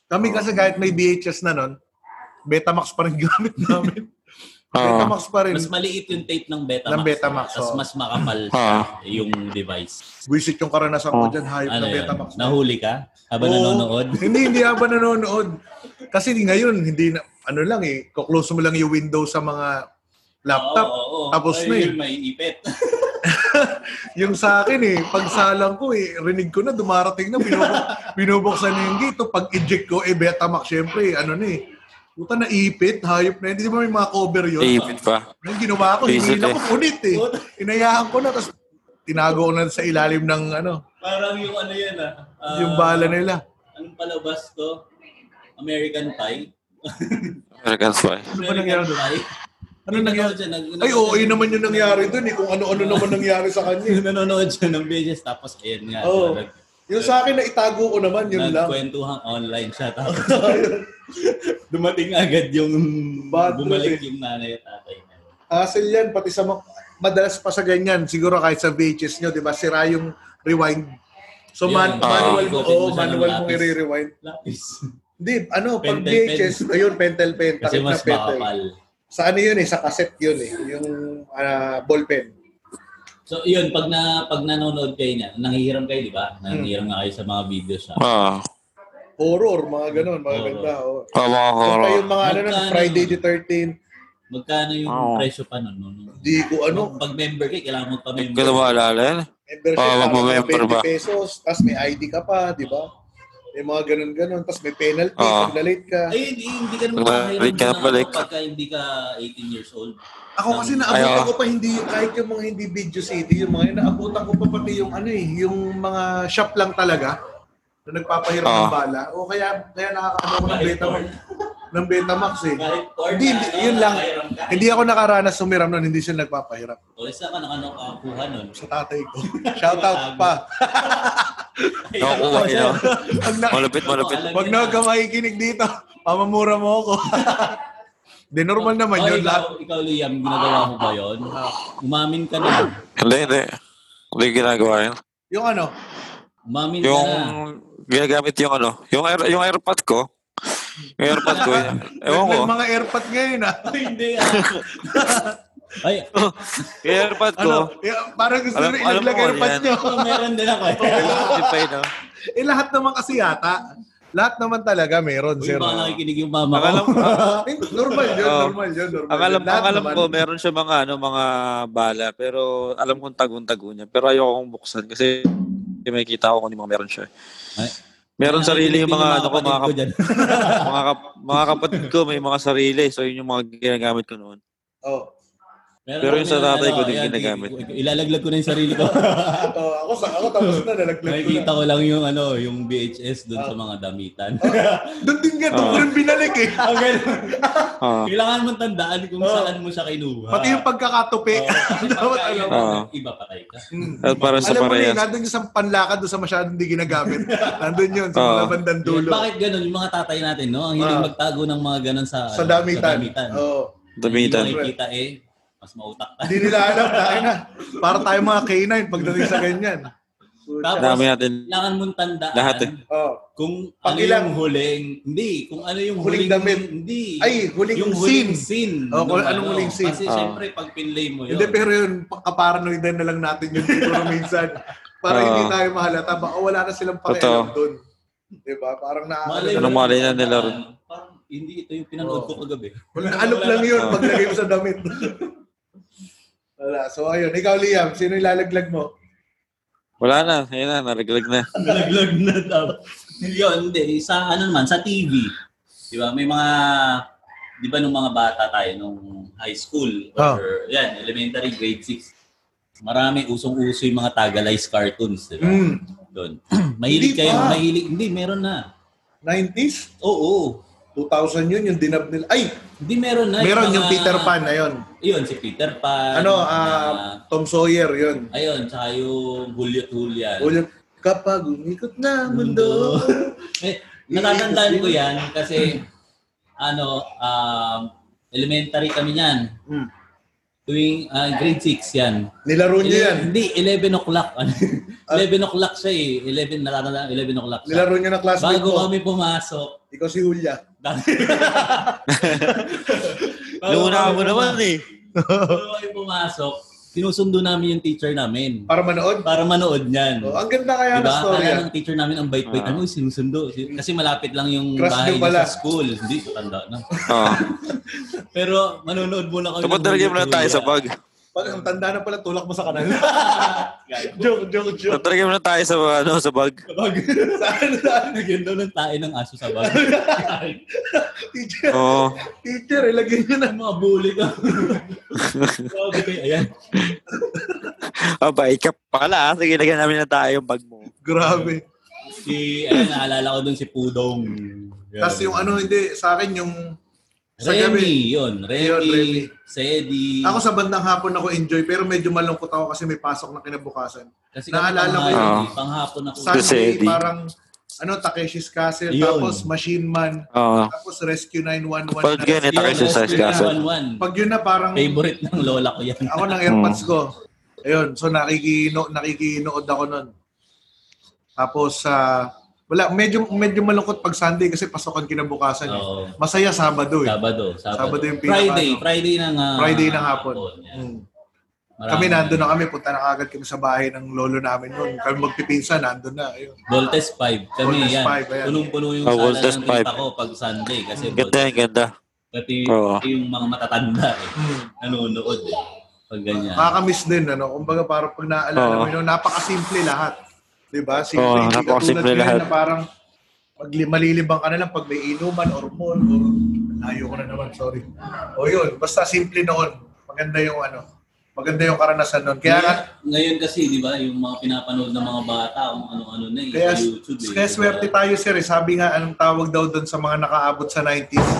Speaker 4: Kami kasi kahit may VHS na nun, Betamax pa rin gamit
Speaker 2: [LAUGHS]
Speaker 4: namin.
Speaker 2: Oo.
Speaker 4: Betamax pa rin.
Speaker 3: Mas maliit yung tape ng Betamax.
Speaker 4: Hmm. Ng Betamax,
Speaker 3: Tapos
Speaker 4: oo.
Speaker 3: mas makapal
Speaker 2: Oo.
Speaker 3: yung device.
Speaker 4: Wisit yung karanasan ko
Speaker 2: Oh.
Speaker 4: dyan, hayop
Speaker 3: Ano
Speaker 4: na
Speaker 3: yun?
Speaker 4: Betamax.
Speaker 3: Nahuli ka? Habang
Speaker 4: Oo.
Speaker 3: nanonood?
Speaker 4: [LAUGHS] hindi, hindi habang nanonood. Kasi ngayon, hindi na, ano lang eh, kuklose mo lang yung window sa mga laptop.
Speaker 3: Oo, oo, oo.
Speaker 4: Tapos na eh.
Speaker 3: Ayun, May ipit. [LAUGHS]
Speaker 4: Yung sa akin eh, pagsalang ko eh, rinig ko na, dumarating na,
Speaker 3: [LAUGHS]
Speaker 4: binubuk- binubuksan na yung gate. Pag-eject ko, eh, Betamax, syempre, ano na eh. Puta na ipit, hayop na. Hindi ba may mga cover yun?
Speaker 2: Ipit pa.
Speaker 4: Yung ginawa ko, hindi
Speaker 2: Visit
Speaker 4: na
Speaker 2: eh.
Speaker 4: ko punit eh. Inayahan ko na, tapos tinago ko na sa ilalim ng ano,
Speaker 3: Parang yung ano yan ah. Ah,
Speaker 4: yung bala nila.
Speaker 3: Anong palabas to? American Pie?
Speaker 2: American Spy.
Speaker 4: Ano ba nangyari doon?
Speaker 3: Pie?
Speaker 4: Ano
Speaker 3: Nanonood
Speaker 4: nangyari?
Speaker 3: siya, nag-
Speaker 4: Ay, oo, yun naman yung nangyari doon eh. Kung ano-ano naman nangyari sa
Speaker 3: [LAUGHS]
Speaker 4: kanya. eh.
Speaker 3: nanonood siya ng videos tapos ayun nga.
Speaker 4: Oo.
Speaker 3: nag-
Speaker 4: Yung sa akin, na itago ko naman, yun lang.
Speaker 3: Nagkwentuhan online siya tapos [LAUGHS] dumating agad yung
Speaker 4: Bad
Speaker 3: bumalik
Speaker 4: trip
Speaker 3: yung nanay at tatay niya.
Speaker 4: Hassle yan, pati sa mga, madalas pa sa ganyan, siguro kahit sa VHS nyo, di ba, sira yung rewind. So, man,
Speaker 3: Yun.
Speaker 4: manual
Speaker 3: Ah.
Speaker 4: mo,
Speaker 3: Ikutin mo
Speaker 4: oh,
Speaker 3: siya ng
Speaker 4: manual mong
Speaker 3: lapis.
Speaker 4: i-rewind.
Speaker 3: Lapis.
Speaker 4: Hindi, ano, pag
Speaker 3: Pentel,
Speaker 4: VHS, ayun, pentel, pen,
Speaker 3: Kasi
Speaker 4: takip na
Speaker 3: mas
Speaker 4: pentel.
Speaker 3: makapal.
Speaker 4: Sa ano yun eh, sa cassette yun eh, yung ah, ballpen.
Speaker 3: So yun, pag na pag nanonood kayo niya, nanghihiram kayo, di
Speaker 4: Hmm.
Speaker 3: ba? Nanghihiram nga kayo sa mga videos na.
Speaker 2: Oo.
Speaker 4: Horror, mga ganun, mga
Speaker 3: Horror.
Speaker 4: ganda. Oh.
Speaker 2: Oh, mga
Speaker 4: Kung
Speaker 2: horror.
Speaker 4: yung mga ano, nun,
Speaker 3: Magkano?
Speaker 4: Friday the 13th,
Speaker 3: Magkano yung
Speaker 2: Ah, Oo.
Speaker 3: presyo pa nun? nun?
Speaker 4: di ko ano,
Speaker 3: Pag- Pag member kayo, kailangan
Speaker 2: Hindi
Speaker 3: magpa-member.
Speaker 2: ko na maalala yan.
Speaker 4: membership,
Speaker 2: Ah,
Speaker 4: parang mga
Speaker 2: magmamember
Speaker 4: 20
Speaker 2: ba?
Speaker 4: pesos, tapos may ID ka pa, di ba? May mga ganun-ganun, tapos may penalty
Speaker 2: Ah.
Speaker 4: pag na-late ka.
Speaker 3: Ayun, eh, hindi ka naman
Speaker 2: Wala,
Speaker 3: makahiram
Speaker 2: wait Diba? ka na
Speaker 3: ng
Speaker 2: balik.
Speaker 3: ano pagka hindi ka 18 years old.
Speaker 4: Ako kasi
Speaker 3: Ng-
Speaker 4: naabutan
Speaker 2: Ayaw.
Speaker 4: ko pa hindi kahit yung mga hindi video city, yung mga yun, naabutan ko pa pati yung ano eh, yung mga shop lang talaga na nagpapahiram
Speaker 2: Oo.
Speaker 4: ng bala. O kaya kaya nakakaano ko ng Betamax, [LAUGHS] ng Betamax eh.
Speaker 3: Kahit or
Speaker 4: Hindi,
Speaker 3: na, ano,
Speaker 4: yun lang.
Speaker 3: makahiram ka.
Speaker 4: Hindi ako nakaranas sumiram noon, hindi sila nagpapahiram.
Speaker 3: O isa ka nakano kakuha nun.
Speaker 4: Sa tatay ko. Shout out pa.
Speaker 2: Nakukuha yun. no?
Speaker 4: Pag na,
Speaker 2: Malupit, malupit.
Speaker 3: Ano,
Speaker 4: pag na ka makikinig dito, pamamura mo ako. [LAUGHS] De normal naman
Speaker 3: Oh,
Speaker 4: yun
Speaker 3: ikaw,
Speaker 4: lahat. Ah.
Speaker 3: ikaw, Liam, ginagawa mo ba yun? Umamin ka na.
Speaker 2: Hindi, hindi. Hindi ko ginagawa yun.
Speaker 4: Yung ano,
Speaker 3: Umamin ka
Speaker 2: Yung
Speaker 3: na.
Speaker 2: ginagamit yung ano, yung, air, yung airpod ko. Yung airpod ko. yun. Ewan ko.
Speaker 4: may mga airpot ngayon ah.
Speaker 3: Ay, hindi ah.
Speaker 4: [LAUGHS]
Speaker 3: Ay,
Speaker 2: Yung airpod ko.
Speaker 4: Ano? Yeah, parang gusto
Speaker 2: Alam-
Speaker 4: nyo
Speaker 2: alam
Speaker 4: ilaglag
Speaker 2: mo,
Speaker 4: airpod
Speaker 2: yan.
Speaker 4: nyo. [LAUGHS]
Speaker 3: oh, meron din ako eh.
Speaker 2: Spotify, no?
Speaker 4: Eh, lahat naman kasi yata. Lahat naman talaga meron,
Speaker 3: Uy,
Speaker 4: sir. ah. [LAUGHS]
Speaker 3: baka nakikinig yung mama
Speaker 2: Akala
Speaker 3: ko.
Speaker 2: mo-
Speaker 4: Eh, normal yun,
Speaker 2: Oo.
Speaker 4: normal yun, normal
Speaker 2: Ang alam,
Speaker 4: yun. Lahat
Speaker 2: ang alam
Speaker 4: naman.
Speaker 2: Oh. ko, meron siya mga ano, mga bala, pero alam kong tagong-tago niya. Pero ayoko kong buksan kasi hindi may kita ko kung hindi mga meron siya.
Speaker 3: Ay.
Speaker 2: Meron sarili yung mga ano ko, mga,
Speaker 3: kapatid
Speaker 2: kap-
Speaker 3: dyan.
Speaker 2: mga, kap- mga kapatid ko, may mga sarili. So yun yung mga ginagamit ko noon.
Speaker 4: Oh.
Speaker 6: Pero yung sa
Speaker 3: kami,
Speaker 6: tatay ko
Speaker 3: ano,
Speaker 6: din
Speaker 3: ayan,
Speaker 6: ginagamit.
Speaker 3: i- i- Ilalaglag ko na yung sarili ko.
Speaker 4: Oo, oh, ako sa ako tapos na nalaglag ko
Speaker 3: Nakikita
Speaker 4: na.
Speaker 3: ko lang yung ano, yung BHS doon sa mga damitan.
Speaker 4: Doon din nga, doon
Speaker 2: Oh.
Speaker 4: ko
Speaker 6: Oo.
Speaker 4: rin binalik
Speaker 3: [LAUGHS]
Speaker 4: eh.
Speaker 3: Ang ganun.
Speaker 6: Ah.
Speaker 3: Kailangan mong tandaan kung
Speaker 4: Oo.
Speaker 3: saan mo siya kinuha.
Speaker 4: Pati yung pagkakatupi.
Speaker 3: Oo, kasi
Speaker 4: [LAUGHS] Dapat ano,
Speaker 3: pagka-
Speaker 4: alam.
Speaker 6: Oo.
Speaker 3: Iba patay ka.
Speaker 4: Mm.
Speaker 6: At para sa
Speaker 4: Alam mo na yun,
Speaker 6: parehas.
Speaker 4: nandun yung sa panlakad doon sa masyadong hindi
Speaker 6: [LAUGHS]
Speaker 4: ginagamit. Nandun yun, sa mga
Speaker 6: Oo.
Speaker 4: bandang dulo.
Speaker 3: Bakit ganun? Yung mga tatay natin, no? Ang hiling
Speaker 4: Ah.
Speaker 3: magtago ng mga ganun sa,
Speaker 4: Sa
Speaker 3: ano,
Speaker 4: damitan.
Speaker 3: Yung
Speaker 4: Oo.
Speaker 6: Damitan.
Speaker 3: makikita eh, mas mautak ka.
Speaker 4: Hindi nila alam tayo na. Para tayo mga K9 pagdating sa ganyan.
Speaker 3: Tapos,
Speaker 6: Dami natin.
Speaker 3: Kailangan mong tandaan
Speaker 6: Lahat eh.
Speaker 4: Oh.
Speaker 3: kung
Speaker 4: Pag
Speaker 3: ano
Speaker 4: ilang-
Speaker 3: yung huling, hindi, kung ano yung
Speaker 4: Huling
Speaker 3: huling,
Speaker 4: damit.
Speaker 3: hindi.
Speaker 4: Ay, huling
Speaker 3: yung
Speaker 4: scene.
Speaker 3: huling scene.
Speaker 4: Oh, kung
Speaker 3: nung
Speaker 4: anong huling scene.
Speaker 3: Kasi
Speaker 6: Ah.
Speaker 3: syempre, pag pinlay mo yun.
Speaker 4: Hindi, pero yun, kaparanoid na lang natin yun siguro minsan. Para
Speaker 6: Oo.
Speaker 4: hindi tayo mahalata. Baka wala na silang pakialam
Speaker 6: Totoo.
Speaker 4: doon. Diba? Parang
Speaker 3: Malay
Speaker 4: na
Speaker 3: mo
Speaker 6: Anong malay na
Speaker 3: tandaan,
Speaker 6: nilaro?
Speaker 3: Parang, hindi ito yung pinanood
Speaker 4: Oo.
Speaker 3: ko kagabi. [LAUGHS]
Speaker 4: Alok lang yun
Speaker 6: Oo.
Speaker 4: pag lagay mo sa damit. Wala. So, ayun. Ikaw, Liam, sino ilalaglag mo?
Speaker 6: Wala na. Ayun na, naraglag na.
Speaker 3: Nalaglag na daw. Yun, hindi. Sa ano naman, sa TV. Di ba? May mga, di ba nung mga bata tayo, nung high school, or yan, elementary, grade 6, marami usong-uso yung mga Tagalized cartoons. Di ba?
Speaker 6: Hmm.
Speaker 4: Mm.
Speaker 3: Doon. [CLEARS THROAT] mahilig
Speaker 4: Hindi
Speaker 3: kayo,
Speaker 4: pa.
Speaker 3: mahilig. Hindi, meron na.
Speaker 4: 90s?
Speaker 3: Oo.
Speaker 4: 2000 yun, yung dinab nila. Ay!
Speaker 3: Hindi, meron na.
Speaker 4: Meron yung
Speaker 3: mga-
Speaker 4: Peter Pan, ayun.
Speaker 3: Ayun, si Peter Pan.
Speaker 4: Ano,
Speaker 3: mga-
Speaker 4: ah, Tom Sawyer, yun.
Speaker 3: ayun, tsaka yung Hulyo't Hulyan.
Speaker 4: Ulit, kapag umikot na ang mundo.
Speaker 3: eh, natatandaan ko yan kasi ano, um, elementary kami niyan.
Speaker 4: Mm.
Speaker 3: Tuwing ah, grade 6 yan.
Speaker 4: [LAUGHS] Nilaro niyo
Speaker 3: Ele-
Speaker 4: yan. Ah.
Speaker 3: Hindi, 11 o'clock. [LAUGHS] Ano, 11 o'clock siya eh. 11, natatandaan, 11 o'clock siya.
Speaker 4: Nilaro niyo na classmate
Speaker 3: Bago
Speaker 4: ko.
Speaker 3: kami pumasok. [LAUGHS]
Speaker 4: Ikaw si Julia.
Speaker 6: Luna mo naman eh.
Speaker 3: Bago kami pumasok, sinusundo namin yung teacher namin
Speaker 4: Para manood.
Speaker 3: para manood niyan.
Speaker 4: Ah. Oh, ang ganda kaya ng
Speaker 3: Diba?
Speaker 4: story. ah.
Speaker 3: Kala
Speaker 4: yan.
Speaker 3: ng teacher namin ang bait-bait.
Speaker 6: Ah.
Speaker 3: Ano, sinusundo. Kasi malapit lang yung
Speaker 4: Crush
Speaker 3: bahay
Speaker 4: niyo
Speaker 3: niya
Speaker 4: pala.
Speaker 3: sa school. Hindi, tanda na.
Speaker 6: Oo.
Speaker 3: Pero manonood muna kami.
Speaker 6: Tapos
Speaker 3: ng
Speaker 6: talaga
Speaker 3: Hulyo't
Speaker 6: muna tayo sa
Speaker 3: Hulyan.
Speaker 6: pag.
Speaker 4: Pag ang tanda na pala, tulak mo sa [LAUGHS] kanal. joke, joke, joke.
Speaker 6: Tapos talaga muna tayo sa ano sa bag.
Speaker 3: Kapag
Speaker 4: Saan, saan?
Speaker 3: nagyan daw ng tae ng aso sa bag.
Speaker 4: Teacher,
Speaker 6: Oo.
Speaker 4: teacher, ilagay niyo na.
Speaker 3: Ang mga bully ka. Sabi kayo, ayan.
Speaker 6: Abay, ka pala. ah. Sige, lagyan namin na tayo yung bag mo.
Speaker 4: Grabe.
Speaker 3: Si, ayan, naalala ko dun si Pudong. Yan.
Speaker 4: Tapos yung ano, hindi, sa akin yung... sa gabi.
Speaker 3: Remy, yun.
Speaker 4: Yun, Remy.
Speaker 3: Remy, Sedi.
Speaker 4: Ako sa bandang hapon ako enjoy, pero medyo malungkot ako kasi may pasok na kinabukasan.
Speaker 3: Kasi
Speaker 4: naalala ko
Speaker 3: yun.
Speaker 6: yun.
Speaker 3: eh. Panghapon ako.
Speaker 4: Sunday,
Speaker 6: Sedi.
Speaker 4: parang ano, Takeshi's Castle,
Speaker 3: Yun.
Speaker 4: tapos Machine Man,
Speaker 6: Oo.
Speaker 4: tapos Rescue 911.
Speaker 6: Kapag ganit,
Speaker 4: na-
Speaker 3: Yun, eh,
Speaker 6: Takeshi's
Speaker 3: Rescue
Speaker 6: Castle.
Speaker 3: 911.
Speaker 4: Pag yun na parang...
Speaker 3: Favorite ng lola ko yan.
Speaker 4: Ako ng airpods
Speaker 3: Hmm.
Speaker 4: ko. Ayun, so nakikino, nakikinood ako nun. Tapos, sa wala, medyo, medyo malungkot pag Sunday kasi pasokan kinabukasan. eh.
Speaker 3: [LAUGHS] Oo.
Speaker 4: Masaya Sabado eh.
Speaker 3: Sabado. Sabado,
Speaker 4: Sabado yung pinaka-
Speaker 3: Friday. Friday ng ah,
Speaker 4: Friday ng hapon.
Speaker 3: yan.
Speaker 4: Mm.
Speaker 3: Marami.
Speaker 4: Kami nandun na kami, punta na agad kami sa bahay ng lolo namin noon. Kami magpipinsan, nandun na. Ayun.
Speaker 3: Voltes 5. Kami
Speaker 4: Voltes
Speaker 3: yan.
Speaker 4: five, ayan.
Speaker 3: Punong-puno yung
Speaker 6: Oh,
Speaker 3: sala
Speaker 6: Voltes
Speaker 3: ng
Speaker 6: five.
Speaker 3: tita ko pag Sunday. Kasi
Speaker 6: Ganda
Speaker 3: Voltes-
Speaker 6: yan, ganda.
Speaker 3: pati
Speaker 6: Oo.
Speaker 3: yung mga matatanda eh.
Speaker 4: Hmm.
Speaker 3: Nanonood eh. Pag ganyan.
Speaker 4: [LAUGHS] Nakakamiss din, ano? Kumbaga parang pag naaalala
Speaker 6: Oo.
Speaker 4: mo yun, napakasimple lahat. Diba? Simple,
Speaker 6: Oo,
Speaker 4: hindi katulad
Speaker 6: napakasimple
Speaker 4: ngayon
Speaker 6: lahat.
Speaker 4: Na parang pag li- malilibang ka na lang pag may inuman or mall or layo ko na naman, sorry. O yun, basta simple noon. Maganda yung ano, maganda yung karanasan noon. Kaya nga,
Speaker 3: ngayon, ngayon kasi, di ba, yung mga pinapanood ng mga bata, kung ano-ano na eh,
Speaker 4: kaya,
Speaker 3: sa YouTube. eh,
Speaker 4: kaya
Speaker 3: di ba?
Speaker 4: swerte tayo sir. eh. Sabi nga, anong tawag daw doon sa mga nakaabot sa 90s?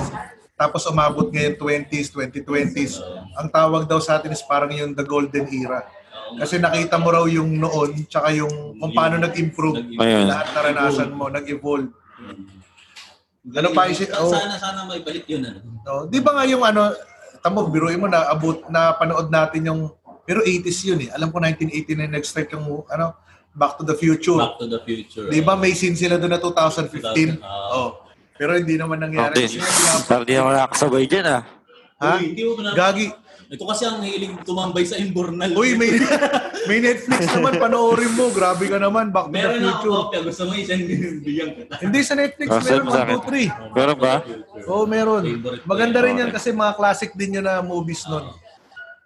Speaker 4: Tapos umabot ngayon 20s, 2020s. Ang tawag daw sa atin is parang yung the golden era. Kasi nakita mo raw yung noon, tsaka yung kung paano nag-improve.
Speaker 3: Nag-improve.
Speaker 6: Ayun.
Speaker 4: Lahat naranasan mo, nag-evolve.
Speaker 3: Mm-hmm.
Speaker 4: Ano pa isi- oh.
Speaker 3: Sana, sana may balik yun. Ano?
Speaker 4: No? Di ba nga yung ano, tamo, biruin mo na abot na panood natin yung pero 80s yun eh. Alam ko 1989 next strike yung ano, Back to the Future.
Speaker 3: Back to the future.
Speaker 4: Di ba may scene sila doon na 2015?
Speaker 3: 2000, ah.
Speaker 4: Oh. Pero hindi naman nangyari.
Speaker 6: Okay. Pero di ako nakakasabay dyan ah.
Speaker 4: Ha?
Speaker 3: Uy, hindi mo ba na-
Speaker 4: Gagi.
Speaker 3: Ito kasi ang hiling tumambay sa eh. Imbornal.
Speaker 4: Uy, may, [LAUGHS] may Netflix naman. Panoorin mo. Grabe ka naman. Back to
Speaker 3: Meron
Speaker 4: the
Speaker 3: na
Speaker 4: Future.
Speaker 3: ako kopya. Gusto mo isang bigyan kita.
Speaker 4: Hindi sa Netflix.
Speaker 6: Ah,
Speaker 4: meron
Speaker 6: send mo sa akin.
Speaker 4: 1, 2, 3.
Speaker 6: Meron ba?
Speaker 4: Oo, meron.
Speaker 3: Favorite ko
Speaker 4: Maganda
Speaker 3: yun.
Speaker 4: rin yan kasi mga classic din yun na movies nun.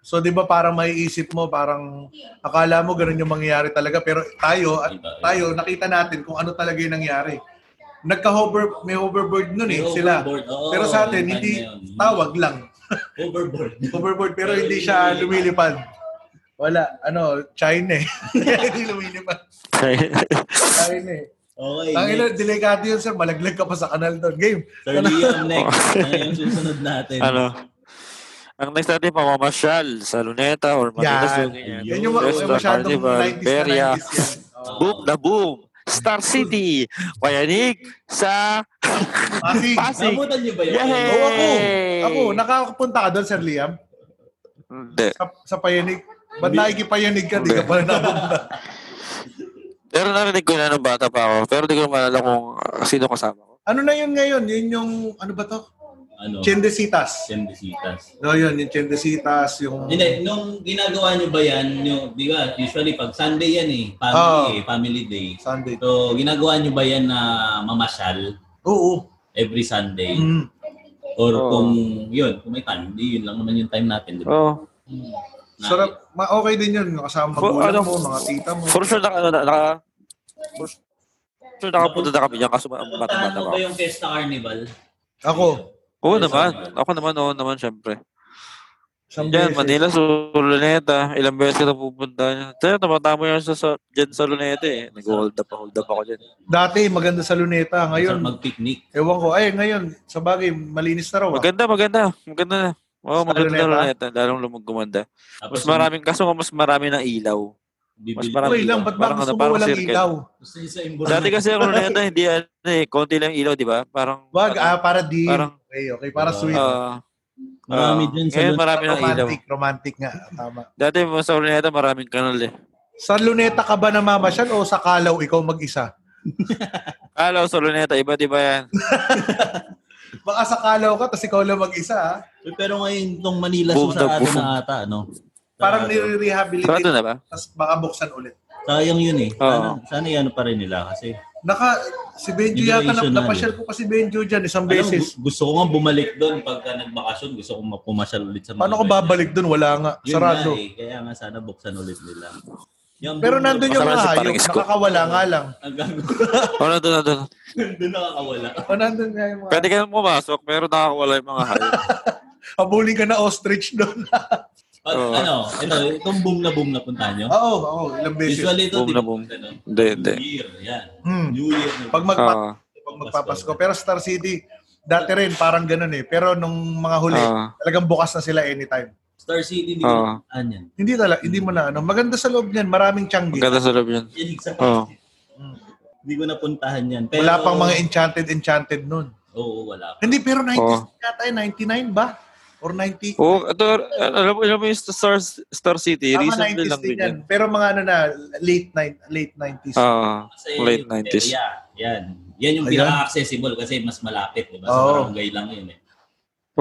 Speaker 4: So, di ba parang maiisip mo, parang akala mo ganun yung mangyayari talaga. Pero tayo, at
Speaker 3: Iba, iba.
Speaker 4: tayo, nakita natin kung ano talaga yung nangyari. Nagka-hover, may hoverboard nun eh,
Speaker 3: May
Speaker 4: sila.
Speaker 3: hoverboard, oo,
Speaker 4: Pero sa atin,
Speaker 3: yung time
Speaker 4: hindi
Speaker 3: na yun. Hmm.
Speaker 4: tawag lang. [LAUGHS]
Speaker 3: Overboard.
Speaker 4: Overboard, pero hindi siya lumilipad. Wala. Ano, China eh. [LAUGHS] Hindi lumilipad. China eh.
Speaker 3: Okay,
Speaker 4: Ang ina,
Speaker 3: next.
Speaker 4: delikado yun, sir. Malaglag ka pa sa kanal doon. Game.
Speaker 3: Sir
Speaker 4: [LAUGHS]
Speaker 3: Liam, next. Ano yung susunod natin?
Speaker 2: ano? Ang next natin, pamamasyal sa Luneta or Manila.
Speaker 4: Yan.
Speaker 2: So, ganyan.
Speaker 4: Yan yung mga
Speaker 2: Restaurant,
Speaker 4: masyadong
Speaker 2: carnival,
Speaker 4: 90s na
Speaker 2: berya.
Speaker 4: 90s yan.
Speaker 3: Ah,
Speaker 4: Oh.
Speaker 2: Boom na boom! Star City! Payanig sa
Speaker 4: Pasig.
Speaker 2: Pasig!
Speaker 3: Nabutan niyo ba yun?
Speaker 2: Yay!
Speaker 4: Oo, Oh, ako. Ah, Ako, nakakapunta ka doon, Sir Liam?
Speaker 2: Hindi.
Speaker 4: Sa, sa payanig? Ba't nakikipayanig ka? Di ka pala napunta.
Speaker 2: Pero narinig ko na nung bata pa ako. Pero di ko maalala kung ah, sino kasama ko.
Speaker 4: Ano na yun ngayon? Yun yung, ano ba to?
Speaker 3: Ano?
Speaker 4: Chendesitas.
Speaker 3: Chindisitas.
Speaker 4: No, yun, yung Chendesitas, yung...
Speaker 3: Hindi, nung ginagawa niyo ba yan, yung, di ba, usually pag Sunday yan eh, family,
Speaker 4: Oo.
Speaker 3: eh, family day.
Speaker 4: Sunday.
Speaker 3: So, ginagawa niyo ba yan na mamasyal
Speaker 4: Oo.
Speaker 3: every Sunday?
Speaker 4: Mm.
Speaker 3: Or
Speaker 2: Oo.
Speaker 3: kung, yun, kung may time, di yun lang naman yung time natin, di ba?
Speaker 2: Oo.
Speaker 3: Na-
Speaker 4: Sarap. Ma okay din yun. Kasama
Speaker 2: For-
Speaker 4: magulang
Speaker 2: ano-
Speaker 4: mo, mga tita mo.
Speaker 2: For sure, naka, ano, na- naka, for sure, nakapunta na kami dyan. Kaso ma-
Speaker 3: Napuntahan
Speaker 2: bata-bata pa
Speaker 3: mo ba
Speaker 2: ako.
Speaker 3: yung Fiesta Carnival?
Speaker 4: Ako.
Speaker 2: Oo
Speaker 3: Yes,
Speaker 2: naman.
Speaker 3: sir.
Speaker 2: Ako naman, oo naman, syempre.
Speaker 4: Isang
Speaker 2: Yan,
Speaker 4: beses.
Speaker 2: Manila, so, Luneta. Ilang beses na pupunta niya. Kaya tumatama yan sa, sa, dyan sa Luneta eh. Nag-hold up, hold up ako dyan.
Speaker 4: Dati, maganda sa Luneta. Ngayon,
Speaker 3: Ayun. mag-picnic.
Speaker 4: ewan ko. Ay, ngayon, sa bagay, malinis na raw. ah.
Speaker 2: Maganda, maganda. Maganda na. Oo,
Speaker 4: Sa
Speaker 2: maganda na
Speaker 4: Luneta?
Speaker 2: Luneta. Lalong lumagumanda.
Speaker 3: Tapos
Speaker 2: Mas maraming, kaso nga mas marami ng ilaw.
Speaker 3: bibili-
Speaker 2: mas marami.
Speaker 4: Uy, lang, ba't ba
Speaker 2: Parang
Speaker 4: gusto
Speaker 2: ano,
Speaker 4: mo
Speaker 2: parang
Speaker 4: walang
Speaker 2: circle.
Speaker 4: ilaw?
Speaker 3: Gusto niya sa imbulan.
Speaker 2: Dati kasi ang Luneta, hindi ano eh. Konti lang ilaw, di ba? Parang,
Speaker 4: Wag,
Speaker 2: ano,
Speaker 4: ah, para di.
Speaker 2: parang,
Speaker 4: Okay, okay, para
Speaker 3: Ah,
Speaker 4: sweet.
Speaker 2: ah,
Speaker 3: Marami
Speaker 2: ah,
Speaker 3: dyan sa
Speaker 2: ngayon,
Speaker 3: Luneta.
Speaker 2: marami ng ilaw.
Speaker 4: romantic, romantic nga. Tama.
Speaker 2: Dati sa Luneta, maraming kanal eh.
Speaker 4: Sa Luneta ka ba namamasyal o sa Kalaw ikaw mag-isa?
Speaker 2: Alaw sa Luneta, iba't iba yan.
Speaker 4: Baka sa Kalaw ka, tapos ikaw lang mag-isa. ah.
Speaker 3: Uy, Pero ngayon, itong Manila,
Speaker 2: Boom na
Speaker 3: susarado
Speaker 2: boom.
Speaker 3: na ata, no?
Speaker 4: Parang
Speaker 3: Sarado.
Speaker 2: Ah, Sarado
Speaker 4: nire-rehabilitate,
Speaker 2: na ba?
Speaker 4: tapos baka buksan ulit.
Speaker 3: Sayang yun eh.
Speaker 2: Oo.
Speaker 3: Sana, sana yan pa rin nila kasi
Speaker 4: Naka, si Benjo
Speaker 3: Hindi
Speaker 4: yata,
Speaker 3: rational.
Speaker 4: napasyal ko pa si Benjo dyan isang
Speaker 3: alam,
Speaker 4: beses.
Speaker 3: gu- gusto ko nga bumalik doon pagka nagbakasyon. Gusto ko mapumasyal ulit sa mga
Speaker 4: Paano ko
Speaker 3: ganyan.
Speaker 4: babalik dun? Wala nga.
Speaker 3: Yun
Speaker 4: Sarado.
Speaker 3: nga eh. Kaya nga sana buksan ulit nila. Yung
Speaker 4: Pero nandun yung
Speaker 2: Masarap
Speaker 4: mga
Speaker 2: si
Speaker 4: hayop.
Speaker 2: Parangis ko.
Speaker 4: Nakakawala nga lang.
Speaker 3: Ang gago. [LAUGHS]
Speaker 2: O, Oh, nandun, nandun.
Speaker 3: Doon nakakawala.
Speaker 4: O Oh, nandun nga yung mga...
Speaker 2: Pwede ka nang pumasok, pero nakakawala yung mga hayop.
Speaker 4: Habulin ka na ostrich doon.
Speaker 3: Pag,
Speaker 2: Oo.
Speaker 3: ano, ito, itong boom na boom na punta nyo.
Speaker 4: [LAUGHS] oo, oo. Ilang Ah, beses.
Speaker 3: Usually ito,
Speaker 2: Boom
Speaker 3: di
Speaker 2: na
Speaker 3: ba,
Speaker 2: boom.
Speaker 3: ano,
Speaker 2: Hindi, hindi.
Speaker 3: New Year, yan.
Speaker 4: Hmm.
Speaker 3: New Year. na-
Speaker 4: Pag, magpa-
Speaker 2: Ah,
Speaker 4: pag magpapasko. Pero Star City, dati rin parang ganun eh. Pero nung mga huli,
Speaker 2: Ah.
Speaker 4: talagang bukas na sila anytime.
Speaker 3: Star City, di
Speaker 2: Oo.
Speaker 3: ba? Ano yan?
Speaker 4: Hindi talaga, hindi mo na ano. Maganda sa loob niyan, maraming
Speaker 2: ang
Speaker 4: tiyanggi.
Speaker 2: ganda sa loob yun.
Speaker 3: Yan, isa
Speaker 2: Oo.
Speaker 3: pa. Hindi ko napuntahan yan. Pero,
Speaker 4: Wala pang mga enchanted enchanted noon.
Speaker 3: Oo, wala.
Speaker 4: Hindi pero 90s
Speaker 2: Oo.
Speaker 4: yata eh, 99 ba? Or 90?
Speaker 2: Oo, ito, alam mo, alam mo yung Star, Star City,
Speaker 4: Tama
Speaker 2: recently
Speaker 4: 90s
Speaker 2: lang
Speaker 4: din
Speaker 2: din
Speaker 4: yan.
Speaker 2: yan.
Speaker 4: Pero mga ano na late nine, late 90s.
Speaker 2: Ah,
Speaker 3: Kasi
Speaker 2: late
Speaker 3: yung
Speaker 2: 90s.
Speaker 3: area, yan. Yan yung
Speaker 4: Ayan.
Speaker 3: pinaka-accessible kasi mas malapit, di ba? Sa
Speaker 4: Oo.
Speaker 3: barangay lang yun eh.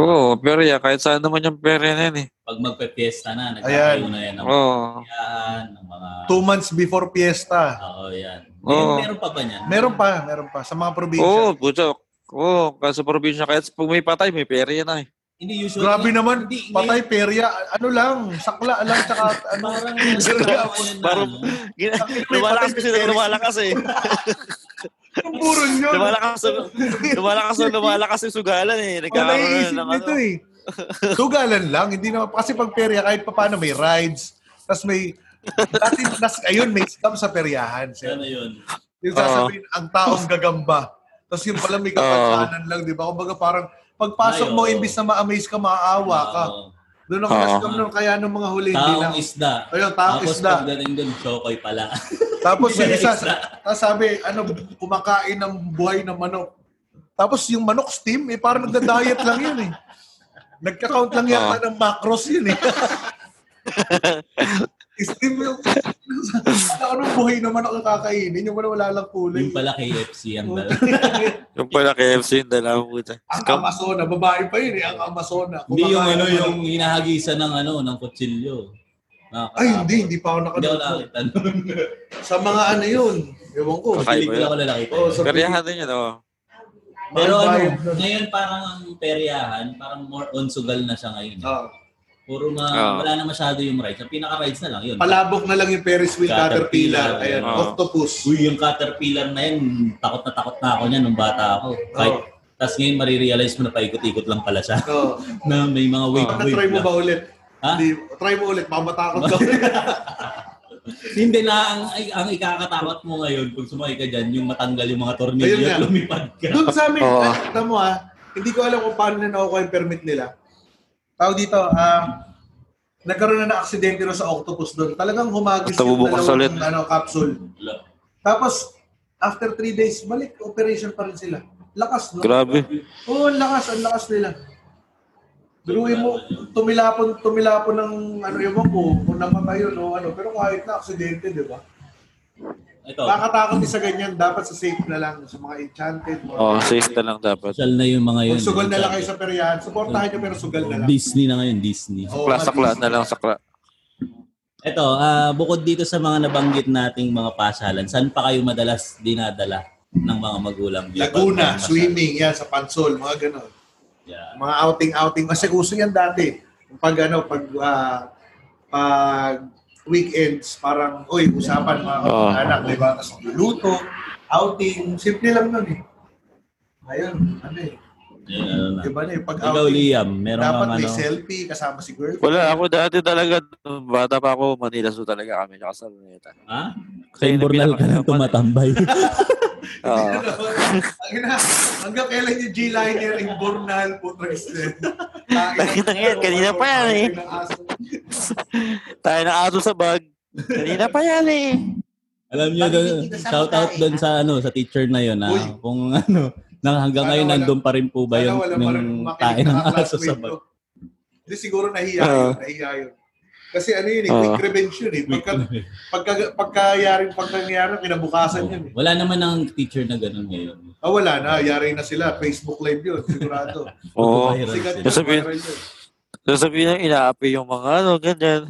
Speaker 2: Oo, pero yeah, kahit saan naman yung pera na yan eh.
Speaker 3: Pag magpe-fiesta na, nagkakayo
Speaker 4: Ayan.
Speaker 3: na yan ng mga
Speaker 2: Oo.
Speaker 3: yan, ng mga...
Speaker 4: Two months before fiesta.
Speaker 3: Oo, yan.
Speaker 2: Oo.
Speaker 3: Ngayon, meron pa ba yan?
Speaker 4: Meron pa, meron pa sa
Speaker 2: Oo,
Speaker 4: mga probinsya.
Speaker 2: puto. Oo, kasi probinsya, kahit pag may patay, may pera yan ah eh.
Speaker 3: Hindi usually.
Speaker 4: Grabe naman,
Speaker 3: Hindi, ngayon,
Speaker 4: patay perya, ano lang, sakla lang tsaka
Speaker 3: [LAUGHS]
Speaker 4: ano.
Speaker 3: Parang
Speaker 4: [LAUGHS]
Speaker 2: Parang-
Speaker 3: ano,
Speaker 2: Gina- Lumalakas kasi, lumalakas eh.
Speaker 4: Ang buron yun.
Speaker 2: Lumalakas, lumalakas, lumalakas yung sugalan eh.
Speaker 4: Ang
Speaker 2: Nagkakaroon
Speaker 4: naiisip
Speaker 2: na ng ano.
Speaker 4: nito eh. Tugalan lang, hindi naman. Kasi pag perya, kahit pa paano may rides, tas may, dati, nas, ayun, may scam sa peryahan. sir.
Speaker 3: Ano yun?
Speaker 4: Yung
Speaker 2: Oo.
Speaker 4: sasabihin, ang taong gagamba. Tapos yung pala may kapansanan lang, di ba? Kumbaga parang, pagpasok
Speaker 3: Ay,
Speaker 4: mo,
Speaker 3: oo.
Speaker 4: imbis na ma-amaze ka, maaawa ka.
Speaker 3: Oo.
Speaker 4: Doon ako
Speaker 2: Oo.
Speaker 4: nascam nun, kaya nung mga huli, hindi na.
Speaker 3: Taong isda.
Speaker 4: Ayun, taong
Speaker 3: Tapos
Speaker 4: isda.
Speaker 3: pagdating doon, chokoy pala.
Speaker 4: Tapos yung
Speaker 3: Wala
Speaker 4: isa,
Speaker 3: isda.
Speaker 4: tapos sabi, ano, kumakain ng buhay ng manok. Tapos yung manok steam, eh, parang nagda-diet lang yun eh. Nagka-count lang yata ng macros yun eh. steam yung, [LAUGHS] ano buhay ng manok ang kakainin, yung wala wala lang kulay.
Speaker 3: Yung pala KFC ang
Speaker 4: [LAUGHS]
Speaker 3: dala.
Speaker 2: Yung pala KFC, yung dalawang puta.
Speaker 4: Ang Amazona, babae pa yun eh, ang Amazona.
Speaker 3: Hindi yung
Speaker 4: Kumakain
Speaker 3: ano,
Speaker 4: ng
Speaker 3: yung
Speaker 4: manok.
Speaker 3: hinahagisa ng ano, ng kutsilyo. Nakaka-
Speaker 4: Ay, hindi, hindi pa ako
Speaker 3: Hindi ako
Speaker 4: nakanood.
Speaker 3: nakakita nun.
Speaker 4: Sa mga ano yun, Oh, ewan ko.
Speaker 2: Kakaiba
Speaker 3: Pelikula
Speaker 2: yun.
Speaker 3: ko na nakita.
Speaker 4: Oo,
Speaker 3: yun.
Speaker 4: sa-
Speaker 2: Karyahan din yun, oo.
Speaker 3: Pero
Speaker 4: Ang
Speaker 3: ano,
Speaker 4: vibe nun.
Speaker 3: ngayon parang ang peryahan, parang more on sugal na siya ngayon.
Speaker 4: Ah,
Speaker 3: Puro mga,
Speaker 2: Oo.
Speaker 3: wala na masyado yung rides. Ang pinaka-rides na lang, yun.
Speaker 4: palabok na lang yung Ferris wheel
Speaker 3: Caterpillar. Ah.
Speaker 4: caterpillar. Ayan,
Speaker 2: Oo.
Speaker 4: octopus.
Speaker 3: Uy, yung caterpillar na yan, takot na takot na ako niyan nung bata ako. Kahit,
Speaker 4: Oo.
Speaker 3: Tapos ngayon marirealize mo na paikot-ikot lang pala siya. [LAUGHS]
Speaker 4: Oo.
Speaker 3: na may mga wait, wait.
Speaker 4: Na-try Ah. mo
Speaker 3: lang.
Speaker 4: ba ulit?
Speaker 3: Ha?
Speaker 4: Hindi, try mo ulit, mamatakot ka ulit.
Speaker 3: Hindi na ang, ay- ang ikakatapat mo ngayon pag sumakay ka dyan, yung matanggal yung mga tornilyo
Speaker 4: Ayun nga.
Speaker 3: at lumipad ka.
Speaker 4: Doon sa amin,
Speaker 2: Oo.
Speaker 4: alam mo ah, hindi ko alam kung paano na nakukuha yung permit nila. Tawag dito, um, nagkaroon na ng aksidente na sa octopus doon. Talagang humagis
Speaker 2: Basta bubukas ulit.
Speaker 4: ano, capsule. Tapos, after three days, balik, operation pa rin sila. Lakas, no?
Speaker 2: Grabe.
Speaker 4: Oo, ang lakas, ang lakas nila. Biruin mo, tumilapon, tumilapon ng ano yung mga po, kung namatay yun o ano. Pero kahit na aksidente, di ba?
Speaker 3: Ito,
Speaker 4: Kakatakot isa ganyan, dapat sa safe na lang, sa mga enchanted. Mga
Speaker 2: Oh, safe na lang dapat.
Speaker 3: social na yung mga yun.
Speaker 4: Kung sugal na lang kayo sa peryahan, supportahan nyo pero sugal na lang.
Speaker 3: Disney na ngayon, Disney.
Speaker 4: Oo,
Speaker 2: Sakla,
Speaker 4: mga
Speaker 2: sakla
Speaker 4: Disney.
Speaker 2: na lang, sakla.
Speaker 3: Ito, ah, bukod dito sa mga nabanggit nating mga pasalan, saan pa kayo madalas dinadala ng mga magulang? niyo?
Speaker 4: Laguna,
Speaker 3: Pag-
Speaker 4: swimming, yan, sa pansol, mga ganon.
Speaker 3: Yeah.
Speaker 4: Mga outing-outing. Kasi uso yan dati. Pag ano, pag, ah, pag weekends, parang, uy, usapan mga
Speaker 2: Oo.
Speaker 4: anak, di ba? Tapos luto, outing, simple lang nun eh. Ayun, ano eh.
Speaker 3: Yun, ano na.
Speaker 4: Di ba na eh, pag
Speaker 3: Ikaw,
Speaker 4: outing,
Speaker 3: Liam, meron
Speaker 4: dapat
Speaker 3: kang
Speaker 4: may
Speaker 3: ano?
Speaker 4: selfie kasama si girlfriend.
Speaker 2: Wala, ako dati talaga, nung bata pa ako, Manila Zoo talaga kami, tsaka sa Luneta.
Speaker 3: Ha? Sa
Speaker 2: Kaya
Speaker 3: Imbornal ka lang
Speaker 2: napinaka-
Speaker 3: tumatambay.
Speaker 2: Oo.
Speaker 4: Ang ina, hanggang kailan yung G-liner yung Bornal po, Tristan?
Speaker 2: Nakita nga yan, kanina pa yan eh. Tayo na aso sa bag. Kanina pa yan eh.
Speaker 3: Alam nyo, doon, shout out doon sa, ano, sa teacher na yun.
Speaker 4: Uy.
Speaker 3: Na, kung ano, na hanggang
Speaker 4: Sana
Speaker 3: ngayon,
Speaker 4: wala-
Speaker 3: nandun pa rin po ba yung, yung tayo ng aso [LAUGHS] sa bag?
Speaker 4: Hindi siguro nahiya
Speaker 2: Oo.
Speaker 4: yun, nahiya yun. Kasi ano yun eh,
Speaker 2: Oo.
Speaker 4: quick revenge yun eh. Pagka, pagka, pagkayaring pagkangyari, kinabukasan yun eh.
Speaker 3: [LAUGHS] Wala naman ang teacher na ganun ngayon.
Speaker 4: Ah, wala na, yari na sila. Facebook live yun, sigurado.
Speaker 3: [LAUGHS]
Speaker 2: Oo.
Speaker 3: Viral
Speaker 4: Sikat
Speaker 3: sila.
Speaker 4: yun,
Speaker 2: Sabihin-
Speaker 4: viral yun.
Speaker 2: Sasabihin na inaapi yung mga ano, ganyan.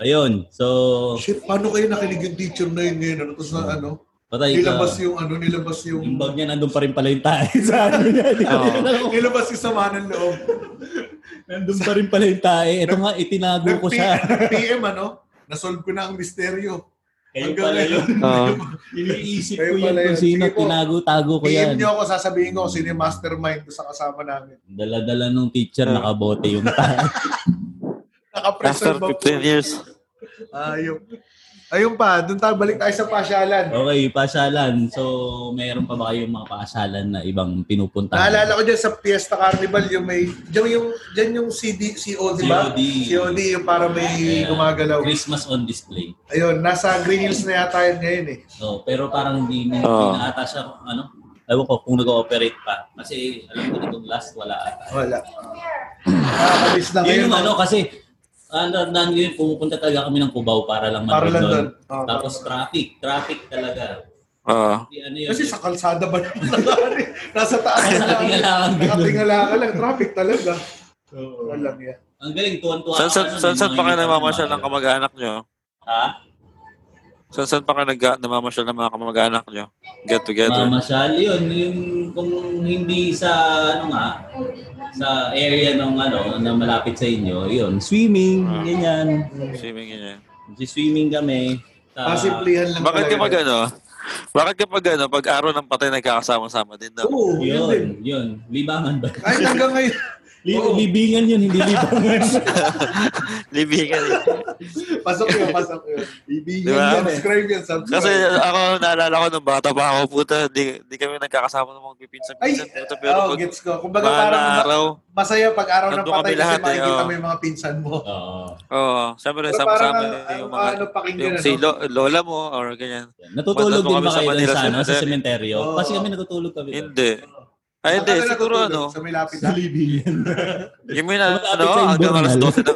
Speaker 3: Ayun, so,
Speaker 4: Shit, paano kayo nakinig yung teacher na yun ngayon? Ano, tapos na ano,
Speaker 3: patay ka.
Speaker 4: nilabas yung ano, nilabas yung...
Speaker 3: ah. Yung bag niya, nandun pa rin pala yung tayo [LAUGHS] sa ano niya. Di ko- di ko na alam kung-
Speaker 4: Nilabas yung sama ng loob.
Speaker 3: Nandun pa rin pala yung tayo. Ito nga, itinago ko
Speaker 4: Nag-P-
Speaker 3: siya.
Speaker 4: Nag-PM ano? Nasolve ko na ang misteryo.
Speaker 3: Kayo
Speaker 4: Hanggang
Speaker 3: pala
Speaker 4: ngayon.
Speaker 3: yun.
Speaker 2: Oo.
Speaker 3: [LAUGHS] Iniisip
Speaker 4: Kayo
Speaker 3: ko yan
Speaker 4: pala
Speaker 3: kung
Speaker 4: yun.
Speaker 3: sino.
Speaker 4: Sige po.
Speaker 3: Tinago-tago ko
Speaker 4: PM
Speaker 3: yan.
Speaker 4: niyo ako, sasabihin ko kung sino yung mastermind ko sa kasama namin.
Speaker 3: Dala-dala nung teacher, nakabote yung tayo.
Speaker 2: After
Speaker 4: Nakapreserve ako.
Speaker 2: 15 years.
Speaker 4: Ayun. Ayun pa, dun tayo, balik tayo sa pasyalan.
Speaker 3: [LAUGHS] Okay, pasalan. So, meron pa ba kayong mga pasalan na ibang pinupuntahan?
Speaker 4: Naalala ko dyan sa Fiesta Carnival, yung may, dyan yung, dyan yung CD, CO, di ba?
Speaker 3: COD.
Speaker 4: COD, yung para may gumagalaw.
Speaker 3: Christmas on display.
Speaker 4: Ayun, nasa Green Hills na yata yun ngayon eh.
Speaker 3: So, pero parang hindi na
Speaker 2: Oo.
Speaker 3: hindi na ata siya kung ano. Ewan ko kung nag-ooperate pa. Kasi alam ko nitong last wala ata.
Speaker 4: Wala. Nakakabis na kayo.
Speaker 3: Yun yung
Speaker 4: no?
Speaker 3: ano kasi ano na yun, pumupunta talaga kami ng Cubao para lang
Speaker 4: Para
Speaker 3: manood
Speaker 4: lang
Speaker 3: doon.
Speaker 4: doon. Oh. Oo.
Speaker 3: Tapos traffic, traffic talaga.
Speaker 2: Oo.
Speaker 3: Hindi ano yun.
Speaker 4: Kasi sa kalsada ba naman nangyari? Nasa taas na lang.
Speaker 3: Nakatingala ka.
Speaker 4: Nakatingala ka lang. Traffic talaga. Walang yan.
Speaker 3: Ang galing, tuwan-tuwa.
Speaker 2: San
Speaker 3: ako
Speaker 2: san
Speaker 3: nun,
Speaker 2: san
Speaker 3: yung
Speaker 2: san
Speaker 3: mga
Speaker 2: pa ka
Speaker 3: yun,
Speaker 2: namamasyal ng
Speaker 3: mga-
Speaker 2: kamag-anak nyo?
Speaker 3: Ha?
Speaker 2: San san pa ka nag namamasyal ng mga kamag-anak nyo? Get together.
Speaker 3: Mamasyal yun. Yung kung hindi sa ano nga, sa area ng ano na malapit sa inyo, yun. Swimming,
Speaker 2: Ah.
Speaker 3: ganyan.
Speaker 2: Swimming yun. eh.
Speaker 3: Si swimming kami.
Speaker 4: Ah.
Speaker 3: Sa,
Speaker 4: Pasimplihan lang
Speaker 2: Bakit
Speaker 4: talaga.
Speaker 2: kapag ano? Bakit kapag ano, pag araw ng patay nagkakasama-sama din na?
Speaker 4: Oo, yun din.
Speaker 3: yun, yun. Libangan ba?
Speaker 4: [LAUGHS] Kahit hanggang ngayon.
Speaker 3: Li-
Speaker 4: Oo.
Speaker 3: Libingan yun, hindi
Speaker 4: [LAUGHS]
Speaker 3: libangan.
Speaker 2: Libingan eh.
Speaker 4: Pasok yun, pasok yun.
Speaker 2: Di ba?
Speaker 4: Subscribe yan, subscribe.
Speaker 2: Kasi ako, naalala ko nung bata pa ako, puta, di, di kami nagkakasama ng mga
Speaker 4: ay,
Speaker 2: pipinsan-pinsan, puta, pero
Speaker 4: oh,
Speaker 2: pag
Speaker 4: gets ko. Kumbaga parang
Speaker 2: mga araw,
Speaker 4: masaya pag araw ng
Speaker 2: Nandun kami
Speaker 4: patay kasi
Speaker 2: lahat eh,
Speaker 4: makikita
Speaker 2: oh.
Speaker 4: mo yung mga pinsan
Speaker 2: [LAUGHS]
Speaker 4: mo.
Speaker 3: Oo.
Speaker 2: oo, syempre,
Speaker 4: Pero parang
Speaker 2: sama-sama eh,
Speaker 4: ang-
Speaker 2: yung
Speaker 4: ang-
Speaker 2: mga,
Speaker 4: ano, pakinggan,
Speaker 2: yung
Speaker 4: ano?
Speaker 2: si lo- lola mo, or ganyan.
Speaker 3: Natutulog
Speaker 2: Matatuwa
Speaker 3: din
Speaker 2: kami
Speaker 3: ba
Speaker 2: sa
Speaker 3: kayo dun
Speaker 2: Manila
Speaker 3: sa, ano, sa
Speaker 2: Cemetery.
Speaker 3: sementeryo?
Speaker 4: Oo.
Speaker 3: Kasi kami natutulog kami. doon.
Speaker 2: Hindi. Ay, hindi,
Speaker 4: Saan ka
Speaker 2: siguro ano,
Speaker 4: natutulog? Sa may lapit
Speaker 3: Sa libingan.
Speaker 2: You mean, ano,
Speaker 3: Tumatapit sa
Speaker 2: hanggang
Speaker 3: Imbornal.
Speaker 2: alas 12 na...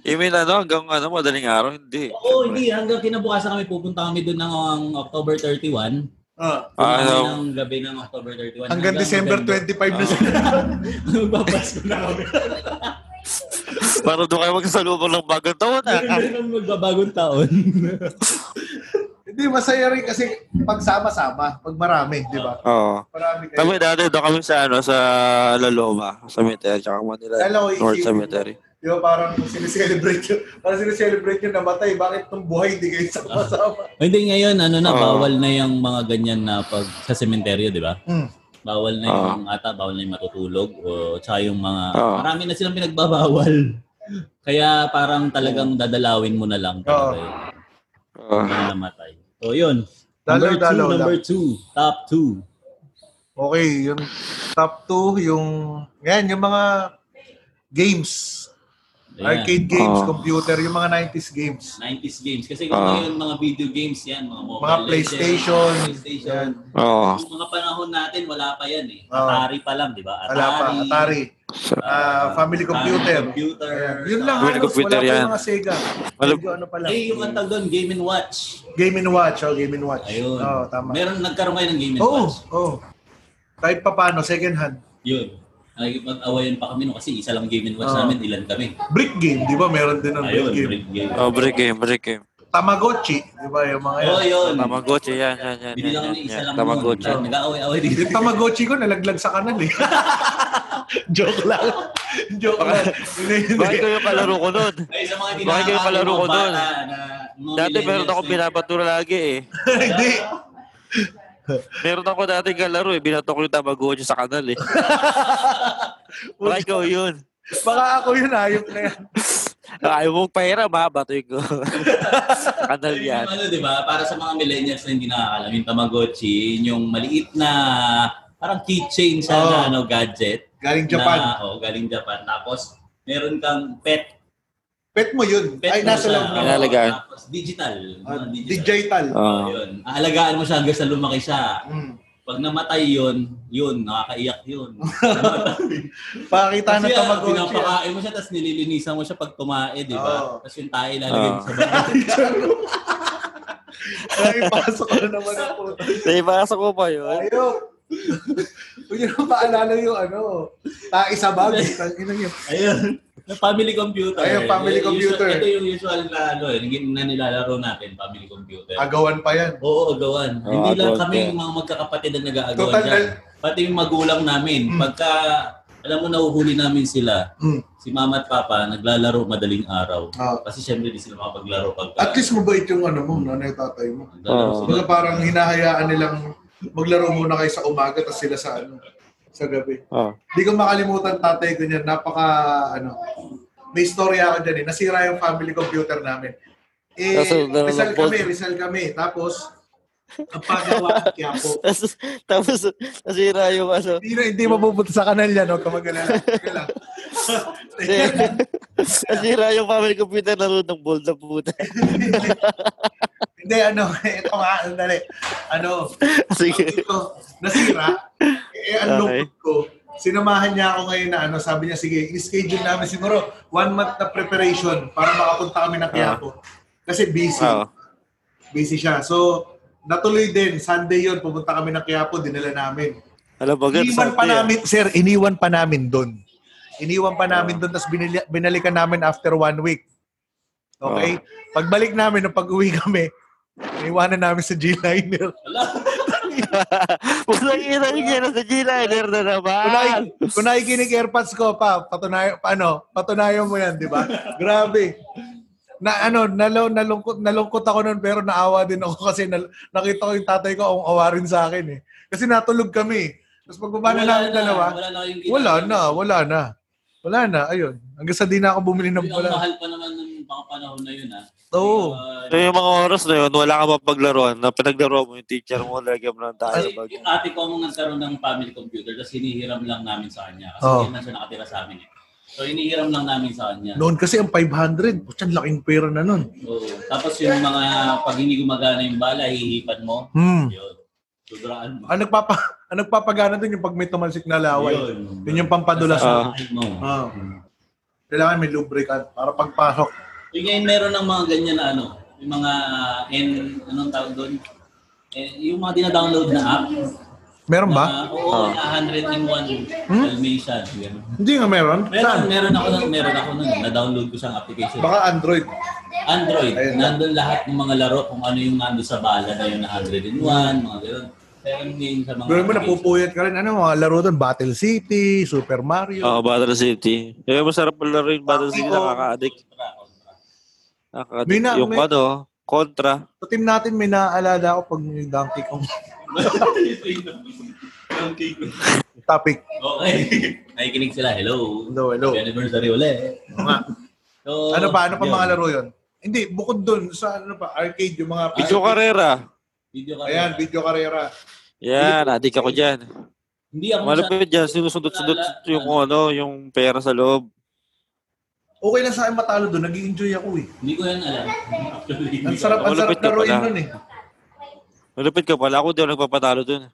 Speaker 2: you mean, ano, hanggang ano, madaling araw? Hindi.
Speaker 3: Oo, hindi. Hanggang kinabukasan kami, pupunta kami doon ng ang October 31.
Speaker 4: Ah,
Speaker 3: Pupunta
Speaker 2: Ah,
Speaker 3: kami
Speaker 2: ano?
Speaker 3: ng gabi ng October 31.
Speaker 4: hanggang December
Speaker 3: [LAUGHS]
Speaker 4: 25 na sila.
Speaker 3: Magpapasko na kami.
Speaker 2: Para doon kayo magsasalubong ng bagong taon. Ah.
Speaker 3: Meron kami magbabagong taon.
Speaker 4: [LAUGHS]
Speaker 3: [LAUGHS]
Speaker 4: Hindi, masaya rin kasi pag sama-sama, pag marami, di ba?
Speaker 2: Oo.
Speaker 4: Marami kayo.
Speaker 2: Kami dati doon kami sa ano sa La Loma, sa Cemetery, tsaka Manila,
Speaker 4: Alam ko,
Speaker 2: North
Speaker 4: isip-
Speaker 2: Cemetery.
Speaker 4: Di ba parang sineselebrate yun? Parang sineselebrate yun namatay. Bakit nung buhay hindi kayo
Speaker 2: [LAUGHS]
Speaker 4: sama-sama?
Speaker 3: Hindi, ngayon, ano na,
Speaker 2: Oo. Hmm.
Speaker 3: bawal na yung mga ganyan na pag sa sementeryo, di ba?
Speaker 4: Mm.
Speaker 3: Bawal na
Speaker 2: Oo.
Speaker 3: yung ata, bawal na yung matutulog. O, tsaka yung mga,
Speaker 2: Oo.
Speaker 3: marami na silang pinagbabawal. [LAUGHS] Kaya parang talagang dadalawin mo na lang talaga yun.
Speaker 2: Oo.
Speaker 3: Para namatay. So yun.
Speaker 4: Dalaw,
Speaker 3: Number two,
Speaker 4: dalaw lang.
Speaker 3: number two. Top two.
Speaker 4: Okay, yung top 2, yung, yan, yung mga games.
Speaker 3: Ayan.
Speaker 4: Arcade games,
Speaker 2: Oo.
Speaker 4: computer, yung mga 90s games.
Speaker 3: 90s games. Kasi kung
Speaker 2: Oo.
Speaker 3: ngayon, mga video games yan. Mga, mobile
Speaker 4: Mga
Speaker 3: Legends,
Speaker 4: PlayStation,
Speaker 3: PlayStation.
Speaker 4: yan.
Speaker 2: Oo.
Speaker 3: Yung mga panahon natin, wala pa yan eh.
Speaker 4: Oo.
Speaker 3: Atari pa lang, di ba?
Speaker 4: Ah.
Speaker 3: Atari.
Speaker 4: Wala pa, Atari.
Speaker 2: Sa-
Speaker 4: Ah, family computer.
Speaker 3: Family computer.
Speaker 4: Ayan. Yun lang
Speaker 2: Family
Speaker 4: halos,
Speaker 2: computer
Speaker 4: wala pa
Speaker 2: yan.
Speaker 4: yung mga Sega.
Speaker 2: Alam-
Speaker 4: Medyo ano pa lang.
Speaker 3: Eh, yung ang tawag doon, Game and Watch.
Speaker 4: Game and Watch, oh, Game and Watch.
Speaker 3: Ayun.
Speaker 4: Oo, tama.
Speaker 3: Meron nagkaroon ngayon ng Game and
Speaker 4: Oo,
Speaker 3: Watch.
Speaker 4: oo. Kahit pa paano, second hand.
Speaker 3: Yun. Nakikipag-awayan pa kami no kasi isa lang Game and Watch
Speaker 4: Oo.
Speaker 3: namin, ilan kami.
Speaker 4: Brick game, di ba? Meron din ng brick
Speaker 3: Ayun,
Speaker 4: Ah. game.
Speaker 3: break game.
Speaker 2: Oh, break game, break game.
Speaker 4: Tamagotchi, di ba? Yung mga yan.
Speaker 3: Oh, yun.
Speaker 2: Tamagotchi, yan, yan, yan.
Speaker 3: Binila
Speaker 2: yan,
Speaker 3: kami
Speaker 2: yan,
Speaker 3: isa
Speaker 2: yan.
Speaker 3: lang [LAUGHS]
Speaker 2: Tamagotchi.
Speaker 3: Nun. Nag-aaway-aaway dito.
Speaker 4: Yung Tamagotchi ko, nalaglag sa kanal eh. [LAUGHS] Joke lang. [LAUGHS] Joke lang. Hindi, hindi.
Speaker 2: Bakit ko yung kalaro ko nun?
Speaker 3: Ay, sa mga
Speaker 2: Bakit
Speaker 3: tinakakali
Speaker 2: kayo palaro
Speaker 3: mga
Speaker 2: ko doon?
Speaker 3: bata na mga
Speaker 2: Dati meron
Speaker 3: millennials
Speaker 2: akong
Speaker 3: na-
Speaker 2: binabatura lagi eh.
Speaker 4: Hindi.
Speaker 2: Meron ako dati kalaro eh. Binato ko yung Tamagotchi sa kanal
Speaker 4: [LAUGHS]
Speaker 2: eh. Baka ikaw yun. Ah,
Speaker 4: Baka ako yun, ayop na yan.
Speaker 2: Ayaw mong pahira, mabatoy ko. [LAUGHS] sa kanal
Speaker 3: Yung
Speaker 2: yan.
Speaker 3: Ano, di ba? Para sa mga millennials na hindi nakakalam, yung Tamagotchi, yun yung maliit na parang keychain siya
Speaker 4: Oo.
Speaker 3: na ano, gadget.
Speaker 4: Galing Japan.
Speaker 3: Na, oh, galing Japan. Tapos, meron kang pet.
Speaker 4: Pet mo yun.
Speaker 3: pet
Speaker 4: Ay,
Speaker 3: mo
Speaker 4: nasa
Speaker 3: siya.
Speaker 4: loob na.
Speaker 2: Yan. Inalagaan.
Speaker 3: Tapos, digital.
Speaker 4: Ah,
Speaker 3: Mga digital.
Speaker 4: Digital.
Speaker 2: Oo.
Speaker 3: Yun. Aalagaan mo siya hanggang sa lumaki siya.
Speaker 4: Mm.
Speaker 3: Pag namatay yun, yun, nakakaiyak
Speaker 4: [LAUGHS]
Speaker 3: yun.
Speaker 4: Pakita na
Speaker 3: Kasi ah,
Speaker 4: Tamagotchi. ah.
Speaker 3: pinapakain mo siya, tapos nililinisan mo siya pag kumain, di
Speaker 4: Oo.
Speaker 3: ba? Tapos yung tayo ilalagay mo
Speaker 2: Oo.
Speaker 3: sa bahay.
Speaker 4: Ay, pasok ko na naman ako.
Speaker 2: Naibasa ko pa yun.
Speaker 4: Ayok. Huwag niyo na maalala yung ano, tae sa bag. Tangina niyo.
Speaker 3: Ayun. [LAUGHS] Yung family computer.
Speaker 4: Ayun, family
Speaker 3: Yung usual-
Speaker 4: computer.
Speaker 3: ito yung usual na ano, eh, na nilalaro natin, family computer.
Speaker 4: Agawan pa yan.
Speaker 3: Oo, agawan.
Speaker 2: Oo,
Speaker 3: Hindi lang
Speaker 2: agawan
Speaker 3: kami
Speaker 2: pa.
Speaker 3: yung mga magkakapatid na nag-aagawan
Speaker 4: Total
Speaker 3: dyan.
Speaker 4: na- Hmm.
Speaker 3: Pati yung magulang namin. Pagka, alam mo, nahuhuli namin sila.
Speaker 4: Mm.
Speaker 3: Si mama at papa, naglalaro madaling araw.
Speaker 4: Ah.
Speaker 3: Kasi syempre, di sila makapaglaro pagka...
Speaker 4: At least mabait yung ano mo, nanay tatay mo.
Speaker 3: naglalaro
Speaker 2: Oo.
Speaker 3: sila.
Speaker 4: Kumbaga parang hinahayaan nilang maglaro muna kayo sa umaga tapos sila sa ano, sa gabi.
Speaker 2: Oh.
Speaker 4: Hindi ko makalimutan tatay ko niyan, napaka ano, may storya ako dyan eh. Nasira yung family computer namin. Eh,
Speaker 2: Kaso, nalabog.
Speaker 4: Rizal kami, Rizal kami. Tapos, ang pagawa ng Quiapo.
Speaker 2: [LAUGHS] Tapos, tapos, nasira yung ano.
Speaker 4: Hindi, na- hindi mapupunta sa kanal yan, huwag ka mag-alala. Teka lang.
Speaker 2: nasira yung family computer na ng bold na puta.
Speaker 4: Hindi, ano, ito nga, dali. Ano,
Speaker 2: Sige.
Speaker 4: ito, nasira. Eh, ang
Speaker 2: Okay.
Speaker 4: lungkot ko, sinamahan niya ako ngayon na ano, sabi niya, sige, schedule namin siguro one month na preparation para makapunta kami na
Speaker 2: Ah.
Speaker 4: Quiapo. Kasi busy.
Speaker 2: Oo.
Speaker 4: busy siya. So, natuloy din. Sunday yon pumunta kami ng Quiapo, dinala namin.
Speaker 2: Alam mo, ganun.
Speaker 4: Iniwan
Speaker 2: sabi
Speaker 4: pa
Speaker 2: eh.
Speaker 4: namin, sir, iniwan pa namin doon. Iniwan pa namin doon, tapos binili- binalikan namin after one week.
Speaker 2: Oh.
Speaker 4: Okay? Pagbalik namin, nung pag-uwi kami, iniwanan namin sa G-Liner.
Speaker 2: [LAUGHS] Pusang ina yung gano'n sa G-Liner na naman.
Speaker 4: Kung, naki- kung nakikinig AirPods ko, pa, patunay, paano, patunayan mo yan, di
Speaker 2: [LAUGHS]
Speaker 4: ba? Grabe. Na ano, nalo, nalungkot, nalungkot ako noon pero naawa din ako kasi nal- nakita ko yung tatay ko ang awa rin sa akin eh. Kasi natulog kami. eh. Tapos pagbaba na
Speaker 3: Wala
Speaker 4: namin
Speaker 3: na,
Speaker 4: dalawa,
Speaker 3: Wala na kayong
Speaker 4: wala na, wala na. Wala na, ayun. Hanggang sa di na ako bumili ng
Speaker 3: Ang
Speaker 4: pula.
Speaker 3: mahal pa naman ng mga panahon na yun, ah. ha?
Speaker 4: Oo.
Speaker 2: So, yung mga oras na yun, wala ka mapaglaruan. Na pinaglaro mo yung teacher mo, lagyan mo ng tayo.
Speaker 3: Kasi yung ate ko ang nagkaroon ng family computer tapos hinihiram lang namin sa kanya. Kasi
Speaker 4: Oo.
Speaker 3: hindi na siya nakatira sa amin eh. So hinihiram lang namin sa kanya.
Speaker 4: Noon kasi ang 500, putyan laking pera na noon.
Speaker 3: Oo. tapos yung mga pag hindi gumagana yung bala, hihipan mo.
Speaker 4: Hmm.
Speaker 3: Yun. Tudraan mo.
Speaker 4: Ang nagpapa ang nagpapagana din yung pag may tumalsik na laway. Yun, yung pampadulas.
Speaker 2: Ah.
Speaker 3: Sasamahin mo.
Speaker 4: Ah. Kailangan may lubricant para pagpasok.
Speaker 3: Yung ngayon meron ng mga ganyan na ano, yung mga N, anong tawag doon? Eh, yung mga dinadownload na app.
Speaker 4: Meron ba?
Speaker 3: Na, oo, na 100 in 1 Dalmatian. Ganun.
Speaker 4: Hindi nga meron. Saan?
Speaker 3: Meron, meron ako nun, meron ako nun. Na-download ko siyang application.
Speaker 4: Baka Android.
Speaker 3: Android,
Speaker 4: Ayun.
Speaker 3: nandun lahat ng mga laro kung ano yung nandun sa bala na yun na 100 in 1, mga ganun. Meron din sa mga...
Speaker 4: Pero mo napupuyat ka rin. Ano, mga laro doon, Battle City, Super Mario.
Speaker 2: Oo, Ah, Battle Safety. Yung masarap pala rin, Battle Safety, nakaka-addict.
Speaker 3: Contra, contra.
Speaker 2: Nakaka-addict.
Speaker 4: May na-
Speaker 2: yung
Speaker 4: may-
Speaker 2: ano, kontra.
Speaker 4: Sa team natin, may naaalala ako pag may Donkey Kong. Topic.
Speaker 3: okay. Nakikinig sila. Hello.
Speaker 4: Hello, hello.
Speaker 3: Happy anniversary ulit.
Speaker 4: nga.
Speaker 3: So,
Speaker 4: Ano pa? Ano pa
Speaker 3: yun.
Speaker 4: mga laro yun? Hindi, bukod dun sa ano pa, arcade, yung mga
Speaker 2: Picho Carrera.
Speaker 3: Video ka
Speaker 4: Ayan, video karera.
Speaker 2: Yan, adik ako dyan.
Speaker 3: Hindi ako masyado-
Speaker 2: Malapit dyan, sinusundot-sundot yung ano, yung pera sa loob.
Speaker 4: Okay lang sa akin matalo doon. nag enjoy ako eh.
Speaker 3: Hindi ko yan alam. Actually, hindi
Speaker 4: Ang
Speaker 3: ko
Speaker 4: sarap,
Speaker 3: alam.
Speaker 4: ang sarap
Speaker 2: Malupit ka
Speaker 4: laruin
Speaker 2: pala.
Speaker 4: nun eh.
Speaker 2: Malapit ka pala, ako di ako nagpapatalo dun.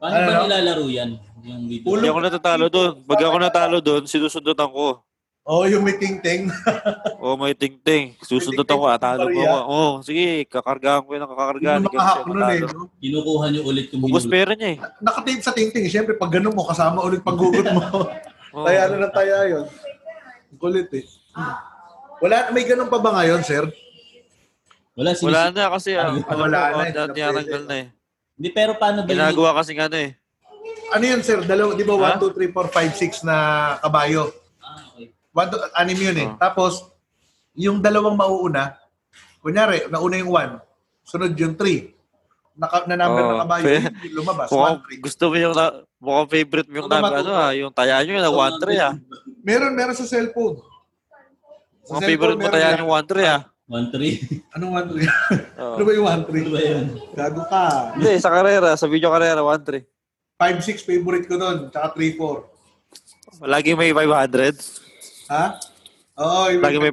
Speaker 3: Paano ba
Speaker 4: Ano?
Speaker 3: nilalaro yan? Yung video.
Speaker 4: Ulo.
Speaker 2: Hindi ako natatalo dun. Pag ako natalo dun, sinusundotan ko.
Speaker 4: Oo, oh, yung may
Speaker 2: [LAUGHS]
Speaker 4: ting-ting.
Speaker 2: O may ting-ting. Susundot ako, atalo mo ako. Oo, sige, kakargahan ko yun, ang kakargahan. Hindi
Speaker 4: yung mga
Speaker 2: ka
Speaker 4: hack
Speaker 2: siya
Speaker 4: nun eh.
Speaker 2: matalo.
Speaker 4: no?
Speaker 3: Kinukuha niyo ulit yung
Speaker 2: Ubus
Speaker 3: hinulo.
Speaker 2: pera niya eh.
Speaker 4: Nakatape sa ting-ting. Siyempre, pag ganun mo, kasama ulit paggugot
Speaker 2: [LAUGHS]
Speaker 4: mo. [LAUGHS]
Speaker 2: Oo.
Speaker 4: Taya na ng taya yun. Ang Kulit eh. Wala, may ganun pa ba ngayon, sir?
Speaker 3: Wala,
Speaker 2: Wala
Speaker 3: sinisip.
Speaker 2: na kasi, ah,
Speaker 3: Wala
Speaker 2: alam ko,
Speaker 4: na eh,
Speaker 2: ah, tinatanggal na eh.
Speaker 3: Hindi, pero paano ba yun?
Speaker 2: Ginagawa kasi ano eh.
Speaker 4: Ano yun, sir? Dalawa, di
Speaker 2: Ha?
Speaker 4: ba? 1, 2, 3, 4, 5, 6 na kabayo.
Speaker 3: Ah, okay.
Speaker 4: One, two, anim yun
Speaker 2: Oh.
Speaker 4: eh. Tapos, yung dalawang mauuna, kunyari, nauna yung one, sunod yung three. Naka, na number
Speaker 2: Oo. [LAUGHS]
Speaker 4: na kabayo,
Speaker 2: Fair.
Speaker 4: yun, yung lumabas.
Speaker 2: Oh, Mukhang
Speaker 4: One, three.
Speaker 2: gusto mo yung, na- mukhang favorite mo yung
Speaker 4: Ano ba
Speaker 2: namin,
Speaker 4: to?
Speaker 2: ano ah, yung tayaan nyo, na 1-3 ah.
Speaker 4: Meron, meron sa cellphone.
Speaker 2: Mukhang
Speaker 4: Sa cellphone,
Speaker 2: favorite mo
Speaker 4: meron
Speaker 2: tayaan
Speaker 4: yan.
Speaker 2: yung Oh. 1-3 ah.
Speaker 3: One, three. [LAUGHS]
Speaker 4: Anong one, three? [LAUGHS]
Speaker 2: Oo.
Speaker 4: ano ba yung one, three?
Speaker 3: Ano ba yun?
Speaker 4: Gago ka.
Speaker 2: Hindi, sa karera, sa video karera, 1-3.
Speaker 4: Five, six, favorite ko doon. Tsaka three, four.
Speaker 2: Lagi may 500.
Speaker 4: Ha? Oo, yung
Speaker 2: Lagi may 500,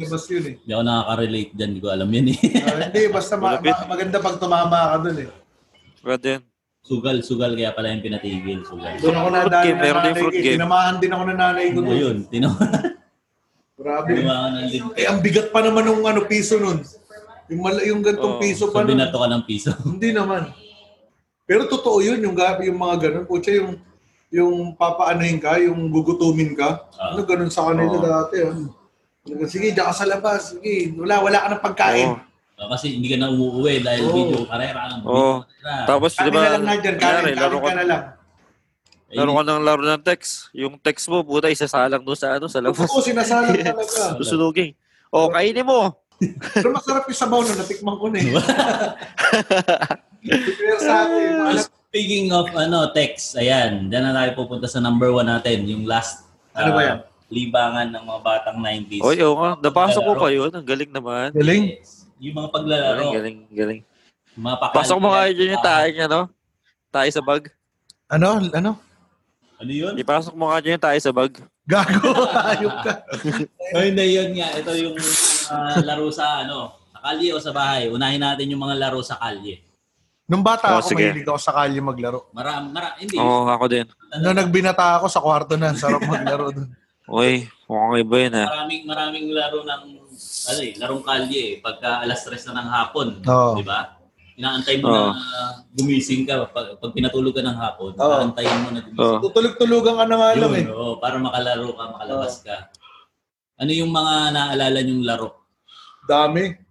Speaker 2: 5, 6.
Speaker 4: lumalabas yun eh.
Speaker 3: Hindi ako nakaka-relate dyan. Hindi ko alam yan eh. [LAUGHS]
Speaker 4: Ah, hindi, basta ma-
Speaker 2: Malapit.
Speaker 4: ma- maganda pag tumama ka doon eh.
Speaker 2: Pwede yun.
Speaker 3: sugal, sugal. Kaya pala yung pinatigil. Sugal.
Speaker 4: Doon ako
Speaker 2: Fruit
Speaker 4: nadali
Speaker 2: game,
Speaker 4: ng
Speaker 2: meron din
Speaker 4: nanay ko.
Speaker 2: fruit
Speaker 4: eh.
Speaker 2: game.
Speaker 4: Tinamahan din ako ng nanay ko
Speaker 3: Ano
Speaker 4: doon.
Speaker 3: yun? Tinawa. [LAUGHS]
Speaker 4: Grabe.
Speaker 3: Tinawa ng lid.
Speaker 4: Eh, ang bigat pa naman ng ano, piso nun. Yung, mal- yung
Speaker 2: Oo,
Speaker 4: gantong piso
Speaker 3: So,
Speaker 4: pa nun.
Speaker 3: binato ka ng piso. [LAUGHS]
Speaker 4: Hindi naman. Pero totoo yun, yung, ga- yung mga ganun. Pucha, yung, yung papaanohin ka, yung gugutumin ka.
Speaker 3: Ah.
Speaker 4: Ano, ganun sa kanila
Speaker 2: Oo.
Speaker 4: dati. Ah. Ano, Sige, diyan ka sa labas. Sige, wala, wala ka ng pagkain.
Speaker 2: Oo.
Speaker 3: Oh, kasi hindi ka na umuuwi dahil
Speaker 4: Oo.
Speaker 3: video karera lang.
Speaker 2: Oo. Tapos, di
Speaker 4: Kami
Speaker 2: ba,
Speaker 4: na lang na dyan, kanin,
Speaker 2: kunyari, laro
Speaker 4: kanin
Speaker 2: ka,
Speaker 4: ka na lang.
Speaker 2: laro ka ng laro ng text. Yung text mo, puta, isasalang doon sa ano, sa labas.
Speaker 4: Oo,
Speaker 2: [LAUGHS]
Speaker 4: sinasalang talaga.
Speaker 2: Susunugin. O, kainin mo.
Speaker 4: Pero masarap yung sabaw nun, natikman ko na
Speaker 2: [LAUGHS]
Speaker 4: eh. Pero sa akin, alam-
Speaker 3: Speaking of ano text, ayan, dyan na tayo pupunta sa number one natin, yung last
Speaker 4: Ano ba yan?
Speaker 3: ah, libangan ng mga batang 90s.
Speaker 2: Oy, oo nga. Napasok ko pa yun. Ang galing naman.
Speaker 4: Galing.
Speaker 3: Yes. Yung mga paglalaro,
Speaker 2: Galing, galing, galing.
Speaker 3: mapakal.
Speaker 2: Pasok mo kaya dyan yung tayo niya, no? Tayo sa bag.
Speaker 4: Ano? Ano?
Speaker 3: Ano yun?
Speaker 2: Ipasok mo kaya dyan yung tayo sa bag.
Speaker 4: Gago, [LAUGHS] ayok ka.
Speaker 3: Ay, hindi yun nga. Ito yung ah, laro sa ano, sa kalye o sa bahay. Unahin natin yung mga laro sa kalye.
Speaker 4: Nung bata
Speaker 2: Oh,
Speaker 4: ako,
Speaker 2: sige.
Speaker 4: mahilig ako sa kalye maglaro.
Speaker 3: Maram, mara, hindi.
Speaker 2: Oo, ako din.
Speaker 4: Nung nagbinata ako sa kwarto na, sarap maglaro [LAUGHS] doon.
Speaker 2: Uy, mukhang iba yun, ah. ha?
Speaker 3: Maraming maraming laro ng ano eh, larong kalye eh, pagka alas 3 na ng hapon,
Speaker 4: Oo.
Speaker 3: 'di ba? Inaantay mo
Speaker 2: Oo.
Speaker 3: na gumising ka pag, pag pinatulog ka ng hapon,
Speaker 4: Oo.
Speaker 3: inaantay mo na gumising.
Speaker 2: Oo.
Speaker 4: Tutulog-tulugan ka na nga lang
Speaker 3: Yun,
Speaker 4: eh.
Speaker 3: oo, para makalaro ka, makalabas ka. Ano yung mga naalala niyong laro?
Speaker 4: Dami.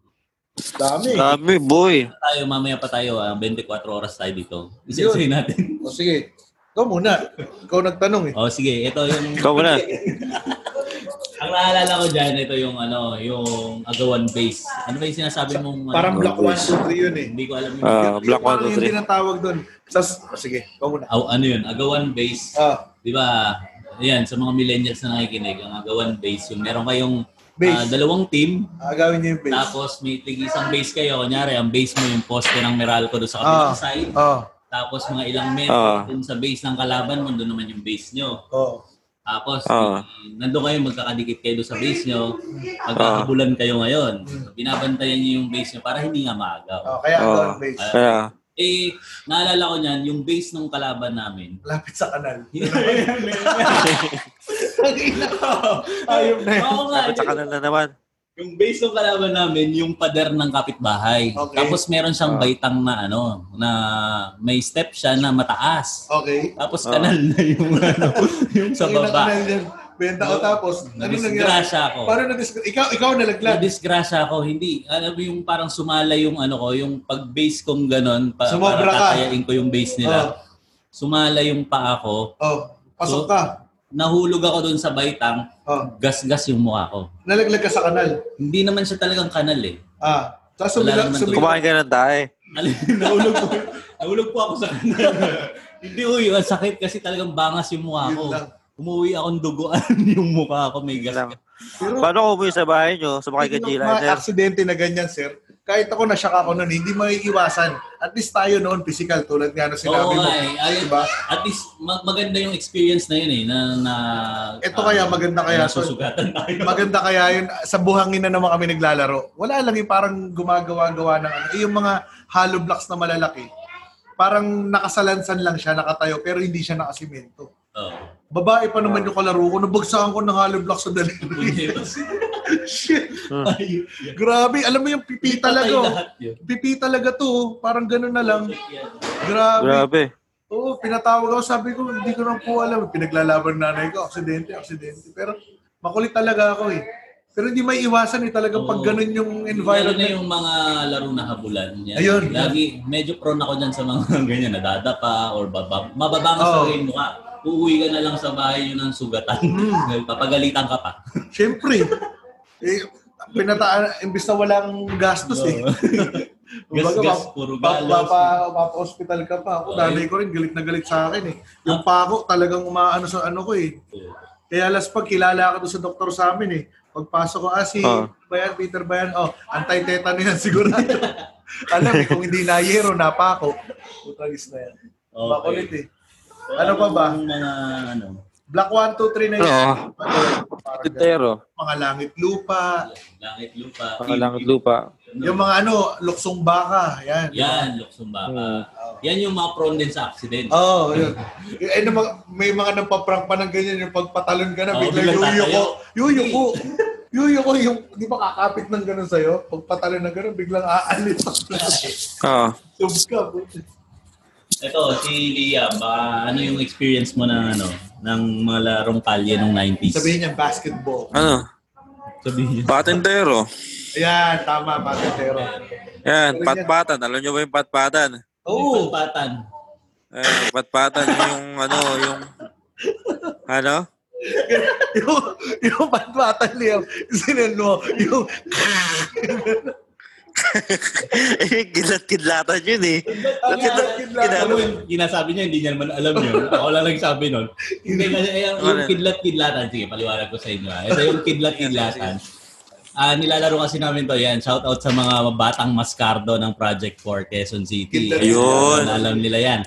Speaker 4: Dami.
Speaker 2: Dami, boy.
Speaker 3: Tayo mamaya pa tayo, ah, 24 oras tayo dito.
Speaker 4: Yun.
Speaker 3: Isa-isahin [LAUGHS] natin.
Speaker 4: O sige, ikaw muna. Ikaw nagtanong eh.
Speaker 3: oh, sige, ito yung
Speaker 2: Ikaw muna.
Speaker 3: Ang naalala ko dyan, ito yung ano, yung agawan base. Ano ba yung sinasabi mong...
Speaker 4: Parang
Speaker 3: ano,
Speaker 4: Black 1, 2, 3 yun eh.
Speaker 3: Hindi ko alam yung...
Speaker 2: Oh Ah, Black
Speaker 4: Yung parang
Speaker 2: 1, 2,
Speaker 4: Yung
Speaker 2: 3.
Speaker 4: tinatawag doon. Sas, o sige, ikaw muna.
Speaker 3: Aw- ano yun, agawan base.
Speaker 4: Ah,
Speaker 3: Di ba? Ayan, sa mga millennials na nakikinig, ang agawan base, yung meron kayong
Speaker 4: Base.
Speaker 3: ah, dalawang team,
Speaker 4: agawin niyo yung base.
Speaker 3: tapos may tig isang base kayo. Kunyari, ang base mo yung poste ng Meralco doon sa kabilang
Speaker 4: Ah.
Speaker 3: side.
Speaker 4: Oo.
Speaker 3: Tapos mga ilang metro
Speaker 2: Ah.
Speaker 3: dun sa base ng kalaban mo, doon naman yung base nyo.
Speaker 4: Oo.
Speaker 3: Tapos,
Speaker 2: Ah.
Speaker 3: eh, nandun kayo, magkakadikit kayo doon sa base nyo, magkakabulan kayo ngayon. Binabantayan nyo yung base nyo para hindi nga maagaw.
Speaker 4: Oo, Ah, Kaya
Speaker 2: Oo.
Speaker 4: agawan base.
Speaker 2: Kaya,
Speaker 3: Eh, naalala ko niyan, yung base ng kalaban
Speaker 4: [LAUGHS]
Speaker 3: namin.
Speaker 4: Lapit sa kanal.
Speaker 3: Ayun
Speaker 4: na yun.
Speaker 3: Oo nga,
Speaker 2: kapit sa kanal na naman.
Speaker 3: Yung base ng kalaban namin, yung pader ng kapitbahay.
Speaker 4: Okay.
Speaker 3: Tapos meron siyang baitang na ano, na may step siya na mataas.
Speaker 4: Okay.
Speaker 3: Tapos kanal na yung [LAUGHS] ano, yung sa
Speaker 4: Yung
Speaker 3: baba.
Speaker 4: Kanal yan. Benta ko tapos. Ano nangyari?
Speaker 3: Nadisgrasya ako.
Speaker 4: Paano na-disgrace? Ikaw, ikaw nalaglag.
Speaker 3: Nadisgrasya ako, hindi. Alam mo yung parang sumala yung ano ko, yung pag-base kong ganun, pa,
Speaker 4: Sumobra
Speaker 3: para
Speaker 4: ka. Ah.
Speaker 3: tatayain ko yung base nila. Sumala yung paa ko,
Speaker 4: Oh, pasok
Speaker 3: So,
Speaker 4: ka.
Speaker 3: nahulog ako dun sa baitang,
Speaker 4: Oh,
Speaker 3: gasgas yung mukha ko.
Speaker 4: nalaglag ka sa kanal.
Speaker 3: Hindi naman siya talagang kanal eh.
Speaker 4: Ah, tapos sumila,
Speaker 3: Wala naman
Speaker 4: sumila,
Speaker 2: Kumain ka ng tayo.
Speaker 3: [LAUGHS] Alin, naulog po. naulog po ako sa kanila. Hindi uy, ang sakit kasi talagang bangas yung mukha
Speaker 4: Yun
Speaker 3: ko.
Speaker 4: lang.
Speaker 3: Umuwi akong dugoan [LAUGHS] yung mukha ko. May gas.
Speaker 2: Lang.
Speaker 4: Pero,
Speaker 2: Paano ko umuwi sa bahay nyo? Sumakay ka,
Speaker 4: yung
Speaker 2: G-Liner?
Speaker 4: mga aksidente na ganyan, sir, kahit ako na ako noon, hindi maiiwasan. At least tayo noon, physical, tulad nga na sinabi
Speaker 3: Oo
Speaker 4: mo.
Speaker 3: nga eh. Ayun,
Speaker 4: Diba?
Speaker 3: At least ma- maganda yung experience na yun eh. Na, na, ah,
Speaker 4: Ito kaya, maganda kaya,
Speaker 3: na Susugatan tayo.
Speaker 4: Maganda kaya yun, sa buhangin na naman kami naglalaro. Wala lang yung parang gumagawa-gawa ng ano. Eh, Yung mga hollow blocks na malalaki, parang nakasalansan lang siya, nakatayo, pero hindi siya nakasimento.
Speaker 3: Oo.
Speaker 4: Babae pa naman yung kalaro ko, nabagsakan ko ng hollow blocks sa daliri. [LAUGHS] Shit!
Speaker 3: Ay,
Speaker 4: Grabe, alam mo yung pipi talaga.
Speaker 3: patay
Speaker 4: oh.
Speaker 3: lahat yun.
Speaker 4: Pipi talaga to, oh. parang ganun na lang.
Speaker 3: Check yan.
Speaker 4: Grabe.
Speaker 2: Grabe.
Speaker 4: Oo, pinatawag ako, sabi ko, hindi ko na po alam. Pinaglalaban ng nanay ko, aksidente, aksidente. Pero makulit talaga ako eh. Pero hindi may iwasan eh, talagang pag
Speaker 3: Oo.
Speaker 4: ganun yung
Speaker 3: Lalo na
Speaker 4: environment.
Speaker 3: yung mga laro na habulan. Yan.
Speaker 4: Ayun.
Speaker 3: Lagi, medyo prone ako dyan sa mga [LAUGHS] ganyan, nadadapa or baba, mababangas
Speaker 4: Oo.
Speaker 3: sa rin mukha. Uuwi ka na lang sa bahay yun ang sugatan.
Speaker 4: Hmm.
Speaker 3: [LAUGHS] Papagalitan ka pa. [LAUGHS]
Speaker 4: Siyempre, eh, pinataan, imbis na walang gastos eh.
Speaker 3: Oo.
Speaker 4: [LAUGHS] Kumbaga,
Speaker 3: Gas-gas,
Speaker 4: pap-
Speaker 3: puro
Speaker 4: pap-
Speaker 3: galos.
Speaker 4: papa- Papa-hospital ka pa. Ako,
Speaker 3: Oo,
Speaker 4: nanay ko rin, galit na galit sa akin eh. Yung pako, talagang umaano sa ano ko eh. Kaya last pag kilala ako doon sa doktor sa amin eh. Pagpasok ko, ah si
Speaker 2: Oo.
Speaker 4: Bayan, Peter Bayan, oh, antay-teta na yan [LAUGHS] sigurado. Alam eh, kung hindi na yero, napako. Putagis na yan.
Speaker 3: Okay.
Speaker 4: Makulit eh. Ano pa ba?
Speaker 3: Yung mga ano,
Speaker 4: Black 1, 2, 3 na yan.
Speaker 2: Oo.
Speaker 4: Parang ganun.
Speaker 2: Tintero.
Speaker 4: Mga langit lupa.
Speaker 3: langit lupa.
Speaker 2: Pangalangit lupa.
Speaker 4: Yung mga ano, luksong baka. Yan.
Speaker 3: Yan, luksong baka. Yan yung mga prone din sa accident.
Speaker 4: Oo, oh, yun. Eh, ano, mga- may mga nagpa-prank pa ng ganyan, yung pagpatalon ka na,
Speaker 3: Oo,
Speaker 4: bigla
Speaker 3: biglang
Speaker 4: yuyo ko,
Speaker 3: tatayo.
Speaker 4: yuyo ko, yuyo ko, yung, di ba kakapit ng ganun sa'yo? Pagpatalon ng ganun, biglang aalit sa flash.
Speaker 2: Oo.
Speaker 4: Tub ka, po.
Speaker 3: Ito, si Liam, baka ano yung experience mo ng ano, ng mga larong kalye ng 90s?
Speaker 4: Sabihin niya, basketball.
Speaker 2: Ano?
Speaker 3: Sabihin niya.
Speaker 2: Patintero.
Speaker 4: Ayan, tama, basketero. [LAUGHS]
Speaker 2: Yan, patpatan. Alam nyo ba yung patpatan?
Speaker 4: Oo,
Speaker 3: Patan.
Speaker 2: Eh, patpatan yung ano, yung... Ano? [LAUGHS]
Speaker 4: yung, yung patpatan niya, sinalo, yung,
Speaker 2: eh, kidlat-kidlatan yun eh.
Speaker 4: Ang
Speaker 2: Kidlat-
Speaker 4: kidlat-kidlatan.
Speaker 2: kidlat-
Speaker 3: Alam mo yung ginasabi niya, hindi niya naman alam
Speaker 4: [LAUGHS]
Speaker 3: yun. Ako lang nagsabi nun. Hindi, kasi eh, yung, yung kidlat-kidlatan, sige, paliwanag ko sa inyo. ah. Ito yung kidlat-kidlatan. Ah, nilalaro kasi namin to. Yan, shout out sa mga batang maskardo ng Project 4 Quezon City.
Speaker 4: Kidlat-
Speaker 2: Yun.
Speaker 3: Alam, alam nila yan.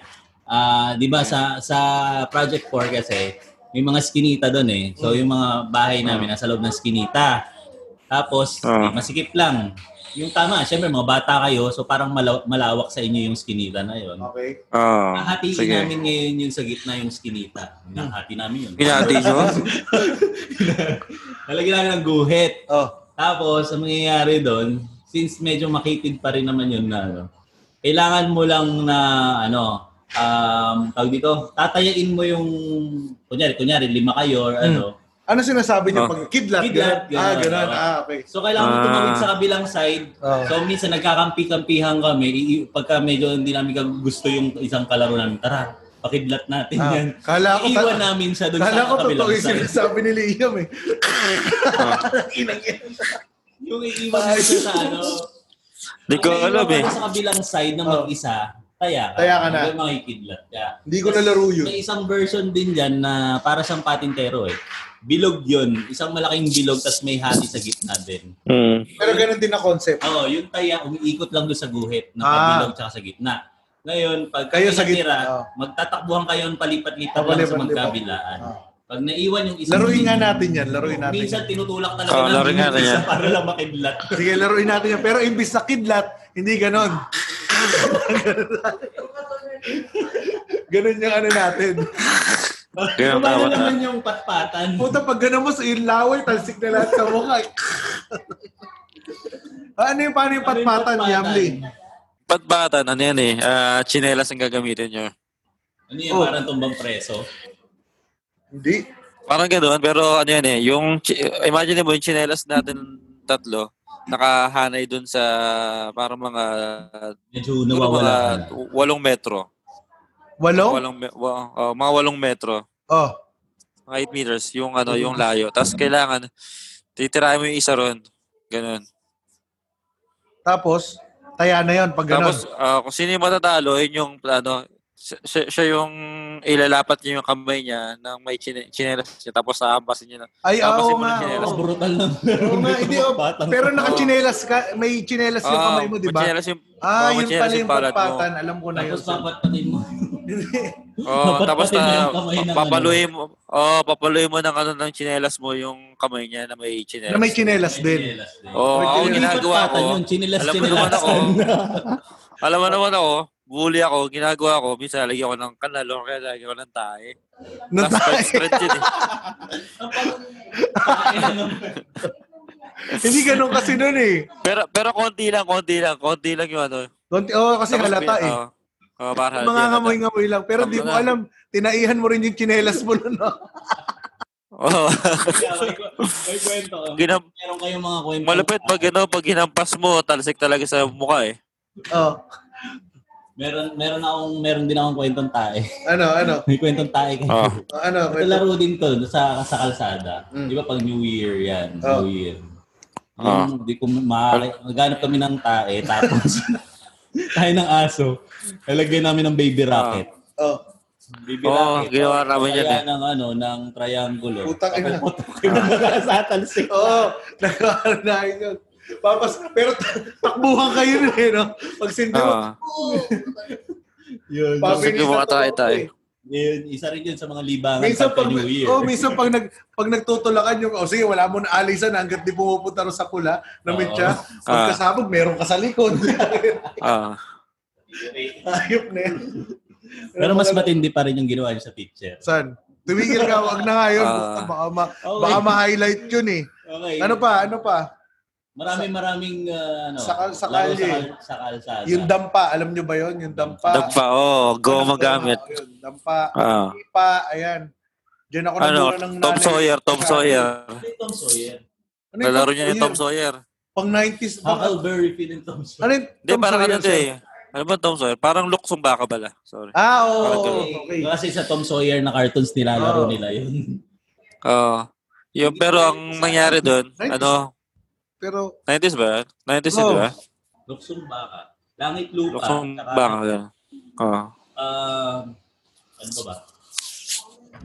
Speaker 3: Ah, 'di ba sa sa Project 4 kasi may mga skinita doon eh.
Speaker 4: Mm.
Speaker 3: So yung mga bahay namin nasa loob ng skinita. Tapos
Speaker 2: Ah.
Speaker 3: eh, masikip lang. Yung tama, syempre mga bata kayo, so parang malaw- malawak sa inyo yung skinita na yun.
Speaker 4: okay.
Speaker 2: Oo.
Speaker 3: Hahatiin
Speaker 2: Ah, Sige.
Speaker 3: namin ngayon yung sa gitna yung skinita. Hinahati namin yun.
Speaker 2: Pinati nyo?
Speaker 3: Lalagyan namin ng guhit.
Speaker 4: Oh,
Speaker 3: Tapos, ang mangyayari doon, since medyo makitid pa rin naman yun na, ano, kailangan mo lang na, ano, um, tawag dito, tatayain mo yung, kunyari, kunyari, lima kayo or
Speaker 2: Hmm.
Speaker 3: ano.
Speaker 4: ano sinasabi niya?
Speaker 2: Oh.
Speaker 4: Pag kidlat,
Speaker 3: Kidlat,
Speaker 4: ganun. Ah,
Speaker 3: ganun.
Speaker 4: ganun.
Speaker 3: Oh.
Speaker 4: Ah, okay.
Speaker 3: So, kailangan mo
Speaker 2: Ah.
Speaker 3: tumawid sa kabilang side.
Speaker 4: Oh.
Speaker 3: So, minsan nagkakampi-kampihan kami. I- pagka medyo hindi namin kag- gusto yung isang kalaro namin, tara, pakidlat natin
Speaker 4: Ah,
Speaker 3: yan.
Speaker 4: kala ko-
Speaker 3: Iiwan namin siya doon
Speaker 4: Kala ko
Speaker 3: sa kabilang
Speaker 4: totoo yung
Speaker 3: side.
Speaker 4: sinasabi ni Liam eh.
Speaker 3: Yung iiwan mo siya sa ano,
Speaker 2: Hindi ko
Speaker 3: Ang
Speaker 2: alam
Speaker 3: naiwan
Speaker 2: eh.
Speaker 3: mo Sa kabilang side na
Speaker 4: Oh.
Speaker 3: mag-isa, taya ka.
Speaker 4: Taya ka na.
Speaker 3: Hindi makikidlat ka.
Speaker 4: Hindi ko nalaro yun.
Speaker 3: May isang version din dyan na para siyang patintero eh. Bilog yun. Isang malaking bilog tas may hati sa gitna din.
Speaker 2: Hmm.
Speaker 4: Pero ganun din ang concept.
Speaker 3: Oo, yung taya, umiikot lang doon sa guhit na
Speaker 4: Ah.
Speaker 3: pabilog tsaka sa gitna. Ngayon, pag
Speaker 4: Kayo sa gitna,
Speaker 3: tinira,
Speaker 4: oh.
Speaker 3: magtatakbuhan kayo ng palipat-lipat
Speaker 4: Oh,
Speaker 3: lang sa
Speaker 4: palipat-lipat.
Speaker 3: magkabilaan.
Speaker 4: Oh.
Speaker 3: Pag naiwan yung isang...
Speaker 4: Laruin nga
Speaker 3: bilog,
Speaker 4: natin yan, laruin natin
Speaker 3: Minsan tinutulak talaga
Speaker 2: Oh, laruin
Speaker 3: namin
Speaker 2: nga
Speaker 3: yung
Speaker 2: natin
Speaker 3: isa
Speaker 2: yan.
Speaker 3: para lang makidlat.
Speaker 4: Sige, laruin natin yan. Pero imbis na kidlat, hindi [LAUGHS] ganon. ganon yung ano natin.
Speaker 2: [LAUGHS] Kaya ang
Speaker 3: Kumano
Speaker 2: tawag na.
Speaker 3: naman yung patpatan.
Speaker 4: Puta, pag ganon mo sa ilaway, talsik na lahat sa mukha. eh. Ah, ano yung paano yung patpatan, Yamli?
Speaker 2: Patbatan, ano yan eh. Ah, chinelas ang gagamitin nyo.
Speaker 3: Ano yun,
Speaker 4: Oh.
Speaker 3: parang tumbang preso?
Speaker 4: Hindi.
Speaker 2: Parang ganoon, pero ano yan eh. Yung, chi- imagine mo yung chinelas natin tatlo, nakahanay dun sa parang mga siguro
Speaker 3: Medyo nawawala
Speaker 2: mga
Speaker 3: ka na.
Speaker 2: walong metro.
Speaker 4: Walong?
Speaker 2: Walong me- wa- oh, mga walong metro.
Speaker 4: Oh.
Speaker 2: Mga 8 meters, yung ano, yung layo. Tapos kailangan, titirahin mo yung isa ron. Ganun.
Speaker 4: Tapos, Taya na yun pag ganun.
Speaker 7: Tapos, ah, kung sino yung matatalo, yun yung plano. Si- si- Siya yung ilalapat niya yung kamay niya ng may chine- chinelas niya. Tapos, aampasin niya na.
Speaker 4: Ay,
Speaker 7: tapos
Speaker 4: oo
Speaker 7: yung
Speaker 4: nga.
Speaker 7: chinelas.
Speaker 4: oo.
Speaker 3: Mas brutal lang.
Speaker 4: Oo nga, hindi. oh. Pero nakachinelas ka, may chinelas yung
Speaker 7: Ah,
Speaker 4: kamay mo, di ba?
Speaker 7: Chinelas yung,
Speaker 4: Ah,
Speaker 2: oh,
Speaker 7: oo,
Speaker 4: yun
Speaker 7: chinelas
Speaker 4: pala yung
Speaker 7: palad mo.
Speaker 4: pagpatan. Alam ko na yun.
Speaker 3: Tapos papatpatin
Speaker 4: [LAUGHS]
Speaker 3: mo.
Speaker 7: Oo,
Speaker 2: Oh,
Speaker 3: Dapat
Speaker 7: tapos
Speaker 3: pati
Speaker 7: na,
Speaker 3: na yung kamay ng ano.
Speaker 7: papaluin mo, oh, papaluin mo ng ano ng chinelas mo yung kamay niya na may chinelas.
Speaker 4: Na may chinelas din.
Speaker 2: Oh,
Speaker 7: Oo,
Speaker 4: May
Speaker 7: ako
Speaker 4: chinelas.
Speaker 7: ginagawa ko.
Speaker 3: Patpatan yun, chinilas,
Speaker 7: Alam mo naman
Speaker 3: [LAUGHS]
Speaker 7: ako.
Speaker 3: chinilasan.
Speaker 7: alam mo naman ako, bully ako, ginagawa ko, minsan lagyan ko ng kanal o kaya lagyan ko ng tae.
Speaker 4: Ng
Speaker 7: Tapos
Speaker 4: tae.
Speaker 7: pag-spread yun eh.
Speaker 4: [LAUGHS] Hindi ganun kasi nun eh.
Speaker 7: Pero, pero konti lang, konti lang, konti lang yung ano.
Speaker 4: Konti, oh, kasi
Speaker 7: Tapos
Speaker 4: halata
Speaker 7: pin-
Speaker 4: eh.
Speaker 7: oo. Oo, para halata.
Speaker 4: Mga ngamoy-ngamoy lang. Pero di mo
Speaker 7: Tama na.
Speaker 4: alam, tinaihan mo rin yung chinelas mo nun. No? [LAUGHS]
Speaker 7: Oo. [LAUGHS]
Speaker 3: May kwento. [LAUGHS] ka.
Speaker 7: Ginam-
Speaker 3: Meron kayong mga kwento.
Speaker 7: malupit pag ano, pag hinampas mo, talsik talaga sa mukha eh.
Speaker 4: Oh,
Speaker 3: Meron, meron akong, meron din akong kwentong tae. [LAUGHS]
Speaker 4: ano, ano?
Speaker 3: May kwentong tae kayo.
Speaker 7: Oo.
Speaker 4: Oh, ano?
Speaker 3: Ito laro din to sa, sa kalsada.
Speaker 4: Mm.
Speaker 3: Di ba pag New Year yan?
Speaker 4: Oh.
Speaker 3: New Year.
Speaker 7: Ah.
Speaker 3: Yung, di ko maaari. Naghanap kami ng tae, [LAUGHS] tapos tayo ng aso. Nalagyan namin ng baby rocket.
Speaker 4: Oh,
Speaker 3: Baby
Speaker 7: Oo, Ah. Oh, ginawa namin
Speaker 3: Kaya
Speaker 7: yan eh.
Speaker 3: ng ano, ng triangulo.
Speaker 4: Putang ina.
Speaker 3: Putak ina. Nakasatal siya.
Speaker 4: Oo, nagkakaroon na yun. Papas, pero [LAUGHS] takbuhan kayo nun eh, no? Pag sindi mo,
Speaker 7: Oo.
Speaker 3: [LAUGHS] Yun.
Speaker 4: Papi-
Speaker 7: Sige, mukha tayo tayo.
Speaker 3: Yun, isa rin yun sa mga libangan
Speaker 4: eh. minsan
Speaker 3: sa
Speaker 4: pag,
Speaker 3: New Year.
Speaker 4: oh, minsan pag, nag, pag nagtutulakan yung, oh, sige, wala mo na alisan hanggat di pumupunta rin sa kula na
Speaker 3: Oo.
Speaker 4: mitya. Pag kasabog, meron ka sa
Speaker 3: [LAUGHS]
Speaker 4: likod.
Speaker 7: Ah.
Speaker 4: Ayop na yan.
Speaker 3: Pero mas matindi pa rin yung ginawa niya sa picture.
Speaker 4: San? Tumigil ka, wag na nga yun.
Speaker 7: Ah.
Speaker 4: baka, ma-
Speaker 3: Okay.
Speaker 4: baka ma-highlight yun eh.
Speaker 3: Okay.
Speaker 4: Ano pa, ano pa?
Speaker 3: Maraming maraming uh, ano,
Speaker 4: Sa kal- sa
Speaker 3: laro
Speaker 4: kalye.
Speaker 3: kal- sa kalsada.
Speaker 4: Yung dampa, alam nyo ba yun? Yung dampa.
Speaker 7: Dagpa, oo. Oh, go magamit.
Speaker 4: Oo, yun, dampa.
Speaker 7: Ah.
Speaker 4: Ipa, ayan. Diyan ako
Speaker 7: Ano,
Speaker 4: nagmura ng nanay.
Speaker 7: Tom Sawyer, Tom Sawyer.
Speaker 3: Ano yung Tom Sawyer?
Speaker 4: Ano yung
Speaker 7: Nalaro niya yung Tom Sawyer.
Speaker 4: Pang 90s.
Speaker 3: Ah,
Speaker 4: Baka,
Speaker 3: Huckleberry Finn and Tom
Speaker 4: ano
Speaker 3: Sawyer.
Speaker 4: yung
Speaker 7: Hindi,
Speaker 4: Tom
Speaker 7: parang
Speaker 4: Sawyer,
Speaker 7: ano to
Speaker 4: sir?
Speaker 7: eh. Ano ba Tom Sawyer? Parang luksong baka pala. Sorry.
Speaker 4: Ah, oo.
Speaker 7: Parang
Speaker 4: oo,
Speaker 7: ganun.
Speaker 4: okay. Oh.
Speaker 3: Kasi sa Tom Sawyer na cartoons nilalaro
Speaker 4: Oo.
Speaker 3: nila yun. [LAUGHS]
Speaker 7: Oo. Yung, pero ang nangyari doon,
Speaker 4: 90s.
Speaker 7: ano,
Speaker 4: Pero,
Speaker 7: 90s ba? 90s yun,
Speaker 4: Oo.
Speaker 7: di ba?
Speaker 3: Luksong baka. Langit lupa.
Speaker 7: Luksong
Speaker 3: tsaka,
Speaker 7: baka. ganun. Oo.
Speaker 3: ah, ano ba ba?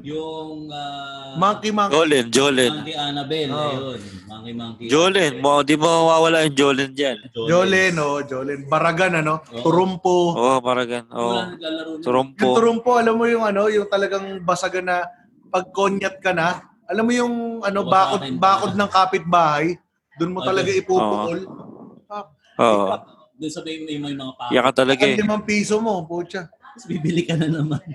Speaker 3: Yung ah,
Speaker 4: monkey, monkey.
Speaker 7: Jolin, Jolin.
Speaker 3: Monkey Annabelle.
Speaker 4: Oo.
Speaker 3: Ayun. Monkey Monkey.
Speaker 7: Jolin, mo, di mo mawawala yung Jolin dyan.
Speaker 4: Jolene, oh, Jolene. Baragan, ano? Turumpo.
Speaker 7: Oo, parang gan. Oo.
Speaker 3: Wala naglalaro nila.
Speaker 4: Yung
Speaker 7: Turumpo.
Speaker 4: turumpo, alam mo yung ano, yung talagang basagan na pag konyat ka na, alam mo yung ano,
Speaker 3: Wala
Speaker 4: bakod,
Speaker 3: rin.
Speaker 4: bakod ng kapitbahay, doon mo
Speaker 3: Okay.
Speaker 4: talaga ipupukol. Ah,
Speaker 7: Oo.
Speaker 3: Doon sa may, may, may mga pangit.
Speaker 7: Yan ka talaga
Speaker 4: Ang
Speaker 7: eh.
Speaker 4: limang piso mo, putya.
Speaker 3: Bibili ka na
Speaker 4: [LAUGHS]
Speaker 3: naman.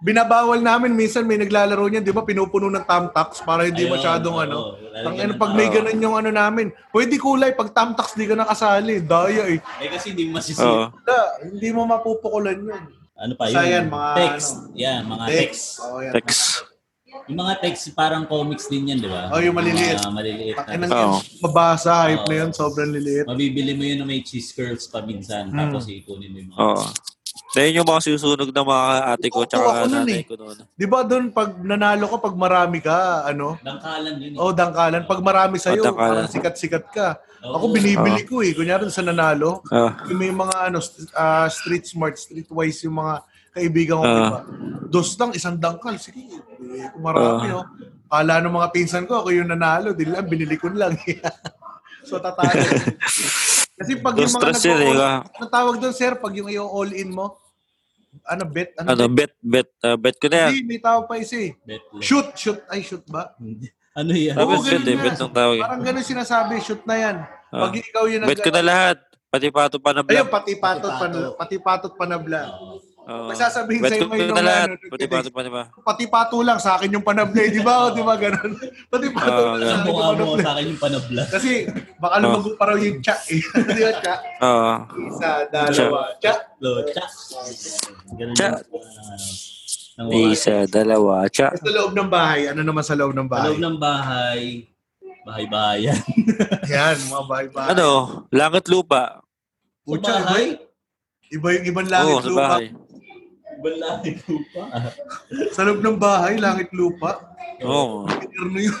Speaker 4: Binabawal namin minsan may naglalaro niyan, 'di ba? Pinupuno ng tamtax para hindi
Speaker 3: Ayun,
Speaker 4: masyadong
Speaker 3: oo.
Speaker 4: ano.
Speaker 3: Lalagyan
Speaker 4: Ang
Speaker 3: ng
Speaker 4: ano pag may
Speaker 7: tao.
Speaker 4: ganun yung ano namin, pwede kulay pag tamtax di ka nakasali, daya eh.
Speaker 3: Eh kasi hindi mo
Speaker 7: Oo.
Speaker 3: masisip.
Speaker 4: Da, hindi mo mapupukulan 'yun.
Speaker 3: Ano pa yun?
Speaker 4: Basta yan, mga
Speaker 3: text.
Speaker 4: ano.
Speaker 3: Yan,
Speaker 7: Ah,
Speaker 3: mga text.
Speaker 4: Text. Oh, yan.
Speaker 7: Text.
Speaker 3: Yung mga text parang comics din yan, di ba?
Speaker 4: Oh, yung maliliit.
Speaker 3: Mga maliliit. na
Speaker 4: Takin ng
Speaker 7: Oo.
Speaker 4: mabasa, hype na
Speaker 3: Oo.
Speaker 4: 'yan, sobrang liliit.
Speaker 3: Mabibili mo yun na may cheese curls pa
Speaker 4: Hmm.
Speaker 3: minsan. Tapos ikunin mo yung mga...
Speaker 7: Oo. Dahil yung mga susunog ng mga ate
Speaker 4: Oo,
Speaker 7: ko
Speaker 4: ako
Speaker 7: tsaka
Speaker 4: nun eh.
Speaker 7: nanay ko noon.
Speaker 4: 'Di ba doon pag nanalo ka pag marami ka, ano?
Speaker 3: Dangkalan yun. eh.
Speaker 4: Oh, dangkalan pag marami sa
Speaker 7: Oh, dangkalan.
Speaker 4: parang sikat-sikat ka.
Speaker 3: Oo.
Speaker 4: Ako binibili ko eh, kunyari sa nanalo.
Speaker 7: Ah.
Speaker 4: Yung may mga ano st- ah, street smart, streetwise yung mga kaibigan ko,
Speaker 7: Ah.
Speaker 4: di ba? Dos lang, isang dangkal. Sige, eh, kung marami, oh. Kala ng mga pinsan ko, ako yung nanalo. Di lang, binili ko lang. [LAUGHS] so, tatalo. Kasi pag yung
Speaker 7: Dos,
Speaker 4: mga
Speaker 7: tres yun, eh,
Speaker 4: nag-all,
Speaker 7: ka.
Speaker 4: ano tawag doon, sir? Pag yung i-all-in mo, ano, bet? Ano,
Speaker 7: Ano, bet, bet, ah, bet ko na yan.
Speaker 4: Hindi, may tawag pa isa eh.
Speaker 3: Bet lang. [LAUGHS]
Speaker 4: Shoot, shoot. Ay, shoot ba?
Speaker 3: Ano yan?
Speaker 7: Ah,
Speaker 4: Oo,
Speaker 7: bet, bet,
Speaker 4: ganun
Speaker 7: eh,
Speaker 4: nga.
Speaker 7: bet ang tawag eh.
Speaker 4: Parang ganun sinasabi, shoot na yan. Pag ikaw yun ang...
Speaker 7: Ah. Bet ko na lahat. Pati pato pa na
Speaker 4: Ayun,
Speaker 7: black.
Speaker 4: pati patot pa na, pati patot pa na black.
Speaker 7: Oo.
Speaker 4: may sasabihin
Speaker 7: Bet
Speaker 4: sa'yo
Speaker 7: ko
Speaker 4: ngayon
Speaker 7: na
Speaker 4: ng
Speaker 7: lahat.
Speaker 4: ano, ng
Speaker 7: Pati
Speaker 4: kinex.
Speaker 7: pato pa na ba?
Speaker 4: Pati pato lang sa akin yung panablay, di ba? O, di ba ganun? [LAUGHS] Pati pato lang sa
Speaker 3: Ang
Speaker 7: Ah,
Speaker 4: akin yung
Speaker 3: mukha mo
Speaker 4: panablay.
Speaker 3: sa akin yung panabla.
Speaker 4: Kasi baka lumago pa raw yung cha eh. [LAUGHS] Di ba cha?
Speaker 7: Oo.
Speaker 4: Isa, dalawa, cha.
Speaker 3: Lo, tsak. Ganun
Speaker 7: Tsak.
Speaker 3: yung ng mga-
Speaker 7: Isa, dalawa, tsa.
Speaker 4: Sa loob ng bahay, ano naman sa loob ng
Speaker 3: Sa loob
Speaker 4: bahay?
Speaker 3: ng bahay, bahay-bahayan. [LAUGHS]
Speaker 4: Yan, mga bahay-bahay.
Speaker 7: Ano? Langit lupa.
Speaker 3: Sa
Speaker 4: Pucha,
Speaker 3: bahay?
Speaker 4: iba, iba yung ibang langit
Speaker 7: Oo, sa
Speaker 4: lupa.
Speaker 7: bahay.
Speaker 3: Balay ko pa.
Speaker 4: Sa loob ng bahay, langit lupa.
Speaker 7: Oo.
Speaker 4: Pinirno yun.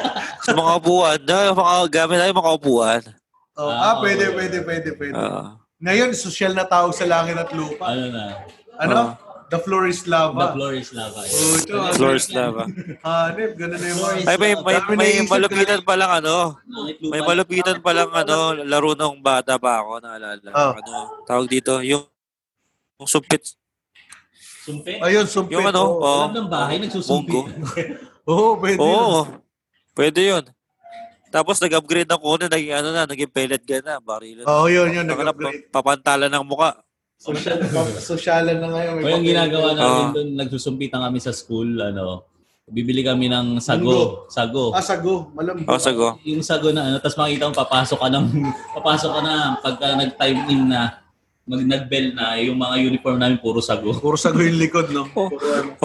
Speaker 4: [LAUGHS]
Speaker 7: Sa mga upuan. Na, mga gamit tayo mga upuan.
Speaker 4: Oh, ah,
Speaker 3: Ah,
Speaker 4: pwede,
Speaker 3: okay.
Speaker 4: pwede, pwede, pwede.
Speaker 7: Ah.
Speaker 4: Ngayon, social na tao sa langit at lupa.
Speaker 3: Ano na?
Speaker 4: Ano? The floor is
Speaker 3: The
Speaker 4: lava.
Speaker 3: floor is lava.
Speaker 4: Oh, ito, ah,
Speaker 7: floor is lava.
Speaker 4: Hanip, ganun na yung mga...
Speaker 7: Ay, may, may,
Speaker 4: Dami
Speaker 7: may
Speaker 4: naisip,
Speaker 7: malupitan pa lang ano.
Speaker 3: Langit, lupa.
Speaker 7: May malupitan pa lang ano, laro nung bata pa ako, naalala.
Speaker 4: Ah.
Speaker 7: Ano, tawag dito, yung yung supit.
Speaker 3: Sumpi?
Speaker 4: Ayun, sumpit.
Speaker 7: Yung ano,
Speaker 4: Oo,
Speaker 7: oo.
Speaker 3: Alam ng bahay, nagsusumpi.
Speaker 7: Munggo.
Speaker 3: [LAUGHS]
Speaker 4: Oo, oh, pwede.
Speaker 7: Oo, pwede yun. Tapos nag-upgrade na kuno, naging ano na, naging pellet gun na, barilan.
Speaker 4: Oo, yun, Oh, yun.
Speaker 7: Saka na pa-
Speaker 4: Nag-upgrade.
Speaker 7: papantala ng muka.
Speaker 4: Social, sosyalan na ngayon.
Speaker 3: O yung ginagawa namin
Speaker 7: Ah.
Speaker 3: doon, nagsusumpitan kami sa school, ano, bibili kami ng sago. Sago.
Speaker 4: Ah, sago. Malambot.
Speaker 7: O, sago.
Speaker 3: Yung sago na ano, tapos makita mo papasok ka ng, [LAUGHS] papasok ka na pagka nag-time in na, mag nag-bell na, yung mga uniform namin puro sago.
Speaker 4: Puro sago yung likod, no?
Speaker 7: Oo,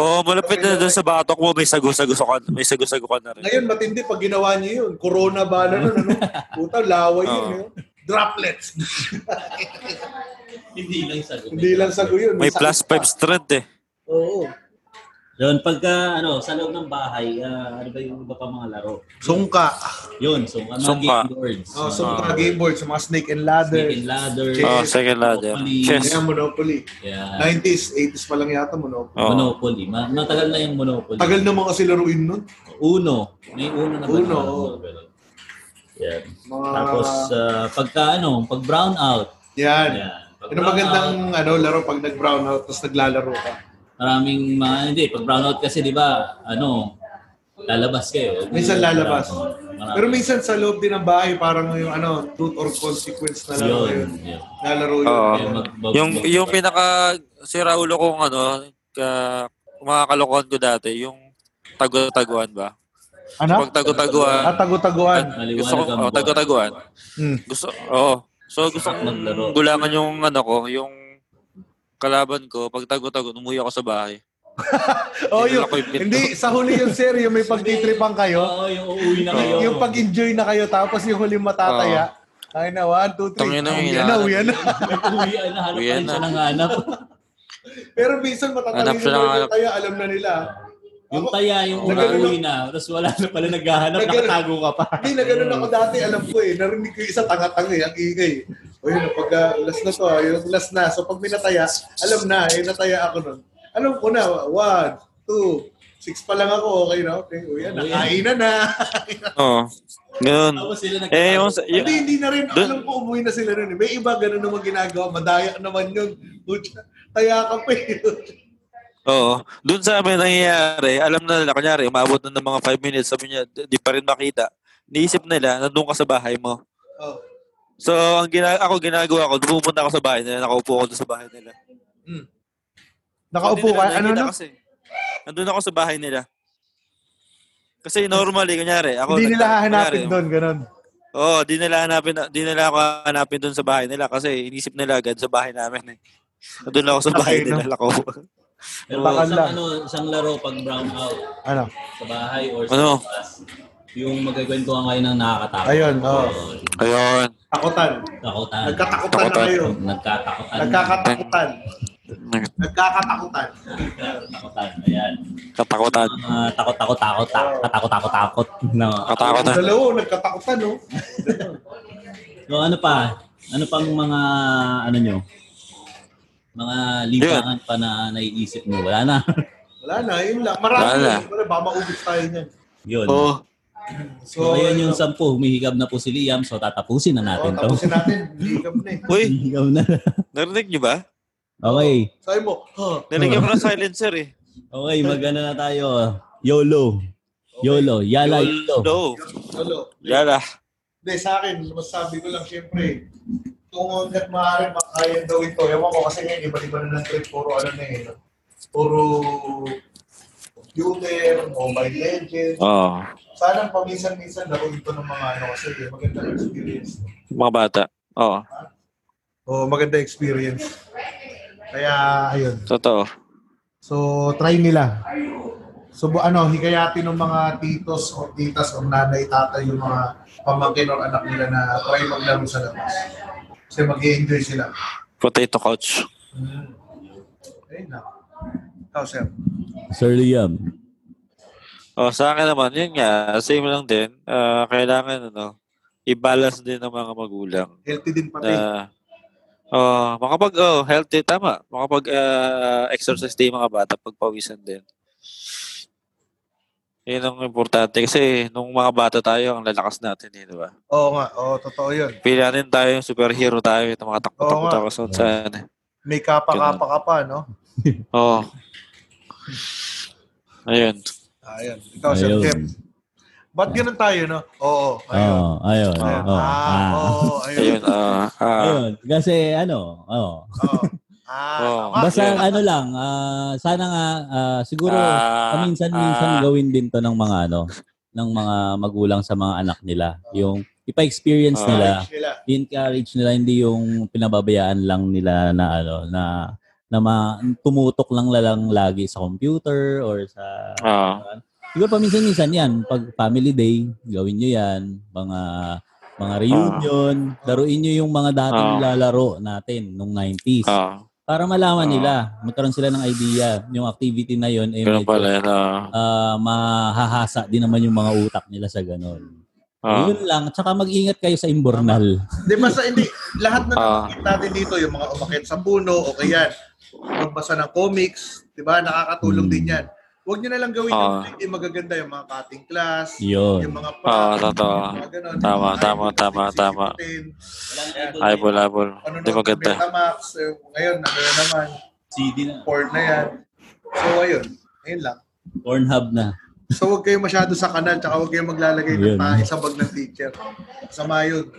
Speaker 7: oh, malapit na doon sa batok mo, may sago-sago ka, may sago-sago ka na rin.
Speaker 4: Ngayon, matindi pag ginawa niyo yun. Corona bala nun,
Speaker 7: [LAUGHS]
Speaker 4: ano? Puta, laway yun,
Speaker 7: Oo.
Speaker 4: yun. Droplets. [LAUGHS]
Speaker 3: Hindi lang sago.
Speaker 4: Hindi lang sago yun.
Speaker 7: May
Speaker 4: sakit
Speaker 7: plus
Speaker 4: pa.
Speaker 7: 5 strength eh.
Speaker 4: Oo.
Speaker 3: Yun, pagka ano, sa loob ng bahay, ah, ano ba yung iba pa mga laro?
Speaker 4: Sungka.
Speaker 3: Yun, so mga
Speaker 7: Sungka.
Speaker 3: game boards.
Speaker 7: Ah.
Speaker 4: Oh,
Speaker 3: mga
Speaker 4: sungka game board. Sa mga snake and ladder.
Speaker 3: Snake and ladder.
Speaker 7: Oh, second ladder.
Speaker 3: Monopoly.
Speaker 7: Chess.
Speaker 4: Kaya Monopoly.
Speaker 3: Yeah.
Speaker 4: 90s, 80s pa lang yata Monopoly.
Speaker 7: Oh.
Speaker 3: Monopoly. Ma- matagal na yung Monopoly.
Speaker 4: Tagal na mga kasi laruin nun.
Speaker 3: Uno. May uno na ba?
Speaker 4: Uno,
Speaker 3: na-
Speaker 4: oo.
Speaker 3: Yan.
Speaker 4: Mga-
Speaker 3: Tapos, ah, pagka ano, pag brown out.
Speaker 4: Yan.
Speaker 3: Yan. Pag
Speaker 4: Ano magandang ano, laro pag nag-brown out tapos naglalaro ka?
Speaker 3: Maraming mga, hindi, pag brown out kasi, di ba, ano, lalabas kayo.
Speaker 4: Minsan lalabas.
Speaker 3: Marami.
Speaker 4: Pero minsan sa loob din ng bahay, parang yung ano, truth or consequence na laro
Speaker 3: Yun,
Speaker 4: yun.
Speaker 3: yun.
Speaker 4: Nalaro yun.
Speaker 7: Oo.
Speaker 3: Kaya mag- mag-
Speaker 7: Yung
Speaker 3: mag-
Speaker 7: yung pinaka si Raulo kong ano, ka, mga kalokohan ko dati, yung tago-taguan ba?
Speaker 4: Ano?
Speaker 7: Pag tago-taguan,
Speaker 4: tagu-taguan.
Speaker 7: gusto ko,
Speaker 3: Maliwanag ang
Speaker 7: oh,
Speaker 3: buwan.
Speaker 7: tago-taguan.
Speaker 4: Hmm.
Speaker 7: Gusto, oo. So gusto kong
Speaker 3: Maglaro.
Speaker 7: gulangan yung ano ko, yung kalaban ko, pag tago-taguan, umuwi ako sa bahay.
Speaker 4: Oh, yun.
Speaker 7: Ako yung pinto.
Speaker 4: Hindi, sa huli yung seryo, may pagtitripan kayo.
Speaker 3: Oo, yung uuwi na kayo.
Speaker 4: Yung pag-enjoy na kayo, tapos yung huling matataya. Ay na, one, two, three.
Speaker 7: Tangina,
Speaker 4: Uwi
Speaker 7: yun.
Speaker 4: na, uwi na.
Speaker 3: Uuwi na, hanap
Speaker 7: Uwi
Speaker 3: pa rin
Speaker 7: na.
Speaker 3: siya ng hanap.
Speaker 4: [LAUGHS] Pero minsan matatalino
Speaker 7: Hanap siya ng
Speaker 4: na
Speaker 7: hanap.
Speaker 4: yung taya, alam na nila.
Speaker 3: yung
Speaker 4: Ako-
Speaker 3: taya, yung una
Speaker 4: Nagano-
Speaker 3: uwi na. Tapos wala na pala naghahanap,
Speaker 4: Nagano-
Speaker 3: nakatago ka pa.
Speaker 4: Hindi na ganun ako dati, alam ko eh. Narinig ko yung isa tanga-tanga eh, ang ingay. O yun, pag ah, last na to, ah, yung last na. So pag may nataya, alam na, eh, nataya ako nun. Alam ko na, one, two, six pa lang ako, okay na, okay. O yan, nakainan na.
Speaker 7: Oo. Ganun.
Speaker 3: Tapos sila nagtago.
Speaker 7: Eh, yung, sa-
Speaker 4: Hindi,
Speaker 7: yung,
Speaker 4: hindi na rin,
Speaker 7: Dun-
Speaker 4: alam ko umuwi na sila rin. eh. May iba ganun naman ginagawa, madaya naman yun. Putya, Taya ka pa eh. [LAUGHS]
Speaker 7: Oo. Doon sa amin nangyayari, alam na nila, kunyari, umabot na ng mga 5 minutes, sabi niya, di di pa rin makita. Niisip nila, nandun ka sa bahay mo.
Speaker 4: Oh.
Speaker 7: So, ang gina ako ginagawa ko, pupunta ako sa bahay nila, nakaupo ako doon sa bahay nila.
Speaker 4: Nakaupo
Speaker 7: Hindi
Speaker 4: ka,
Speaker 7: nila
Speaker 4: ano
Speaker 7: nakita
Speaker 4: na?
Speaker 7: Kasi, nandun ako sa bahay nila. Kasi normally, kunyari, ako...
Speaker 4: Hindi nila
Speaker 7: nagta-
Speaker 4: hahanapin
Speaker 7: kunyari,
Speaker 4: doon, ganun.
Speaker 7: Oo, di nila hanapin, di nila ako hanapin doon sa bahay nila kasi inisip nila agad sa bahay namin eh. Doon ako sa bahay
Speaker 4: Okay, no?
Speaker 7: nila, nakaupo.
Speaker 3: Pero
Speaker 4: Bakal
Speaker 3: isang,
Speaker 4: lang.
Speaker 3: ano, isang laro pag brown out
Speaker 4: Ano?
Speaker 3: sa bahay or sa
Speaker 7: Ano?
Speaker 3: labas, yung magagwentuhan kayo ng nakakatakot.
Speaker 4: Ayun, oo.
Speaker 7: Ayun.
Speaker 4: Takotan.
Speaker 7: Ah.
Speaker 3: Takotan.
Speaker 4: Nagkatakutan na
Speaker 7: Takotan.
Speaker 4: kayo.
Speaker 3: Nagkatakotan.
Speaker 4: Nagkakatakutan. Nagkakatakutan.
Speaker 3: Nagkatakotan. Ayan.
Speaker 7: Katakutan.
Speaker 3: Mga takot-takot-takot. Katakot-takot-takot. No.
Speaker 7: Katakot na.
Speaker 4: Dalawa, nagkatakutan, no?
Speaker 3: So ano pa? Ano pang mga ano nyo? Mga libangan pa na naiisip mo? Wala na. [LAUGHS]
Speaker 4: Wala na, yun lang. Marami.
Speaker 7: Wala
Speaker 4: Wala.
Speaker 7: na.
Speaker 4: Wala, baka maubos tayo niyan.
Speaker 3: Yun.
Speaker 4: Oh,
Speaker 7: Oo.
Speaker 3: So, ayun yung sampu. Humihigab na po si Liam. So, tatapusin na
Speaker 4: Oh,
Speaker 3: natin to.
Speaker 4: tapusin natin. Higap na eh.
Speaker 7: Uy,
Speaker 3: Humihigab na. [LAUGHS]
Speaker 7: narinig niyo ba?
Speaker 3: Okay.
Speaker 4: Sabi mo, huh?
Speaker 7: Nilagyan ko ng silencer eh.
Speaker 3: Okay, mag-ano na tayo. YOLO. YOLO. Yala, YOLO.
Speaker 7: Low.
Speaker 4: Hello.
Speaker 7: Yala.
Speaker 4: Hindi, sa akin, masasabi ko lang, syempre, kung hanggat maaari, makaya daw ito. Ewan ko kasi ngayon, iba-iba na ng trip. Puro ano na eh. no? Puro computer, mobile legends.
Speaker 7: Oo.
Speaker 4: Sana paminsan-minsan laro ito ng mga ano kasi magandang experience.
Speaker 7: Mga bata. Oo.
Speaker 4: Oo, maganda experience. Kaya, ayun.
Speaker 7: Totoo.
Speaker 4: So, try nila. So, bu- ano, hikayatin ng mga titos o titas o nanay, tatay, yung mga pamangkin o anak nila na try maglaro sa labas. Kasi mag enjoy sila. Mm.
Speaker 7: Potato couch.
Speaker 4: Ayun na. Ikaw, sir.
Speaker 3: Sir Liam.
Speaker 7: Oh, sa akin naman, yun nga, same lang din. Ah, kailangan, ano, i-balance din ng mga magulang
Speaker 4: Healthy din pati.
Speaker 3: Ah.
Speaker 7: na oh, makapag oh, healthy tama, makapag ah, exercise din yung mga bata pagpawisan din. Yun ang importante kasi nung mga bata tayo ang lalakas natin eh, di ba?
Speaker 4: Oo nga, oo, totoo yun.
Speaker 7: Pilianin tayo yung superhero tayo, yung mga
Speaker 4: Oo
Speaker 7: takbo-takbo
Speaker 4: nga.
Speaker 7: tayo sa saan. eh.
Speaker 4: May kapa-kapa ka pa, no?
Speaker 7: Oo. Ayun.
Speaker 4: Ayun, ikaw, Oh, Sir
Speaker 3: Ayun.
Speaker 4: Jeff. Ba't ganun tayo, no? Oo, ayun.
Speaker 3: Oo, Oh, ayun.
Speaker 4: Ayun.
Speaker 3: oo,
Speaker 4: Ah,
Speaker 3: ah.
Speaker 4: oo, ayun.
Speaker 7: Ayun. ah, ah.
Speaker 3: Ayun, kasi ano, oo.
Speaker 4: Oo. Ah,
Speaker 7: Oo.
Speaker 4: tama.
Speaker 3: Basta
Speaker 7: Ayun.
Speaker 3: ano lang, ah, sana nga ah, siguro
Speaker 7: Ah,
Speaker 3: paminsan-minsan
Speaker 7: ah.
Speaker 3: gawin din 'to ng mga ano, ng mga magulang sa mga anak nila. Yung ipa-experience
Speaker 7: Ah.
Speaker 3: nila,
Speaker 4: Sila.
Speaker 3: encourage nila hindi yung pinababayaan lang nila na ano, na na ma, tumutok lang lalang lagi sa computer or sa
Speaker 7: Ah.
Speaker 3: Siguro paminsan-minsan yan, pag family day, gawin nyo yan, mga mga reunion, laruin nyo yung mga dating
Speaker 7: Ah.
Speaker 3: lalaro natin nung 90s.
Speaker 7: Ah.
Speaker 3: Para malaman
Speaker 7: Ah.
Speaker 3: nila, magkaroon sila ng idea, yung activity na yun, eh, medyo,
Speaker 7: Ganun pala yun. Ah.
Speaker 3: ah, mahahasa din naman yung mga utak nila sa ganun.
Speaker 7: Ah.
Speaker 3: Yun lang, tsaka mag-ingat kayo sa imbornal.
Speaker 4: Di ba sa hindi, lahat na
Speaker 7: Ah.
Speaker 4: nakikita natin dito, yung mga umakit sa puno, o kaya magbasa ng comics, di ba, nakakatulong
Speaker 3: Hmm.
Speaker 4: din yan. Huwag nyo na lang gawin yung
Speaker 7: Ah.
Speaker 4: hindi magaganda, yung mga cutting class, yung
Speaker 3: Yun.
Speaker 4: mga
Speaker 7: Ah,
Speaker 4: prank,
Speaker 7: totoo.
Speaker 4: yung mga ganun.
Speaker 7: Tama,
Speaker 4: Ay,
Speaker 7: tama,
Speaker 4: yung
Speaker 7: tama,
Speaker 4: sisisipitin,
Speaker 7: tama.
Speaker 4: Yan.
Speaker 7: Eyeball, eyeball.
Speaker 4: Panonood
Speaker 7: Hindi maganda.
Speaker 4: ng Ano Betamax, eh, ngayon, ano na naman,
Speaker 3: CD na.
Speaker 4: porn na yan. So, ayun, ayun lang.
Speaker 3: Pornhub na.
Speaker 4: So, huwag kayo masyado sa kanal, tsaka huwag kayo maglalagay ng
Speaker 3: Yun.
Speaker 4: paa sa bag ng teacher. Sama yun.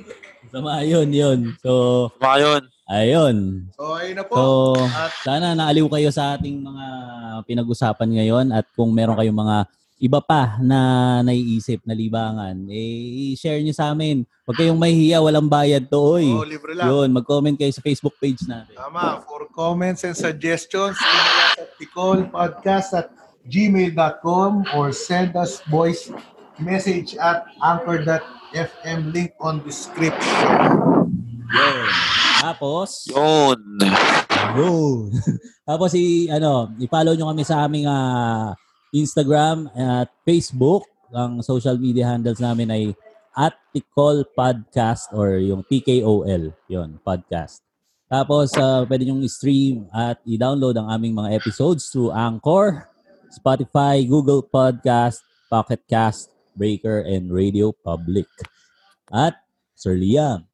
Speaker 3: Sama, yun, yun. So,
Speaker 7: Baka yun.
Speaker 3: ayun.
Speaker 4: So, ayun na po.
Speaker 3: So,
Speaker 4: At-
Speaker 3: sana naaliw kayo sa ating mga pinag-usapan ngayon at kung meron kayong mga iba pa na naiisip na libangan, eh, i-share nyo sa amin. Huwag kayong mahihiya, walang bayad to, oy.
Speaker 4: oh, libre lang.
Speaker 3: Yun, mag-comment kayo sa Facebook page natin.
Speaker 4: Tama. For comments and suggestions, email us at ticolpodcast at gmail.com or send us voice message at anchor.fm link on description.
Speaker 3: Yun. Tapos,
Speaker 7: Yun.
Speaker 3: Yun. [LAUGHS] Tapos i ano, i-follow nyo kami sa aming ah, Instagram at Facebook. Ang social media handles namin ay at Tikol Podcast or yung TKOL. Yun, podcast. Tapos, ah, pwede nyong stream at i-download ang aming mga episodes through Anchor, Spotify, Google Podcast, Pocket Cast, Breaker, and Radio Public. At Sir Liam.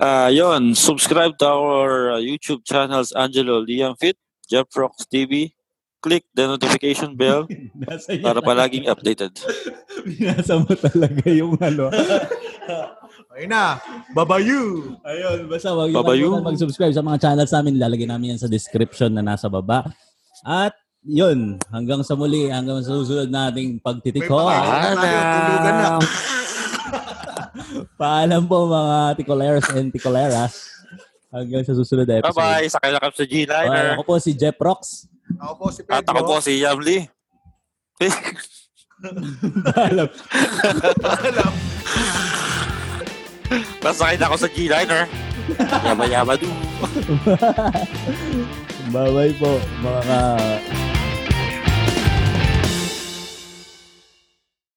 Speaker 7: Ah, yun. Subscribe to our uh, YouTube channels Angelo Liam Fit, Jeff Rocks TV. Click the notification bell
Speaker 3: Nasa
Speaker 7: para
Speaker 3: [LAUGHS]
Speaker 7: palaging updated.
Speaker 3: Pinasa mo talaga yung ano.
Speaker 4: Ayun na. Babayu!
Speaker 3: Ayun, basta wag
Speaker 7: Babayo.
Speaker 3: yung mag-subscribe sa mga channels namin. Lalagay namin yan sa description na nasa baba. At yun, hanggang sa muli, hanggang sa susunod nating pagtitikol.
Speaker 4: pakain. tayo, tulugan na.
Speaker 3: Paalam po mga tikoleros and tikoleras. Hanggang sa susunod na episode.
Speaker 7: Bye-bye. Sakay na kami sa G-Liner.
Speaker 3: Bye. Ako po si Jeff Rocks. [LAUGHS]
Speaker 4: Ako po si
Speaker 7: At ako po
Speaker 4: Pedro.
Speaker 7: si Yamli. [LAUGHS]
Speaker 3: Paalam.
Speaker 7: Nasakay na ako sa G-Liner. Yaba-yaba doo.
Speaker 3: Bye-bye po mga ka-